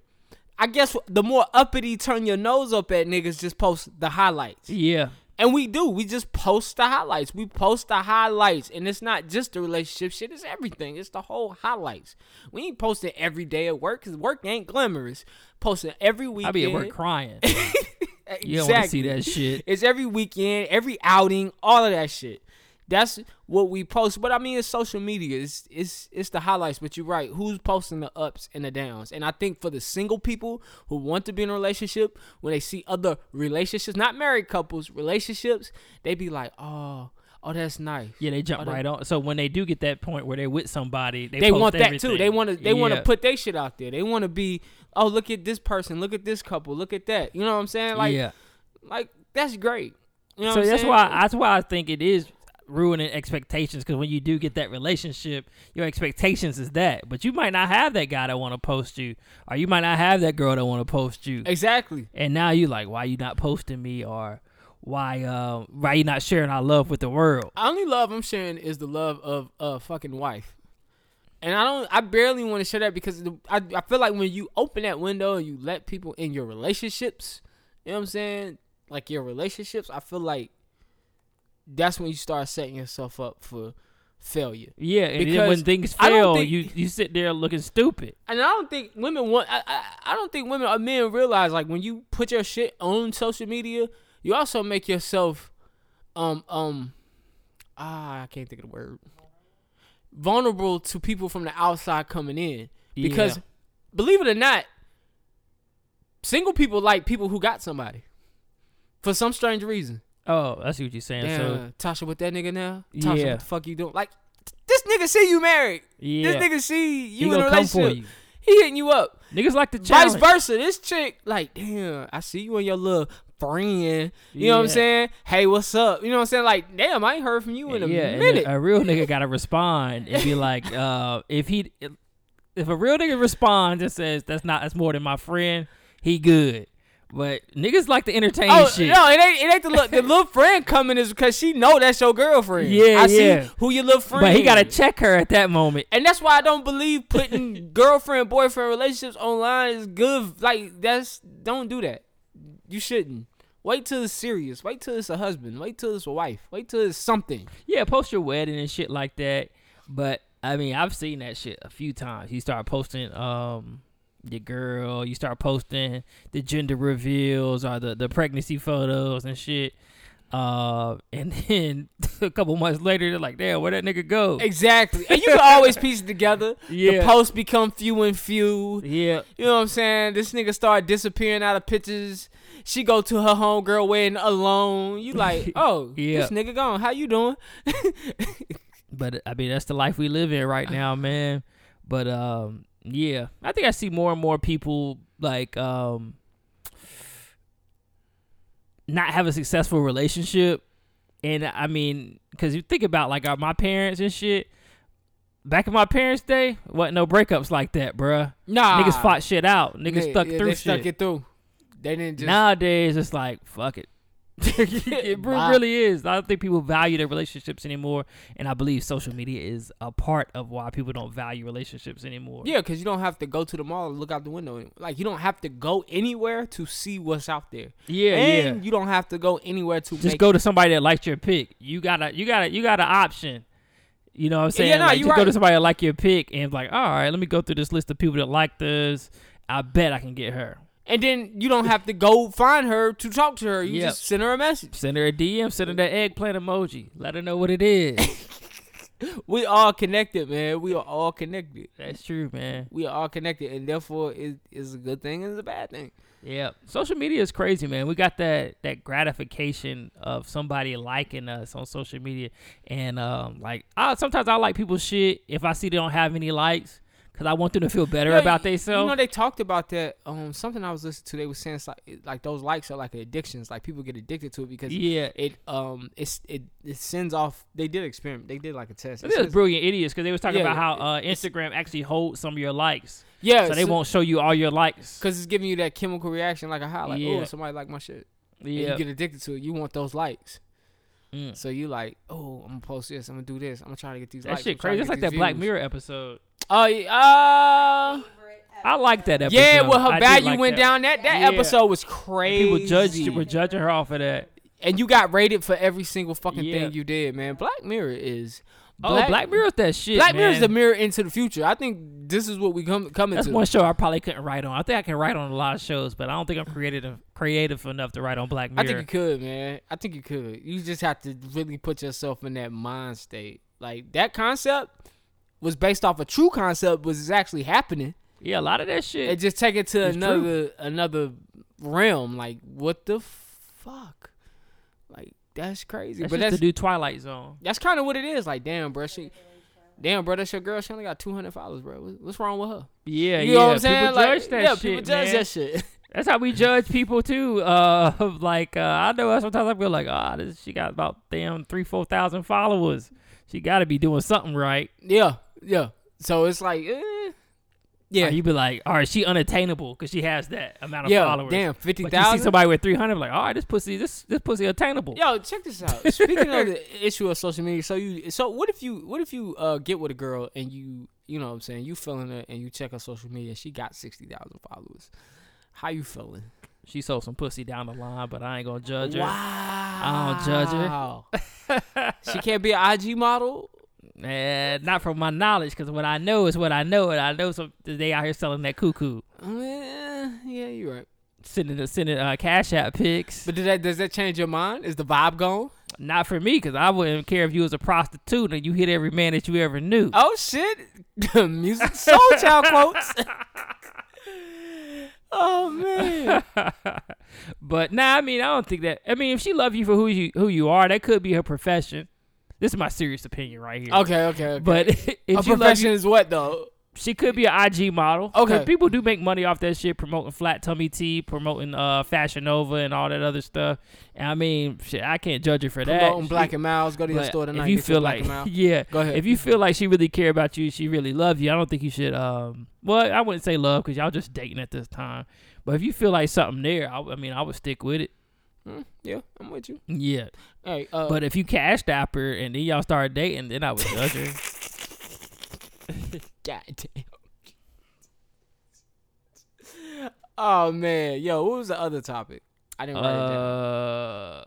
Speaker 1: I guess the more uppity turn your nose up at niggas, just post the highlights.
Speaker 4: Yeah.
Speaker 1: And we do. We just post the highlights. We post the highlights. And it's not just the relationship shit, it's everything. It's the whole highlights. We ain't posting every day at work because work ain't glamorous. Posting every weekend.
Speaker 4: I be at work crying. You don't want to
Speaker 1: Exactly.
Speaker 4: see that shit.
Speaker 1: It's every weekend, every outing, all of that shit. That's what we post. But I mean, it's social media. It's it's it's the highlights. But you're right. Who's posting the ups and the downs? And I think for the single people who want to be in a relationship, when they see other relationships, not married couples, relationships, they be like, oh, oh, that's nice.
Speaker 4: Yeah, they jump
Speaker 1: Oh, they-
Speaker 4: right on. So when they do get that point where they're with somebody, they,
Speaker 1: They
Speaker 4: post
Speaker 1: want that too.
Speaker 4: everything.
Speaker 1: They want to. They want to
Speaker 4: Yeah.
Speaker 1: put their shit out there. They want to be. Oh, look at this person. Look at this couple. Look at that. You know what I'm saying? Like,
Speaker 4: yeah.
Speaker 1: like that's great. You know
Speaker 4: so
Speaker 1: what I'm
Speaker 4: that's
Speaker 1: saying?
Speaker 4: why that's why I think it is ruining expectations because when you do get that relationship, your expectations is that, but you might not have that guy that want to post you, or you might not have that girl that want to post you,
Speaker 1: exactly.
Speaker 4: and now you like, why you not posting me, or why um why you not sharing our love with the world?
Speaker 1: only love I'm sharing is the love of a fucking wife. And I don't, I barely want to share that because the, I, I feel like when you open that window and you let people in your relationships, you know what I'm saying? Like your relationships, I feel like that's when you start setting yourself up for failure.
Speaker 4: Yeah, and then
Speaker 1: Because
Speaker 4: when things
Speaker 1: I don't
Speaker 4: fail,
Speaker 1: think-
Speaker 4: you you sit there looking stupid.
Speaker 1: And I don't think women want, I, I, I don't think women or men realize like when you put your shit on social media, you also make yourself, um, um, ah, I can't think of the word. Vulnerable to people from the outside coming in because,
Speaker 4: Yeah.
Speaker 1: believe it or not, single people like people who got somebody for some strange reason.
Speaker 4: Oh, I see what you're saying. So
Speaker 1: Damn, Tasha with that nigga now. Tasha,
Speaker 4: Yeah.
Speaker 1: what the fuck you doing? Like, this nigga see you married.
Speaker 4: yeah,
Speaker 1: This nigga see
Speaker 4: he
Speaker 1: you in a
Speaker 4: gonna come for
Speaker 1: relationship.
Speaker 4: you.
Speaker 1: He hitting you up.
Speaker 4: Niggas like the challenge.
Speaker 1: Vice versa, this chick like, damn, I see you in your little friend. You know what I'm
Speaker 4: Yeah.
Speaker 1: saying? Hey, what's up? You know what I'm saying? Like, damn, I ain't heard from you in a
Speaker 4: yeah, and
Speaker 1: minute.
Speaker 4: a real nigga gotta respond and be like, uh, if he, if a real nigga responds and says that's not that's more than my friend, he good. But niggas like to entertain
Speaker 1: Oh
Speaker 4: shit.
Speaker 1: no! It ain't. It ain't the look. The little friend coming is because she know that's your girlfriend.
Speaker 4: Yeah,
Speaker 1: I
Speaker 4: yeah.
Speaker 1: see who your little friend.
Speaker 4: but he gotta
Speaker 1: is.
Speaker 4: check her at that moment.
Speaker 1: And that's why I don't believe putting girlfriend boyfriend relationships online is good. Like that's don't do that. You shouldn't. Wait till it's serious. Wait till it's a husband. Wait till it's a wife. Wait till it's something.
Speaker 4: Yeah, post your wedding and shit like that. But I mean, I've seen that shit a few times. You start posting um your girl, you start posting the gender reveals or the the pregnancy photos and shit. Uh, and then a couple months later, they're like, "Damn, where that nigga go?"
Speaker 1: Exactly. And you can always piece it together.
Speaker 4: Yeah.
Speaker 1: The posts become few and few.
Speaker 4: Yeah,
Speaker 1: You know what I'm saying? This nigga start disappearing out of pictures. She go to her homegirl wedding alone. You like, oh,
Speaker 4: Yeah.
Speaker 1: this nigga gone. How you doing?
Speaker 4: but I mean, that's the life we live in right now, man. But um, yeah, I think I see more and more people like um not have a successful relationship, and I mean, because you think about like our, my parents and shit. Back in my parents' day, wasn't no breakups like that, bruh.
Speaker 1: Nah.
Speaker 4: Niggas fought shit out. Niggas
Speaker 1: Yeah,
Speaker 4: stuck
Speaker 1: yeah,
Speaker 4: through
Speaker 1: they
Speaker 4: shit.
Speaker 1: Stuck it through. They didn't just.
Speaker 4: Nowadays, it's like fuck it. it re-
Speaker 1: Bye.
Speaker 4: really is. I don't think people value their relationships anymore, and I believe social media is a part of why people don't value relationships anymore.
Speaker 1: Yeah, because you don't have to go to the mall and look out the window. any- Like, you don't have to go anywhere to see what's out there.
Speaker 4: Yeah,
Speaker 1: and
Speaker 4: yeah.
Speaker 1: you don't have to go anywhere to
Speaker 4: just
Speaker 1: make-
Speaker 4: go to somebody that liked your pick. You got to you got to you got an option. You know what I'm saying?
Speaker 1: yeah, nah,
Speaker 4: like,
Speaker 1: you
Speaker 4: just go
Speaker 1: right.
Speaker 4: to somebody that like your pick and like, all right, let me go through this list of people that like this. I bet I can get her.
Speaker 1: And then you don't have to go find her to talk to her. You
Speaker 4: Yep.
Speaker 1: just send her a message.
Speaker 4: Send her a DM. Send her that eggplant emoji. Let her know what it is.
Speaker 1: We all connected, man. We are all connected.
Speaker 4: That's true, man.
Speaker 1: We are all connected, and therefore, it is a good thing and it's a bad thing.
Speaker 4: Yeah, social media is crazy, man. We got that that gratification of somebody liking us on social media, and um, like I, sometimes I like people's shit if I see they don't have any likes, cause I want them to feel better
Speaker 1: Yeah,
Speaker 4: about
Speaker 1: y- You
Speaker 4: themselves.
Speaker 1: know, they talked about that. Um, something I was listening to, they were saying it's like, it- like those likes are like addictions. Like people get addicted to it because
Speaker 4: Yeah.
Speaker 1: it um, it's it it sends off. They did experiment. They did like a test.
Speaker 4: I
Speaker 1: It
Speaker 4: think it's
Speaker 1: sends-
Speaker 4: brilliant idiots because they was talking
Speaker 1: Yeah,
Speaker 4: about how uh, Instagram actually holds some of your likes,
Speaker 1: yeah,
Speaker 4: so they won't show you all your likes.
Speaker 1: because it's giving you that chemical reaction, like a high, like
Speaker 4: Yeah.
Speaker 1: oh, somebody like my shit. And
Speaker 4: Yeah,
Speaker 1: you get addicted to it. You want those likes.
Speaker 4: Mm.
Speaker 1: So you like, oh, I'm gonna post this. I'm gonna do this. I'm gonna try to get these.
Speaker 4: that
Speaker 1: likes.
Speaker 4: shit
Speaker 1: I'm trying
Speaker 4: crazy.
Speaker 1: to
Speaker 4: It's like
Speaker 1: get
Speaker 4: that
Speaker 1: these
Speaker 4: Black
Speaker 1: views."
Speaker 4: Mirror episode.
Speaker 1: Oh, yeah, uh,
Speaker 4: I like that episode.
Speaker 1: yeah. Well, her
Speaker 4: I did
Speaker 1: value
Speaker 4: like
Speaker 1: went
Speaker 4: that.
Speaker 1: down. That that
Speaker 4: Yeah.
Speaker 1: episode was
Speaker 4: And
Speaker 1: crazy.
Speaker 4: People judged were judging her off of that.
Speaker 1: and you got rated for every single fucking
Speaker 4: Yeah.
Speaker 1: thing you did, man. Black Mirror is
Speaker 4: oh, Black Mirror's that shit.
Speaker 1: Black Mirror is
Speaker 4: man.
Speaker 1: the mirror into the future. I think this is what we come coming
Speaker 4: That's
Speaker 1: to.
Speaker 4: one show I probably couldn't write on. I think I can write on a lot of shows, but I don't think I'm creative creative enough to write on Black
Speaker 1: I
Speaker 4: Mirror.
Speaker 1: think you could, man. I think you could. You just have to really put yourself in that mind state. Like that concept was based off a true concept was actually happening.
Speaker 4: yeah, a lot of that shit.
Speaker 1: It just take it to
Speaker 4: It's
Speaker 1: another
Speaker 4: true.
Speaker 1: another realm. Like what the fuck? Like that's crazy.
Speaker 4: that's
Speaker 1: but
Speaker 4: just
Speaker 1: that's
Speaker 4: to do Twilight Zone.
Speaker 1: That's kind of what it is. Like, damn, bro, she, damn, bro, that's your girl. She only got two hundred followers, bro. What- What's wrong with her?
Speaker 4: Yeah,
Speaker 1: you
Speaker 4: yeah.
Speaker 1: know what I'm saying?
Speaker 4: People
Speaker 1: Like,
Speaker 4: judge that
Speaker 1: yeah,
Speaker 4: shit,
Speaker 1: people judge
Speaker 4: man.
Speaker 1: that shit.
Speaker 4: That's how we judge people too. Uh, of like uh, I know sometimes I feel like, ah, this she got about damn three, four thousand followers. She got to be doing something right.
Speaker 1: yeah, yeah. So it's like, eh. yeah,
Speaker 4: Or you be like, all right, she unattainable because she has that amount of
Speaker 1: yeah.
Speaker 4: followers.
Speaker 1: Damn,
Speaker 4: But
Speaker 1: fifty
Speaker 4: you see
Speaker 1: thousand.
Speaker 4: somebody with three hundred, like, all right, this pussy, this this pussy attainable.
Speaker 1: Yo, check this out. Speaking of the issue of social media, so you, so what if you, what if you uh, get with a girl and you, you know, what I'm saying, you feeling her and you check her social media, she got sixty thousand followers. How you feeling?
Speaker 4: She sold some pussy down the line, but I ain't gonna judge her.
Speaker 1: Wow.
Speaker 4: judge her.
Speaker 1: she can't be an IG model.
Speaker 4: Eh, not from my knowledge, because what I know is what I know, and I know some they out here selling that cuckoo,
Speaker 1: Eh, yeah, you're right.
Speaker 4: sending sending uh, cash app pics.
Speaker 1: But did that, does that change your mind? Is the vibe gone?
Speaker 4: not for me, because I wouldn't care if you was a prostitute and you hit every man that you ever knew.
Speaker 1: Oh shit! Music soul child quotes. oh man.
Speaker 4: but nah, I mean, I don't think that. I mean, if she love you for who you who you are, that could be her profession. This is my serious opinion right here.
Speaker 1: Okay, okay. okay.
Speaker 4: but if
Speaker 1: a
Speaker 4: she love you,
Speaker 1: profession is what though?
Speaker 4: She could be an IG model. 'Cause
Speaker 1: Okay.
Speaker 4: people do make money off that shit, promoting flat tummy tea, promoting uh Fashion Nova and all that other stuff. And I mean, shit, I can't judge her for
Speaker 1: Promoting
Speaker 4: that.
Speaker 1: Black
Speaker 4: She-
Speaker 1: and Miles. Go to your
Speaker 4: but
Speaker 1: store tonight.
Speaker 4: If you
Speaker 1: get your
Speaker 4: feel
Speaker 1: Black
Speaker 4: like,
Speaker 1: and Miles.
Speaker 4: yeah,
Speaker 1: Go ahead.
Speaker 4: If you feel like she really care about you, she really love you. I don't think you should. Um, well, I wouldn't say love because y'all just dating at this time. But if you feel like something there, I, I mean, I would stick with it.
Speaker 1: Hmm, yeah, I'm with you.
Speaker 4: Yeah.
Speaker 1: Hey, uh,
Speaker 4: But if you cash tap her and then y'all start dating, then I would judge her.
Speaker 1: goddamn. oh man, yo, what was the other topic? I didn't write it down.
Speaker 4: Uh,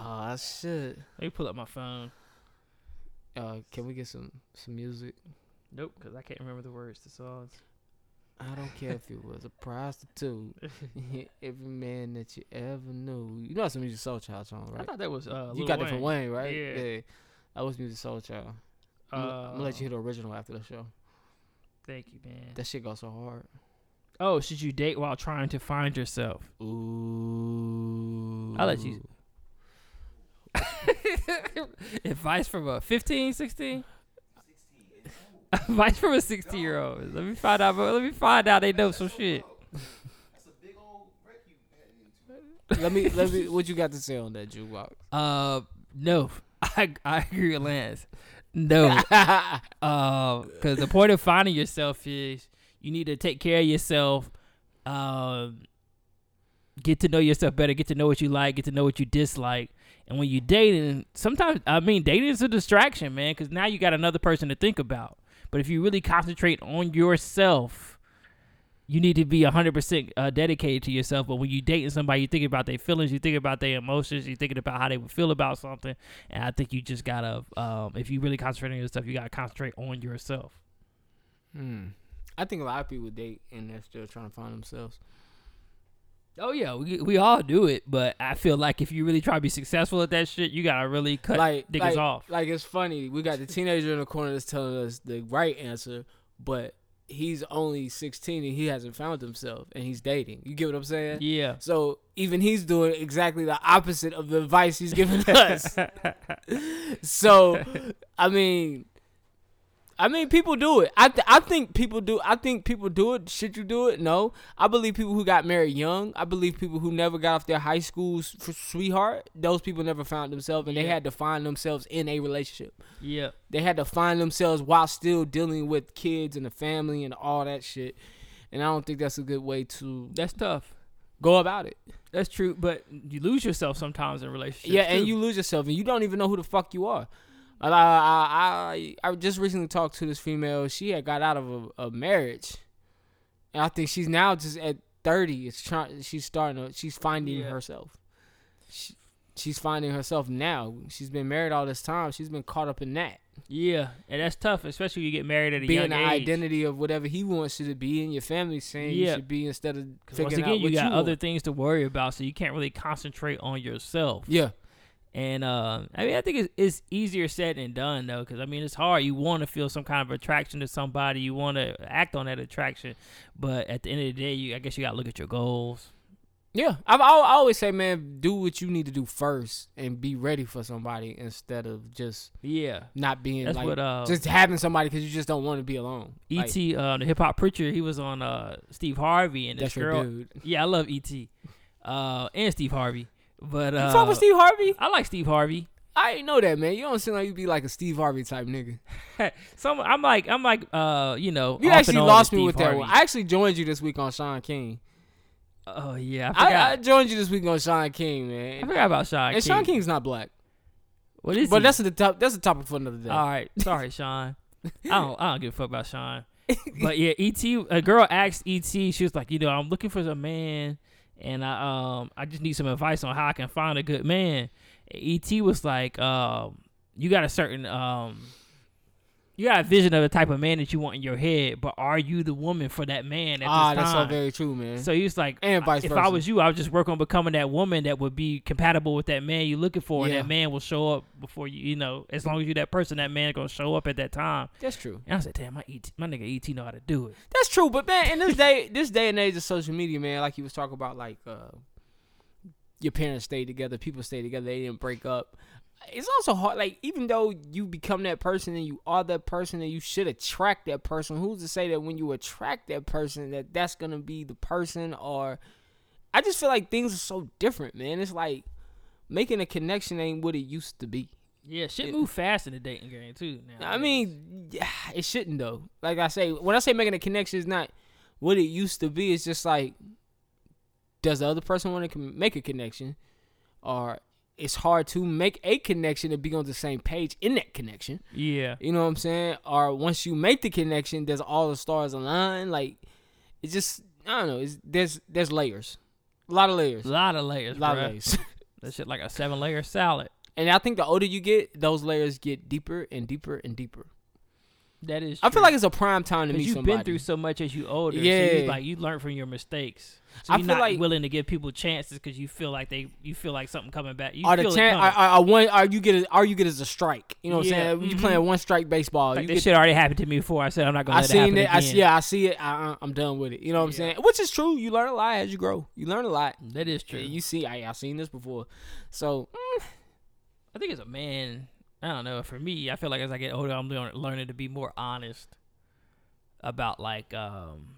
Speaker 1: Oh shit.
Speaker 4: let me pull up my phone.
Speaker 1: Uh, can we get some some music?
Speaker 4: Nope, because I can't remember the words to songs.
Speaker 1: I don't care if you was a prostitute. Every man that you ever knew. You know that's a music soul child song,
Speaker 4: I
Speaker 1: right?
Speaker 4: thought that was uh,
Speaker 1: you
Speaker 4: Lil
Speaker 1: got
Speaker 4: Wayne.
Speaker 1: that from Wayne, right?
Speaker 4: Yeah.
Speaker 1: That was music soul child.
Speaker 4: Uh,
Speaker 1: I'm, gonna- I'm gonna let you hear the original after the show.
Speaker 4: Thank you, man.
Speaker 1: That shit goes so hard.
Speaker 4: Oh, should you date while trying to find yourself?
Speaker 1: Ooh.
Speaker 4: I'll let you. Advice from a 15, 16? Advice from a 60 year old. Let me find out. Let me find out they know some shit.
Speaker 1: let me let me. What you got to say on that jukebox?
Speaker 4: Uh, no. I, I agree with Lance. No. Um, because the point of finding yourself is you need to take care of yourself. Um, get to know yourself better. Get to know what you like. Get to know what you dislike. And when you dating, sometimes I mean dating is a distraction, man. Because now you got another person to think about. But if you really concentrate on yourself, you need to be hundred percent uh, dedicated to yourself. But when you dating somebody, you think about their feelings. You think about their emotions. You're thinking about how they would feel about something. And I think you just gotta, um, if you really concentrate on yourself, you gotta concentrate on yourself.
Speaker 1: Hmm. I think a lot of people date and they're still trying to find themselves.
Speaker 4: Oh yeah, we, we all do it, but I feel like if you really try to be successful at that shit, you gotta really cut
Speaker 1: like
Speaker 4: niggas
Speaker 1: like,
Speaker 4: off.
Speaker 1: Like it's funny. We got the teenager in the corner that's telling us the right answer, but he's only 16 and he hasn't found himself and he's dating. You get what I'm saying?
Speaker 4: yeah,
Speaker 1: So even he's doing exactly the opposite of the advice he's giving us. so, I mean, I mean, people do it. I th- I think people do. I think people do it. Should you do it? No. I believe people who got married young. I believe people who never got off their high school s- f- sweetheart. Those people never found themselves, and they
Speaker 4: Yeah.
Speaker 1: had to find themselves in a relationship.
Speaker 4: yeah,
Speaker 1: They had to find themselves while still dealing with kids and the family and all that shit. And I don't think that's a good way to
Speaker 4: that's tough.
Speaker 1: go about it.
Speaker 4: That's true, but you lose yourself sometimes in relationships.
Speaker 1: Yeah, and you lose yourself, and you don't even know who the fuck you are. And I, I, I, I just recently talked to this female. She had got out of a, a marriage, and I think she's now just at thirty. It's trying. She's starting. To, she's finding
Speaker 4: Yeah.
Speaker 1: herself. She, she's finding herself now. She's been married all this time. She's been caught up in that,
Speaker 4: yeah, and that's tough, especially you get married at a
Speaker 1: being the
Speaker 4: young age.
Speaker 1: identity of whatever he wants you to be, and your family saying
Speaker 4: Yeah.
Speaker 1: you should be instead of
Speaker 4: 'Cause
Speaker 1: figuring
Speaker 4: Once again,
Speaker 1: out
Speaker 4: you
Speaker 1: what
Speaker 4: got
Speaker 1: you
Speaker 4: other
Speaker 1: want.
Speaker 4: things to worry about, so you can't really concentrate on yourself.
Speaker 1: Yeah,
Speaker 4: And uh, I mean, I think it's, it's easier said than done, though, because I mean, it's hard. You want to feel some kind of attraction to somebody, you want to act on that attraction, but at the end of the day, you I guess you got to look at your goals.
Speaker 1: Yeah, I've, I always say, man, do what you need to do first and be ready for somebody instead of just
Speaker 4: Yeah.
Speaker 1: not being
Speaker 4: That's
Speaker 1: like
Speaker 4: what, uh,
Speaker 1: just having somebody because you just don't want to be alone. Like,
Speaker 4: E.T., uh, the hip hop preacher, he was on uh, Steve Harvey and this
Speaker 1: that's your
Speaker 4: girl.
Speaker 1: dude.
Speaker 4: Yeah, I love E.T. Uh, and Steve Harvey. But uh,
Speaker 1: you fuck with Steve Harvey?
Speaker 4: I like Steve Harvey.
Speaker 1: I ain't know that, man. You don't seem like you be like a Steve Harvey type nigga.
Speaker 4: Some I'm like I'm like uh you know
Speaker 1: You
Speaker 4: off and
Speaker 1: actually
Speaker 4: on
Speaker 1: lost me
Speaker 4: Steve
Speaker 1: with that one.
Speaker 4: Harvey.
Speaker 1: I actually joined you this week on Sean King.
Speaker 4: oh yeah, I
Speaker 1: I,
Speaker 4: forgot.
Speaker 1: I joined you this week on Sean King, man.
Speaker 4: I forgot about Sean.
Speaker 1: and Sean King's not black,
Speaker 4: What is
Speaker 1: but
Speaker 4: he?
Speaker 1: that's the top. That's a topic for another day.
Speaker 4: All right, sorry, Sean. I don't, I don't give a fuck about Sean. But yeah, ET. A girl asked ET. She was like, you know, I'm looking for a man, and I um, I just need some advice on how I can find a good man. And ET was like, um, you got a certain um, you got a vision of the type of man that you want in your head, but are you the woman for that man at
Speaker 1: ah,
Speaker 4: this
Speaker 1: that's so
Speaker 4: time?
Speaker 1: very true, man.
Speaker 4: So he was like,
Speaker 1: And
Speaker 4: I-
Speaker 1: vice
Speaker 4: if I
Speaker 1: versa.
Speaker 4: was you, I would just work on becoming that woman that would be compatible with that man you're looking for,
Speaker 1: Yeah.
Speaker 4: and that man will show up before you. You know, as long as you're that person, that man gonna show up at that time.
Speaker 1: that's true.
Speaker 4: And I said, damn, my et, my nigga et know how to do it.
Speaker 1: That's true, but man, in this day, this day and age of social media, man, like you was talking about, like uh, your parents stayed together, people stayed together, they didn't break up. it's also hard. Like even though you become that person and you are that person and you should attract that person, who's to say that when you attract that person that that's gonna be the person? Or I just feel like things are so different, man. It's like making a connection ain't what it used to be.
Speaker 4: Yeah, shit move fast in the dating game too. Now.
Speaker 1: I mean, yeah, it shouldn't though. Like I say, when I say making a connection, it's not what it used to be. It's just like, does the other person want to make a connection, or it's hard to make a connection to be on the same page in that connection.
Speaker 4: yeah,
Speaker 1: You know what I'm saying? Or once you make the connection, does all the stars align? Like, it's just I don't know. It's, there's there's layers, a lot of layers,
Speaker 4: a lot of layers,
Speaker 1: a lot of
Speaker 4: bruh.
Speaker 1: layers.
Speaker 4: That shit like a seven layer salad.
Speaker 1: and I think the older you get, those layers get deeper and deeper and deeper.
Speaker 4: That is.
Speaker 1: I feel like it's a prime time to meet
Speaker 4: because you've
Speaker 1: somebody.
Speaker 4: been through so much as you older. so
Speaker 1: Yeah.
Speaker 4: you, like you learn from your mistakes. So
Speaker 1: I
Speaker 4: you're
Speaker 1: feel
Speaker 4: not
Speaker 1: like-
Speaker 4: willing to give people chances because you feel like they, you feel like something coming back. You
Speaker 1: are the
Speaker 4: feel it
Speaker 1: chan-
Speaker 4: coming.
Speaker 1: are, are, are one are you get a, are you get as a strike? You know what
Speaker 4: Yeah,
Speaker 1: I'm saying? You
Speaker 4: mhm.
Speaker 1: playing one strike baseball.
Speaker 4: like
Speaker 1: you
Speaker 4: this
Speaker 1: get,
Speaker 4: shit already happened to me before. I said I'm not gonna.
Speaker 1: I
Speaker 4: let
Speaker 1: seen
Speaker 4: it.
Speaker 1: it.
Speaker 4: Happen
Speaker 1: I,
Speaker 4: again.
Speaker 1: see- yeah, I see it. I, I- I'm done with it. You know what I'm
Speaker 4: Yeah.
Speaker 1: saying? Which is true. You learn a lot as you grow. You learn a lot.
Speaker 4: That is true.
Speaker 1: You see, I I seen this before. So
Speaker 4: I think as a man, I don't know. For me, I feel like as I get older, I'm lear- learning to be more honest about like um,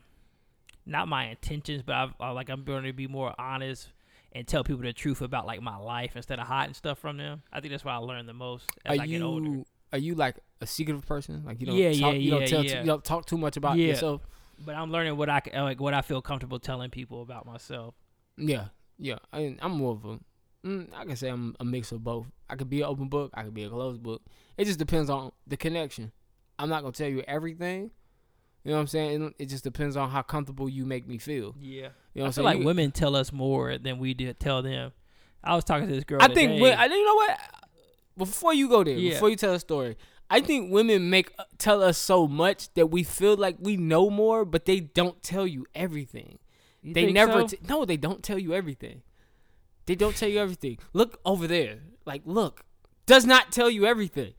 Speaker 4: not my intentions, but I've, I like I'm learning to be more honest and tell people the truth about like my life instead of hiding stuff from them. I think that's what I learned the most as
Speaker 1: are
Speaker 4: I get older.
Speaker 1: you are you like a secretive person? Like you don't
Speaker 4: Yeah,
Speaker 1: talk,
Speaker 4: yeah,
Speaker 1: you
Speaker 4: yeah,
Speaker 1: don't tell
Speaker 4: yeah.
Speaker 1: too, you don't talk too much about
Speaker 4: Yeah.
Speaker 1: yourself.
Speaker 4: But I'm learning what I c- uh, like what I feel comfortable telling people about myself.
Speaker 1: Yeah, yeah. I mean, I'm more of a. Mm, I can say I'm a mix of both. I could be an open book. I could be a closed book. It just depends on the connection. I'm not gonna tell you everything. You know what I'm saying? It just depends on how comfortable you make me feel.
Speaker 4: Yeah,
Speaker 1: You know what
Speaker 4: I
Speaker 1: I'm
Speaker 4: feel
Speaker 1: saying?
Speaker 4: like
Speaker 1: You-
Speaker 4: women tell us more than we did tell them. I was talking to this girl.
Speaker 1: I think.
Speaker 4: today.
Speaker 1: When, I, you know what? Before you go there,
Speaker 4: Yeah.
Speaker 1: before you tell a story, I think women make uh, tell us so much that we feel like we know more, but they don't tell you everything.
Speaker 4: You
Speaker 1: they
Speaker 4: think
Speaker 1: never
Speaker 4: so?
Speaker 1: t- no they don't tell you everything they don't tell you everything look over there like look does not tell you everything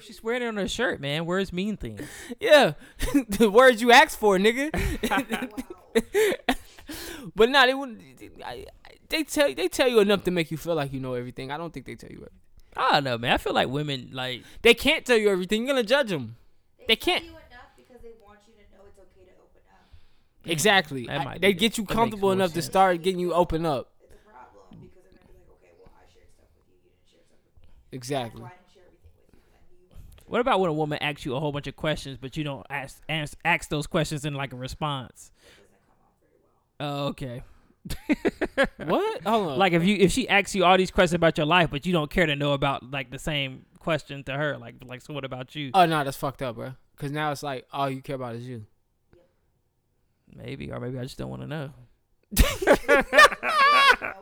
Speaker 4: She's wearing it on her shirt, man. Where's mean things?
Speaker 1: yeah the words you asked for nigga but not they wouldn't I, I- they tell they tell you enough to make you feel like you know everything i don't think they tell you everything
Speaker 4: I don't know, man. I feel like women like
Speaker 1: they can't tell you everything you're gonna judge them They
Speaker 9: tell
Speaker 1: can't-
Speaker 9: you enough because they want you to know it's okay to open up.
Speaker 1: exactly
Speaker 4: That
Speaker 1: I-
Speaker 4: might
Speaker 1: they
Speaker 4: be-
Speaker 1: get you
Speaker 4: that makes
Speaker 1: comfortable
Speaker 4: more
Speaker 1: enough
Speaker 4: sense.
Speaker 1: to start getting you open up
Speaker 9: It's a problem because they're gonna be like, okay, well, I shared stuff with you, you didn't share stuff with me. That's
Speaker 1: exactly
Speaker 9: why I didn't share everything with you. 'cause I knew you wanted
Speaker 4: what about when a woman asks you a whole bunch of questions, but you don't ask ask, ask those questions in like a response? Oh, okay.
Speaker 1: what hold on
Speaker 4: Like if you if she asks you all these questions about your life, but you don't care to know about like the same question to her, like like so what about you?
Speaker 1: oh no that's fucked up bro because now it's like all you care about is you
Speaker 4: Maybe or maybe I just don't want to know.
Speaker 9: to know her.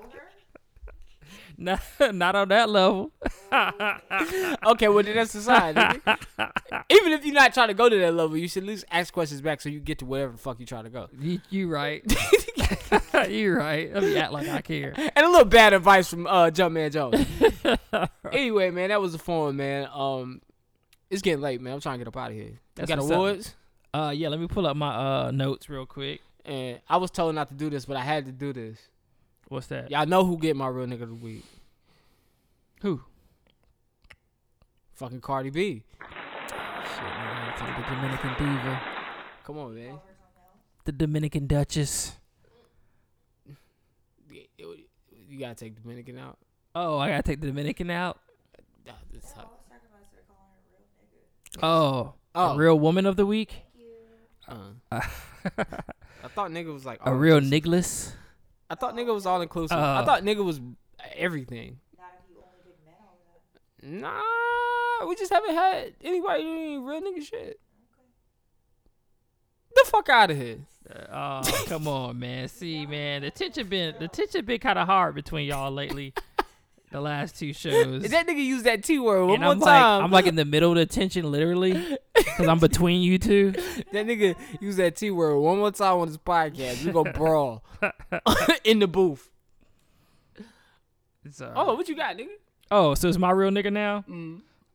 Speaker 4: Not not on that level.
Speaker 1: okay, well then that's society. Even if you're not trying to go to that level, you should at least ask questions back so you get to whatever the fuck you try to go.
Speaker 4: You you right. you right. I mean, act like I care.
Speaker 1: And a little bad advice from uh Jumpman Jones. anyway, man, that was the form, man. Um it's getting late, man. I'm trying to get up out of here.
Speaker 4: That's
Speaker 1: we got
Speaker 4: what's up.
Speaker 1: awards.
Speaker 4: Uh, yeah. Let me pull up my uh notes real quick.
Speaker 1: And I was told not to do this, but I had to do this.
Speaker 4: What's that?
Speaker 1: Y'all know who get my real nigga of the week.
Speaker 4: Who?
Speaker 1: Fucking Cardi B.
Speaker 4: Shit, man, I gotta take the Dominican diva,
Speaker 1: Come on, man.
Speaker 4: the Dominican Duchess.
Speaker 1: You gotta take Dominican out.
Speaker 4: Oh, I gotta take the Dominican out.
Speaker 1: Nah, this sucks.
Speaker 4: Oh,
Speaker 1: Oh,
Speaker 4: a real woman of the week,
Speaker 1: uh,
Speaker 4: a
Speaker 1: I thought nigga was like
Speaker 4: real
Speaker 1: nigga.
Speaker 4: Nicholas.
Speaker 1: I thought nigga was all inclusive.
Speaker 4: Oh.
Speaker 1: I thought nigga was everything. Nah, we just haven't had anybody do any real nigga shit. The fuck out of here.
Speaker 4: Oh, come on, man. See, man, the tension been the tension been kind of hard between y'all lately. the last two shows.
Speaker 1: That nigga used that T word one
Speaker 4: and
Speaker 1: more
Speaker 4: I'm like,
Speaker 1: time.
Speaker 4: I'm like in the middle of the tension, literally, because I'm between you two.
Speaker 1: that nigga used that T word one more time on this podcast. We gonna brawl in the booth.
Speaker 4: So-
Speaker 1: Oh, what you got, nigga?
Speaker 4: Oh, so it's my real nigga now?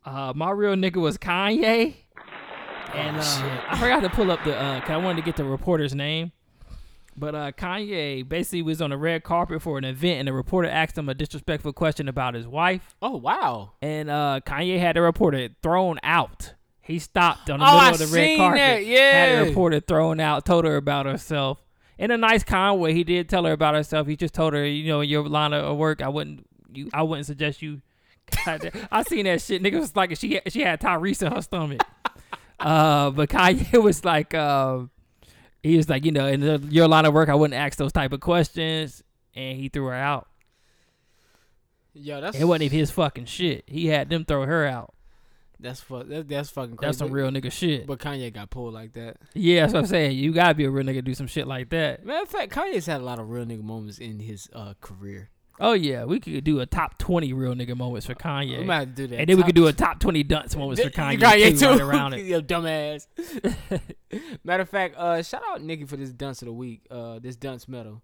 Speaker 4: Uh, my real nigga was Kanye. And uh, I forgot to pull up the, uh, 'cause I wanted to get the reporter's name. But uh, Kanye basically was on a red carpet for an event, and a reporter asked him a disrespectful question about his wife,
Speaker 1: Oh wow.
Speaker 4: and uh, Kanye had the reporter thrown out. He stopped on the
Speaker 1: Oh,
Speaker 4: middle
Speaker 1: I
Speaker 4: of the red
Speaker 1: seen
Speaker 4: carpet.
Speaker 1: that,
Speaker 4: had
Speaker 1: yeah.
Speaker 4: the reporter thrown out. Told her about herself in a nice, kind way. He did tell her about herself. He just told her, you know, in your line of work, I wouldn't, you, I wouldn't suggest you. I seen that shit. Nigga was like, she had, she had Tyrese in her stomach. uh, but Kanye was like, uh, he was like, you know, in the- your line of work, I wouldn't ask those type of questions, and he threw her out.
Speaker 1: Yo, that's
Speaker 4: It wasn't even his fucking shit. He had them throw her out.
Speaker 1: that's fuck that, that's fucking crazy.
Speaker 4: That's some real nigga shit.
Speaker 1: But Kanye got pulled like that.
Speaker 4: yeah, that's what I'm saying. You gotta be a real nigga to do some shit like that.
Speaker 1: Matter of fact, Kanye's had a lot of real nigga moments in his uh, career.
Speaker 4: Oh yeah, we could do a top twenty real nigga moments for Kanye.
Speaker 1: We might have to do that.
Speaker 4: and then we
Speaker 1: Top-
Speaker 4: could do a top twenty dunce moments for Kanye, too, right around it.
Speaker 1: Yo, dumbass. Matter of fact, uh, shout out Nikki for this dunce of the week. Uh, this dunce medal.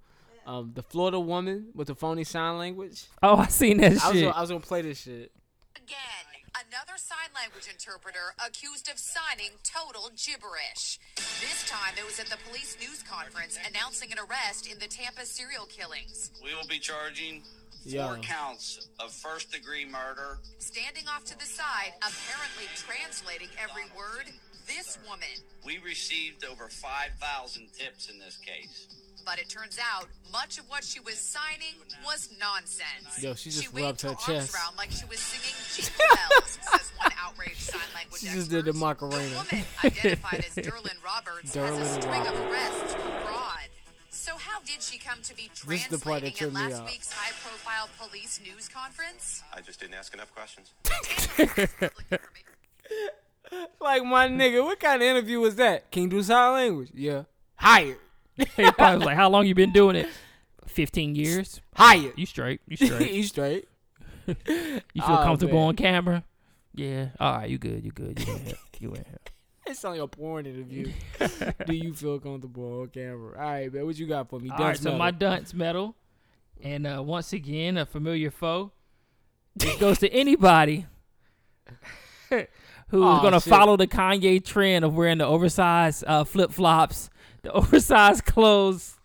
Speaker 1: Um, the Florida woman with the phony sign language.
Speaker 4: Oh, I seen that
Speaker 1: I was,
Speaker 4: shit.
Speaker 1: gonna, I was gonna play this shit.
Speaker 10: Again, another sign language interpreter accused of signing total gibberish. This time it was at the police news conference announcing an arrest in the Tampa serial killings.
Speaker 11: We will be charging
Speaker 1: Yo.
Speaker 11: four counts of first degree murder.
Speaker 10: Standing off to the side, apparently translating every word, this woman.
Speaker 11: We received over 5,000 tips in this case.
Speaker 10: But it turns out much of what she was signing was nonsense.
Speaker 1: Yo, she just
Speaker 10: waved
Speaker 1: rubbed her
Speaker 10: arms
Speaker 1: chest.
Speaker 10: around like she was singing Jingle Bells, says one outraged sign language
Speaker 1: She just did the
Speaker 10: expert.
Speaker 1: Macarena.
Speaker 10: woman, identified as Derlin Roberts,
Speaker 1: Derlin
Speaker 10: has a string of
Speaker 1: Roberts.
Speaker 10: arrests for fraud. So how did she come to be
Speaker 1: This is the part that
Speaker 10: translating
Speaker 1: tripped
Speaker 10: at
Speaker 1: me
Speaker 10: last
Speaker 1: up.
Speaker 10: week's high-profile police news conference?
Speaker 11: I just didn't ask enough questions.
Speaker 1: Like my nigga, what kind of interview was that? Can you do sign language? Yeah, hired,
Speaker 4: He probably was like, "How long you been doing it? Fifteen years.
Speaker 1: hired.
Speaker 4: You straight. You straight.
Speaker 1: you straight?
Speaker 4: You feel
Speaker 1: Oh,
Speaker 4: comfortable
Speaker 1: man.
Speaker 4: on camera? Yeah. All right. You good. You good. You in here. You in here.
Speaker 1: It's only a porn interview. do you feel comfortable on camera? All right, man. What you got for me?
Speaker 4: All right, so
Speaker 1: medal.
Speaker 4: my dunce medal, and uh, once again a familiar foe. It goes to anybody who's
Speaker 1: Aw,
Speaker 4: gonna
Speaker 1: shit.
Speaker 4: follow the Kanye trend of wearing the oversized uh, flip flops, the oversized clothes.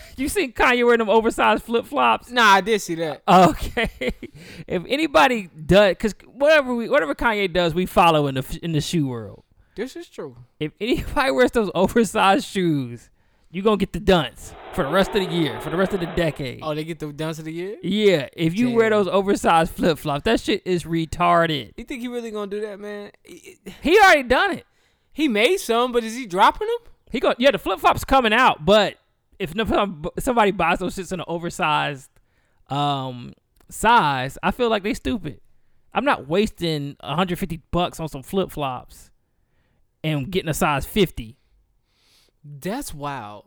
Speaker 4: you seen Kanye wearing them oversized flip flops?
Speaker 1: Nah, I did see that.
Speaker 4: Okay, if anybody does, cause whatever we whatever Kanye does, we follow in the f- in the shoe world.
Speaker 1: This is true.
Speaker 4: If anybody wears those oversized shoes, you gonna get the dunce for the rest of the year, for the rest of the decade.
Speaker 1: Oh, they get the dunce of the year.
Speaker 4: Yeah, if you wear
Speaker 1: Damn.
Speaker 4: those oversized flip flops, that shit is retarded.
Speaker 1: You think he really gonna do that, man? He-
Speaker 4: He already done it.
Speaker 1: He made some, but is he dropping them?
Speaker 4: He go yeah, the flip flops coming out, but if no- somebody buys those shits in an oversized um size, I feel like they stupid. I'm not wasting 150 bucks on some flip flops and getting a size 50.
Speaker 1: That's wild.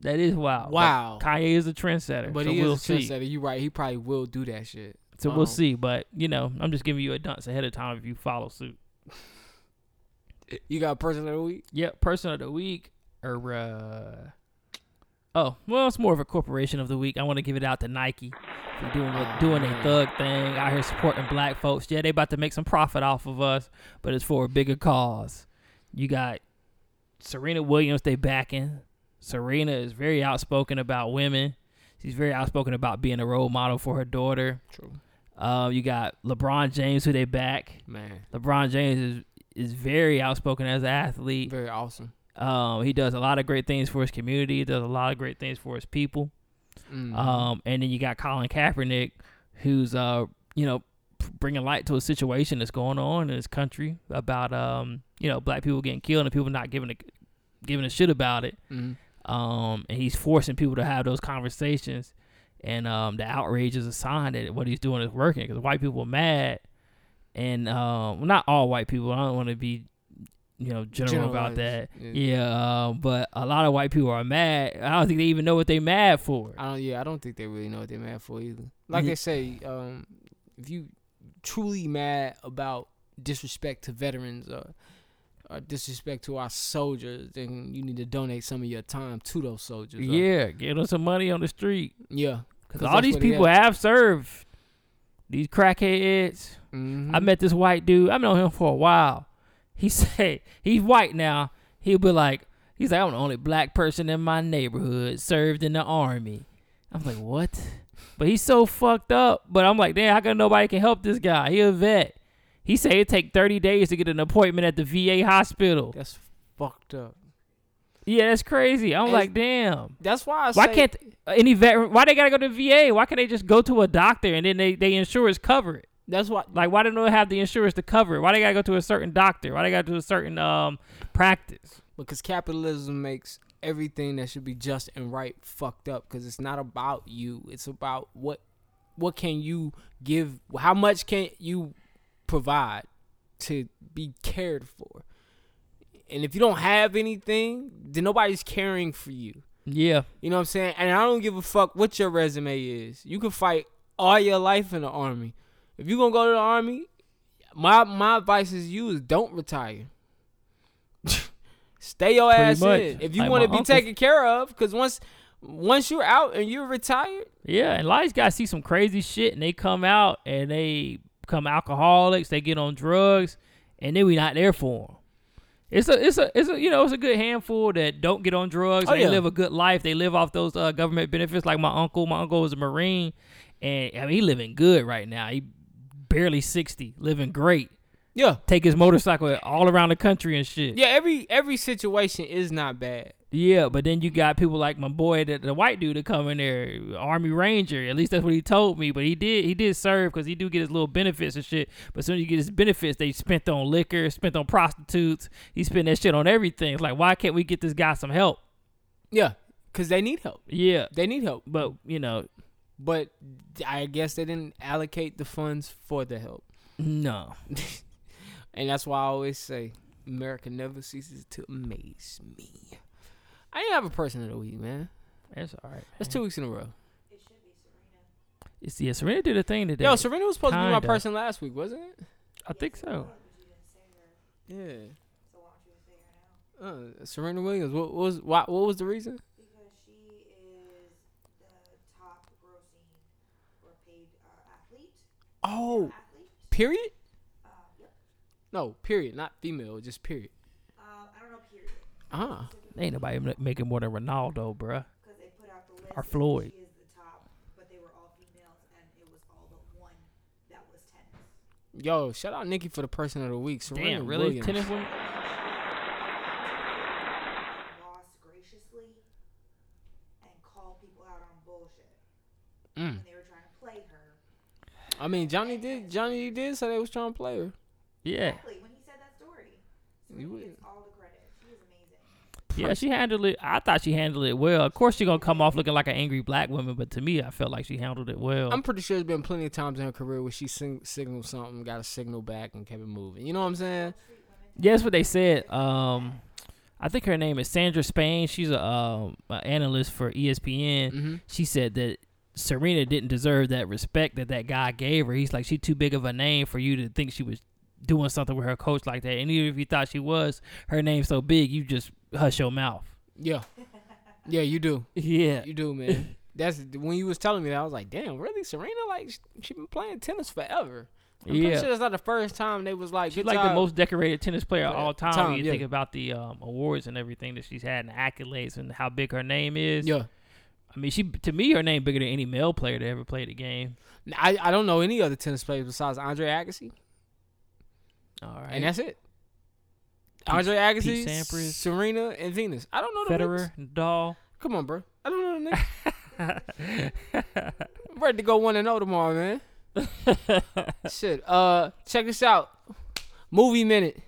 Speaker 4: That is wild. But
Speaker 1: Wow.
Speaker 4: Kanye is a trendsetter,
Speaker 1: But
Speaker 4: so
Speaker 1: he
Speaker 4: we'll
Speaker 1: is a
Speaker 4: see.
Speaker 1: trendsetter. You're right. He probably will do that shit.
Speaker 4: So
Speaker 1: Um,
Speaker 4: we'll see. But you know, I'm just giving you a dunce ahead of time if you follow suit.
Speaker 1: You got a person of the week?
Speaker 4: Yeah, person of the week or uh Oh, well, it's more of a corporation of the week. I want to give it out to Nike for doing what, doing a thug thing out here supporting black folks. Yeah, they about to make some profit off of us, but it's for a bigger cause. You got Serena Williams they backing. Serena is very outspoken about women. She's very outspoken about being a role model for her daughter.
Speaker 1: True.
Speaker 4: Uh, you got LeBron James who they back.
Speaker 1: Man,
Speaker 4: LeBron James is is very outspoken as an athlete.
Speaker 1: very awesome.
Speaker 4: Um, he does a lot of great things for his community. Does a lot of great things for his people.
Speaker 1: Mm.
Speaker 4: Um, and then you got Colin Kaepernick, who's uh, you know, p- bringing light to a situation that's going on in this country about um, you know, black people getting killed and people not giving a giving a shit about it.
Speaker 1: Mhm.
Speaker 4: Um, and he's forcing people to have those conversations. And um, the outrage is a sign that what he's doing is working because white people are mad. And um, well, not all white people. I don't want to be, you know, general about that.
Speaker 1: Generalized,
Speaker 4: Yeah,
Speaker 1: yeah.
Speaker 4: um, but a lot of white people are mad. I don't think they even know what they mad for.
Speaker 1: I don't. Yeah, I don't think they really know what they're mad for either.
Speaker 4: Mm-hmm.
Speaker 1: Like they say, um, if you truly mad about disrespect to veterans or, or disrespect to our soldiers, then you need to donate some of your time to those soldiers. or-
Speaker 4: Yeah, give them some money on the street
Speaker 1: yeah.
Speaker 4: because all these people have served. These crackheads.
Speaker 1: hmm
Speaker 4: I met this white dude. I've known him for a while. He said he's white now. He'll be like, He's like, I'm the only black person in my neighborhood served in the army. I'm like, what? But he's so fucked up. But I'm like, damn, how come nobody can help this guy? He a vet. He said it take 30 days to get an appointment at the VA hospital.
Speaker 1: That's fucked up.
Speaker 4: Yeah, that's crazy. I'm
Speaker 1: It's-
Speaker 4: like, damn.
Speaker 1: That's why I
Speaker 4: Why
Speaker 1: say-
Speaker 4: can't any veteran? Why they gotta go to VA? Why can't they just go to a doctor and then they they insurance cover it?
Speaker 1: That's why.
Speaker 4: Like, why don't they have the insurance to cover it? Why they gotta go to a certain doctor? Why they gotta do a certain um practice?
Speaker 1: because capitalism makes everything that should be just and right fucked up because it's not about you it's about what what can you give how much can you provide to be cared for and if you don't have anything then nobody's caring for you
Speaker 4: Yeah,
Speaker 1: you know what i'm saying and i don't give a fuck what your resume is you can fight all your life in the army if you're gonna go to the army my my advice is you is don't retire stay your
Speaker 4: Pretty
Speaker 1: ass
Speaker 4: much.
Speaker 1: in if you
Speaker 4: Like
Speaker 1: want to
Speaker 4: my
Speaker 1: be
Speaker 4: uncle.
Speaker 1: taken care of because once once you're out and you're retired
Speaker 4: yeah. And a lot of these guys see some crazy shit and they come out and they become alcoholics. They get on drugs, and then we not there for them. It's a, it's a, it's a, you know, it's a good handful that don't get on drugs.
Speaker 1: Oh,
Speaker 4: they
Speaker 1: yeah.
Speaker 4: live a good life. They live off those uh, government benefits. Like my uncle, my uncle was a marine, and I mean, he living good right now. He barely sixty, living great.
Speaker 1: yeah
Speaker 4: Take his motorcycle all around the country and shit.
Speaker 1: yeah every every situation is not bad
Speaker 4: Yeah, but then you got people like my boy, that the white dude, that come in there, Army Ranger. At least that's what he told me. But he did, he did serve because he do get his little benefits and shit. But soon as you get his benefits, they spent on liquor, spent on prostitutes. He spent that shit on everything. It's like, why can't we get this guy some help?
Speaker 1: yeah because they need help
Speaker 4: Yeah,
Speaker 1: they need help
Speaker 4: but you know,
Speaker 1: but i guess they didn't allocate the funds for the help
Speaker 4: no.
Speaker 1: And that's why I always say America never ceases to amaze me. I didn't have a person of the week, man.
Speaker 4: That's all right.
Speaker 1: That's two weeks in a row.
Speaker 4: It's yeah, Serena did a thing today.
Speaker 1: Yo, Serena was supposed to be
Speaker 4: Kinda.
Speaker 1: my person last week, wasn't it?
Speaker 4: I think so.
Speaker 1: Yeah. Uh, Serena Williams. What, what was why, what was the reason?
Speaker 8: Because she is the top grossing or paid uh, athlete.
Speaker 1: Oh,
Speaker 8: Athlete.
Speaker 1: period.
Speaker 8: Uh, yep.
Speaker 1: No, period. Not female. Just period.
Speaker 8: Um, I don't know period
Speaker 1: Ah,
Speaker 4: Ain't nobody ma- making more than Ronaldo, bruh.
Speaker 8: because they put out the list.
Speaker 4: Or
Speaker 8: and
Speaker 4: Floyd.
Speaker 8: She is the top, but they were all females, and it was all but one that was tennis.
Speaker 1: yo, shout out Nikki for the person of the week. Serena
Speaker 4: Damn, really?
Speaker 1: Williams.
Speaker 4: Tennis women?
Speaker 8: Lost graciously and call people out on bullshit.
Speaker 1: Mm.
Speaker 8: When they were trying to play her.
Speaker 1: I mean, Johnny did. Johnny did. So they was trying to play her.
Speaker 4: Yeah.
Speaker 8: Exactly. When he said that story,
Speaker 1: You
Speaker 8: Serena
Speaker 1: would-
Speaker 8: gets all the credit. She was amazing.
Speaker 4: Yeah, she handled it. I thought she handled it well. Of course, she gonna come off looking like an angry black woman, but to me, I felt like she handled it well.
Speaker 1: I'm pretty sure there's been plenty of times in her career where she sing- signaled something, got a signal back, and kept it moving. You know what I'm saying?
Speaker 4: yeah, that's what they said. Um, I think her name is Sandra Spain. She's a um, an analyst for E ESPN. She said that Serena didn't deserve that respect that that guy gave her. He's like, she too big of a name for you to think she was doing something with her coach like that. And even if you thought she was, her name's so big, you just hush your mouth.
Speaker 1: Yeah, yeah, you do,
Speaker 4: Yeah,
Speaker 1: you do, man. That's when you was telling me that I was like, damn, really, Serena? Like sh- she been playing tennis forever. I'm pretty
Speaker 4: Yeah.
Speaker 1: sure that's not the first time they was like,
Speaker 4: She's
Speaker 1: good
Speaker 4: like the
Speaker 1: job.
Speaker 4: most decorated tennis player of
Speaker 1: Yeah,
Speaker 4: all time.
Speaker 1: time,
Speaker 4: when you
Speaker 1: yeah.
Speaker 4: think about the um, awards and everything that she's had and accolades and how big her name is.
Speaker 1: Yeah,
Speaker 4: I mean, she to me her name bigger than any male player that ever played the game.
Speaker 1: N- I, I don't know any other tennis players besides Andre Agassi,
Speaker 4: All right,
Speaker 1: and that's it. Andre Agassi,
Speaker 4: Pete Sampras.
Speaker 1: Serena, and Venus. I don't know the
Speaker 4: Federer,
Speaker 1: niggas.
Speaker 4: Nadal.
Speaker 1: Come on, bro. I don't know the niggas. I'm ready to go one and zero tomorrow, man. Shit. Uh, check this out. Movie minute.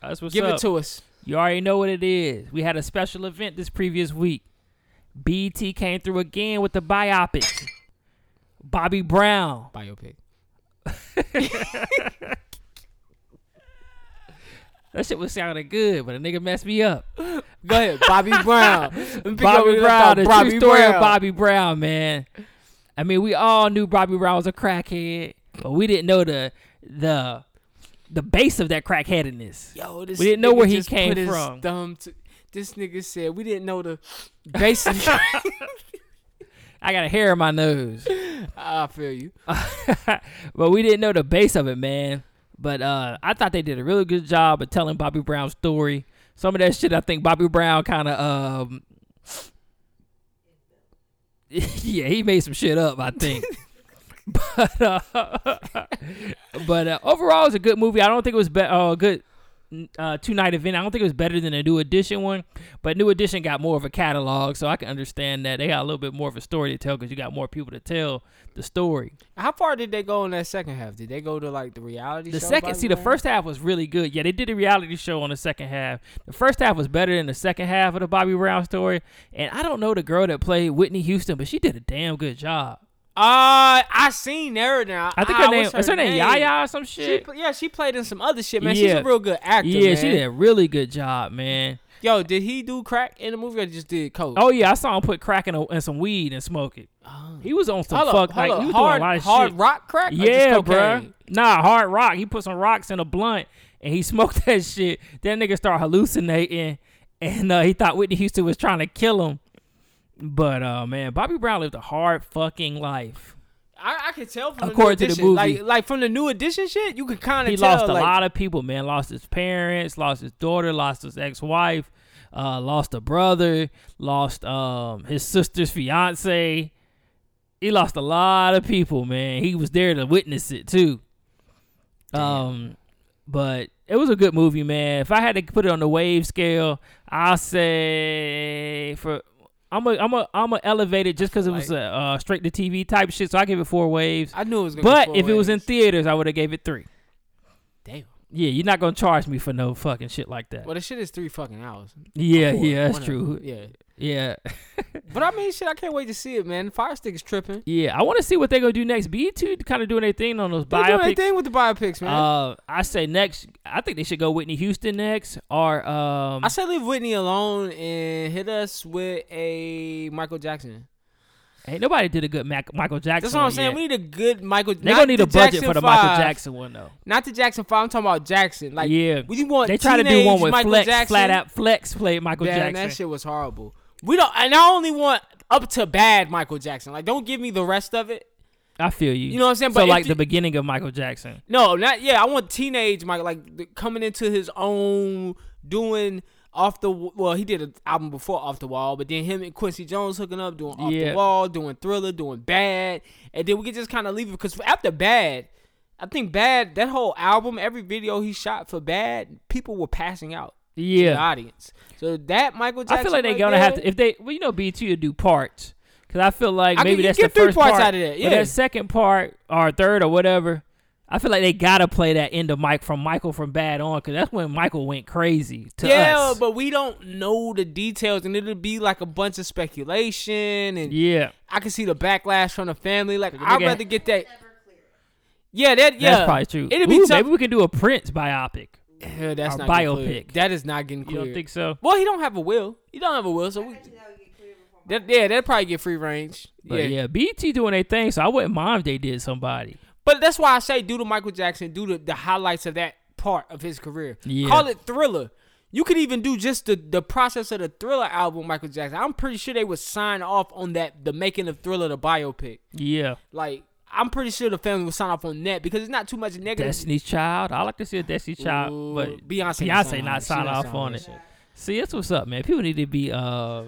Speaker 4: That's what's
Speaker 1: Give
Speaker 4: up.
Speaker 1: it to us.
Speaker 4: You already know what it is. We had a special event this previous week. BT came through again with the biopics. Bobby Brown.
Speaker 1: Biopic.
Speaker 4: That shit was sounding good, but a nigga messed me up.
Speaker 1: Go ahead, Bobby Brown. Let me pick up where
Speaker 4: Bobby
Speaker 1: we left
Speaker 4: Brown,
Speaker 1: off.
Speaker 4: the
Speaker 1: Bobby
Speaker 4: true story of
Speaker 1: Brown.
Speaker 4: Bobby Brown, man. I mean, we all knew Bobby Brown was a crackhead, but we didn't know the the the base of that crackheadedness.
Speaker 1: Yo, this
Speaker 4: We didn't know
Speaker 1: nigga
Speaker 4: where he
Speaker 1: just
Speaker 4: came
Speaker 1: put his
Speaker 4: from.
Speaker 1: thumb to- this nigga said we didn't know the basic.
Speaker 4: I got a hair in my nose,
Speaker 1: I feel you.
Speaker 4: but we didn't know the base of it, man. But uh, I thought they did a really good job of telling Bobby Brown's story. some of that shit I think Bobby Brown kind of um yeah, he made some shit up, I think. but uh, but uh, overall it's a good movie. I don't think it was be- uh, good uh, two night event. I don't think it was better than a new edition one, but new edition got more of a catalog, so I can understand that they got a little bit more of a story to tell because you got more people to tell the story.
Speaker 1: How far did they go in that second half? Did they go to like the reality?
Speaker 4: The
Speaker 1: show
Speaker 4: second,
Speaker 1: Bobby
Speaker 4: see, the
Speaker 1: Brown?
Speaker 4: first half was really good. Yeah, they did a reality show on the second half. The first half was better than the second half of the Bobby Brown story. And I don't know the girl that played Whitney Houston, but she did a damn good job.
Speaker 1: Uh, I seen her now.
Speaker 4: I think her
Speaker 1: Ah,
Speaker 4: name
Speaker 1: what's
Speaker 4: is her name Yaya or some
Speaker 1: She,
Speaker 4: shit.
Speaker 1: pl- yeah, she played in some other shit, man. She's
Speaker 4: Yeah.
Speaker 1: a real good actor.
Speaker 4: yeah, she
Speaker 1: man.
Speaker 4: did a really good job, man.
Speaker 1: Yo, did he do crack in the movie or just did coke?
Speaker 4: Oh yeah, I saw him put crack in, a, in some weed and smoke it. He was on some
Speaker 1: Oh. Hold up,
Speaker 4: fuck
Speaker 1: hold
Speaker 4: like
Speaker 1: up.
Speaker 4: he was
Speaker 1: hard,
Speaker 4: doing a lot of
Speaker 1: hard
Speaker 4: shit.
Speaker 1: rock crack. or just
Speaker 4: Yeah, bruh.
Speaker 1: cocaine?
Speaker 4: Nah, hard rock. He put some rocks in a blunt and he smoked that shit. That nigga started hallucinating and uh, he thought Whitney Houston was trying to kill him. But uh man, Bobby Brown lived a hard fucking life.
Speaker 1: I, I could tell from
Speaker 4: According
Speaker 1: the
Speaker 4: to
Speaker 1: new edition.
Speaker 4: the
Speaker 1: like
Speaker 4: movie.
Speaker 1: like from the new edition shit, you could kind of
Speaker 4: He
Speaker 1: tell.
Speaker 4: lost a
Speaker 1: like,
Speaker 4: lot of people, man. Lost his parents, lost his daughter, lost his ex-wife, uh, lost a brother, lost um his sister's fiance. He lost a lot of people, man. He was there to witness it too. Um, but it was a good movie, man. If I had to put it on the wave scale, I say for I'm a I'm a I'm a elevated just because it was a uh, straight to TV type shit. So I give it four waves.
Speaker 1: I knew it was gonna.
Speaker 4: But
Speaker 1: be
Speaker 4: if it was
Speaker 1: four
Speaker 4: in theaters, I would have gave it three.
Speaker 1: ways. damn,
Speaker 4: Yeah, you're not gonna charge me for no fucking shit like that.
Speaker 1: well the shit is three fucking hours.
Speaker 4: yeah,
Speaker 1: Four,
Speaker 4: yeah, that's
Speaker 1: one hour.
Speaker 4: true.
Speaker 1: Yeah,
Speaker 4: Yeah,
Speaker 1: but I mean, shit, I can't wait to see it, man. Fire Stick is tripping.
Speaker 4: yeah. I want to see what they're gonna do next. B two kind of doing their thing on those
Speaker 1: They doing their
Speaker 4: biopics.
Speaker 1: thing with the biopics, man.
Speaker 4: Uh, I say next. I think they should go Whitney Houston next, or um,
Speaker 1: I say leave Whitney alone and hit us with a Michael Jackson.
Speaker 4: ain't nobody did a good Mac- Michael Jackson.
Speaker 1: That's what I'm
Speaker 4: one
Speaker 1: saying.
Speaker 4: yet.
Speaker 1: We need a good Michael.
Speaker 4: They
Speaker 1: not
Speaker 4: gonna need
Speaker 1: the
Speaker 4: a budget
Speaker 1: Jackson
Speaker 4: for the
Speaker 1: five,
Speaker 4: Michael Jackson one though.
Speaker 1: Not the Jackson Five. I'm talking about Jackson. Like
Speaker 4: yeah,
Speaker 1: we want.
Speaker 4: they try to do one
Speaker 1: teenage
Speaker 4: with
Speaker 1: Michael
Speaker 4: Flex,
Speaker 1: Jackson.
Speaker 4: flat out Flex played Michael
Speaker 1: Damn,
Speaker 4: Jackson.
Speaker 1: that shit was horrible. We don't, and I only want up to bad Michael Jackson. Like, don't give me the rest of it.
Speaker 4: I feel you.
Speaker 1: You know what I'm saying?
Speaker 4: So
Speaker 1: But if
Speaker 4: like
Speaker 1: you-
Speaker 4: the beginning of Michael Jackson.
Speaker 1: No, not yeah. I want teenage Michael, like the, coming into his own, doing off the w- well. He did an album before Off the Wall, but then him and Quincy Jones hooking up, doing Off
Speaker 4: Yeah.
Speaker 1: the Wall, doing Thriller, doing Bad, and then we could just kind of leave it because after Bad, I think Bad that whole album, every video he shot for Bad, people were passing out. in The
Speaker 4: Yeah,
Speaker 1: audience. So that Michael Jackson.
Speaker 4: I feel like they're
Speaker 1: right
Speaker 4: gonna have
Speaker 1: there-
Speaker 4: to if they well you know BT will do parts because I feel like
Speaker 1: I can-
Speaker 4: maybe
Speaker 1: you
Speaker 4: that's
Speaker 1: get
Speaker 4: the
Speaker 1: three
Speaker 4: first
Speaker 1: parts
Speaker 4: part
Speaker 1: out of that,
Speaker 4: but
Speaker 1: yeah.
Speaker 4: second part or third or whatever. I feel like they gotta play that end of Mike from Michael from Bad on because that's when Michael went crazy to
Speaker 1: yeah,
Speaker 4: us.
Speaker 1: but we don't know the details, and it'll be like a bunch of speculation. And
Speaker 4: yeah,
Speaker 1: I can see the backlash from the family. Like
Speaker 4: Nigga-
Speaker 1: I'd rather get that. Yeah, that yeah.
Speaker 4: that's probably true.
Speaker 1: It'd be
Speaker 4: Ooh,
Speaker 1: tough.
Speaker 4: Maybe we can do a Prince biopic.
Speaker 1: Yeah, that's
Speaker 4: or
Speaker 1: not getting cleared.
Speaker 4: biopic.
Speaker 1: That is not getting
Speaker 4: You
Speaker 1: cleared.
Speaker 4: don't think so?
Speaker 1: Well, he don't have a will. He don't have a will, so we. That, yeah, that'd probably get free range.
Speaker 4: But yeah,
Speaker 1: yeah,
Speaker 4: BT doing their thing, so I wouldn't mind if they did somebody.
Speaker 1: But that's why I say do the Michael Jackson, do the, the highlights of that part of his career.
Speaker 4: Yeah.
Speaker 1: Call it thriller. You could even do just the, the process of the thriller album, Michael Jackson. I'm pretty sure they would sign off on that the making of thriller the biopic.
Speaker 4: Yeah,
Speaker 1: Like I'm pretty sure the family would sign off on that because it's not too much negative.
Speaker 4: Destiny's Child. I like to see a Destiny's Child,
Speaker 1: Ooh,
Speaker 4: but
Speaker 1: Beyonce not
Speaker 4: Beyonce
Speaker 1: signing
Speaker 4: not
Speaker 1: off. She
Speaker 4: sign
Speaker 1: not
Speaker 4: off
Speaker 1: signing
Speaker 4: on
Speaker 1: that
Speaker 4: it.
Speaker 1: shit.
Speaker 4: See, that's what's up, man. People need to be uh,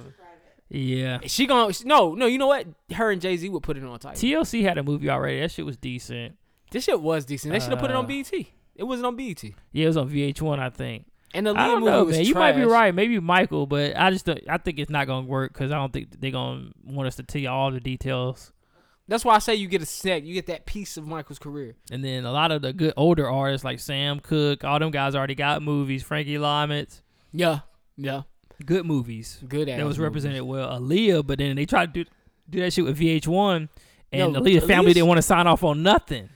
Speaker 4: yeah.
Speaker 1: She gonna no no. You know what? Her and Jay Z would put it on tight.
Speaker 4: TLC had a movie already. That shit was decent.
Speaker 1: this shit was decent. They should have put it on
Speaker 4: Uh,
Speaker 1: BET. It wasn't on BET.
Speaker 4: Yeah, it was on VH1, I think.
Speaker 1: And the lead
Speaker 4: I don't
Speaker 1: movie
Speaker 4: know,
Speaker 1: was
Speaker 4: man. You might be
Speaker 1: trash.
Speaker 4: right. Maybe Michael, but I just don't, I think it's not gonna work because I don't think they're gonna want us to tell you all the details.
Speaker 1: That's why I say you get a snack. You get that piece of Michael's career.
Speaker 4: And then a lot of the good older artists like Sam Cooke, all them guys already got movies. Frankie Lyman,
Speaker 1: Yeah, yeah.
Speaker 4: good movies.
Speaker 1: Good ass.
Speaker 4: that was
Speaker 1: movies.
Speaker 4: represented well. Aaliyah, but then they tried to do, do that shit with VH1, and
Speaker 1: No,
Speaker 4: the Aaliyah's family
Speaker 1: Aaliyah's-
Speaker 4: didn't want to sign off on nothing.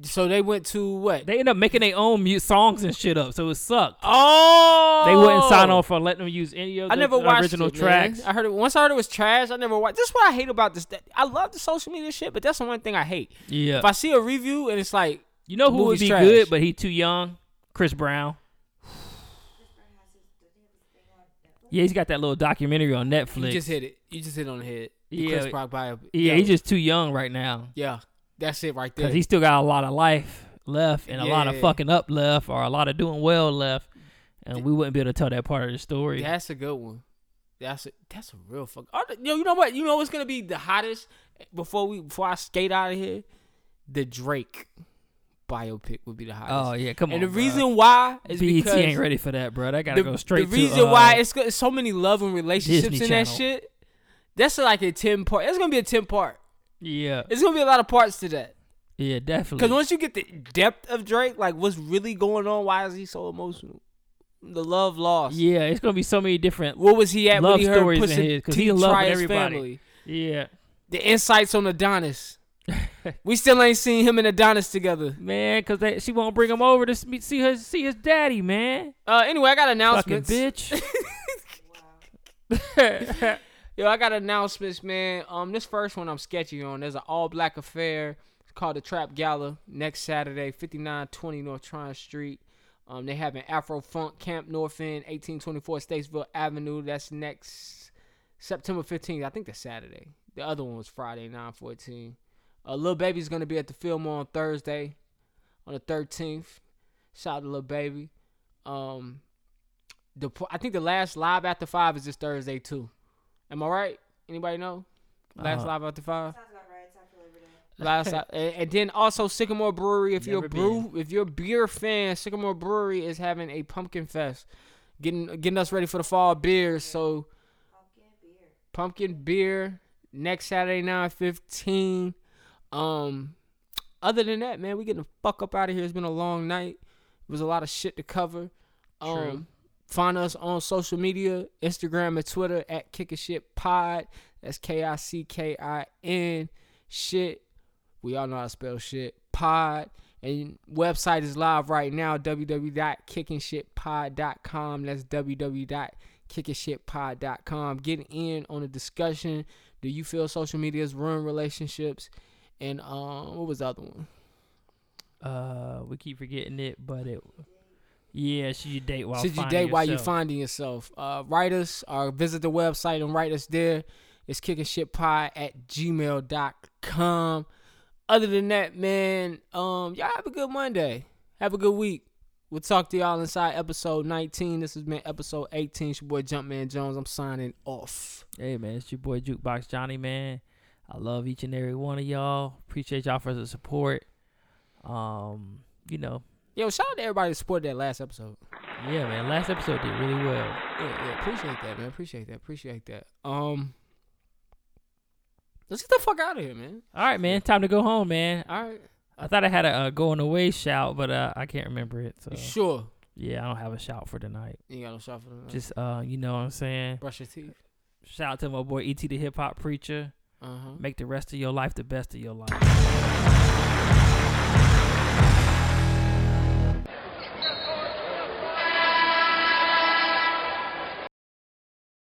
Speaker 1: So they went to what?
Speaker 4: They ended up making their own mu- songs and shit up, so it sucked.
Speaker 1: oh,
Speaker 4: They wouldn't sign off for letting them use any of
Speaker 1: I
Speaker 4: the
Speaker 1: never watched
Speaker 4: original
Speaker 1: it, man.
Speaker 4: tracks.
Speaker 1: I heard it once. I heard it was trash. I never watched. This is what I hate about this. that- I love the social media shit, but that's the one thing I hate.
Speaker 4: Yeah,
Speaker 1: If I see a review and it's like,
Speaker 4: you know who would
Speaker 1: movie's
Speaker 4: be
Speaker 1: trash.
Speaker 4: good, but he too young. Chris Brown. Yeah, he's got that little documentary on Netflix.
Speaker 1: you just hit it. You just hit it on the head. The
Speaker 4: Yeah.
Speaker 1: Chris Rock bio.
Speaker 4: yeah,
Speaker 1: yo,
Speaker 4: he's just too young right now
Speaker 1: yeah. That's it right there.
Speaker 4: because he still got a lot of life left and a lot of
Speaker 1: Yeah.
Speaker 4: fucking up left or a lot of doing well left. and we wouldn't be able to tell that part of the story.
Speaker 1: That's a good one. That's a, that's a real fuck. Oh, th- yo, you know what? You know what's gonna be the hottest before we before I skate out of here. The Drake biopic would be the hottest.
Speaker 4: Oh yeah, come
Speaker 1: and
Speaker 4: on.
Speaker 1: the
Speaker 4: bro.
Speaker 1: reason why is
Speaker 4: BET
Speaker 1: because
Speaker 4: E ain't ready for that, bro. That gotta
Speaker 1: the,
Speaker 4: go straight.
Speaker 1: the reason
Speaker 4: to, uh,
Speaker 1: why it's, go- it's so many love and relationships
Speaker 4: Disney
Speaker 1: in that
Speaker 4: Channel.
Speaker 1: shit. That's like a ten part. That's gonna be a ten part.
Speaker 4: yeah,
Speaker 1: It's gonna be a lot of parts to that.
Speaker 4: yeah, definitely.
Speaker 1: Because once you get the depth of Drake, like what's really going on? Why is he so emotional? The love lost.
Speaker 4: yeah, it's gonna be so many different.
Speaker 1: What was he at
Speaker 4: Love
Speaker 1: when he heard
Speaker 4: stories in
Speaker 1: Pusha
Speaker 4: his, 'cause
Speaker 1: T
Speaker 4: he in love
Speaker 1: try
Speaker 4: with
Speaker 1: his
Speaker 4: everybody.
Speaker 1: family?
Speaker 4: Yeah,
Speaker 1: The insights on Adonis. we still ain't seen him and Adonis together.
Speaker 4: man, because they, she won't bring him over to see, see her see his daddy, man.
Speaker 1: Uh, anyway, I got
Speaker 4: Fucking
Speaker 1: announcements.
Speaker 4: bitch.
Speaker 1: Yo, I got announcements, man. Um, this first one I'm sketchy on. There's an all black affair. It's called the Trap Gala next Saturday, 5920 North Tryon Street. Um, they have an Afro Funk Camp North End, 1824 Statesville Avenue. That's next September 15th. I think that's Saturday. The other one was Friday, 914. Uh, Lil Baby's gonna be at the Fillmore on Thursday, on the 13th. Shout out to Lil Baby. Um, the I think the last live after five is this Thursday too. Am I right? Anybody know? Last live after five.
Speaker 12: Sounds about right. It's after Labor Day.
Speaker 1: Last li- and, and then also Sycamore Brewery. If you're a
Speaker 4: Never
Speaker 1: brew, if you're a beer fan, Sycamore Brewery is having a pumpkin fest, getting getting us ready for the fall beers. So
Speaker 12: Pumpkin beer.
Speaker 1: pumpkin beer next Saturday nine fifteen. Um, other than that, man, we getting the fuck up out of here. It's been a long night. It was a lot of shit to cover. Um, Find us on social media, Instagram and Twitter at Kick a Shit Pod. That's K I C K I N shit. We all know how to spell shit. Pod. And website is live right now, www.kickingshitpod.com. That's www.kickingshitpod.com. Get in on the discussion. Do you feel social medias ruin relationships? And um, what was the other one?
Speaker 4: uh, we keep forgetting it, but it. Yeah, should you date while
Speaker 1: Should you
Speaker 4: finding
Speaker 1: date while you're
Speaker 4: yourself?
Speaker 1: finding yourself? Uh, write us or visit the website and write us there. It's kickingshitpie at gmail.com. Other than that, man, um, y'all have a good Monday. Have a good week. We'll talk to y'all inside episode 19. This has been episode 18. It's your boy Jumpman Jones. I'm signing off.
Speaker 4: Hey man, it's your boy Jukebox Johnny man. I love each and every one of y'all. Appreciate y'all for the support. Um, you know,
Speaker 1: Yo, shout out to everybody that supported that last episode.
Speaker 4: yeah man, last episode did really well.
Speaker 1: Yeah, yeah, appreciate that, man. Appreciate that. Appreciate that. Um, let's get the fuck out of here, man.
Speaker 4: All right, man, time to go home, man.
Speaker 1: All right.
Speaker 4: I thought I had a uh, going away shout, but uh, I can't remember it. So
Speaker 1: You sure?
Speaker 4: yeah, I don't have a shout for tonight.
Speaker 1: You ain't got no shot for the night?
Speaker 4: Just uh, you know what I'm saying.
Speaker 1: brush your teeth.
Speaker 4: Shout out to my boy Et E the Hip Hop Preacher.
Speaker 1: Uh huh.
Speaker 4: Make the rest of your life the best of your life.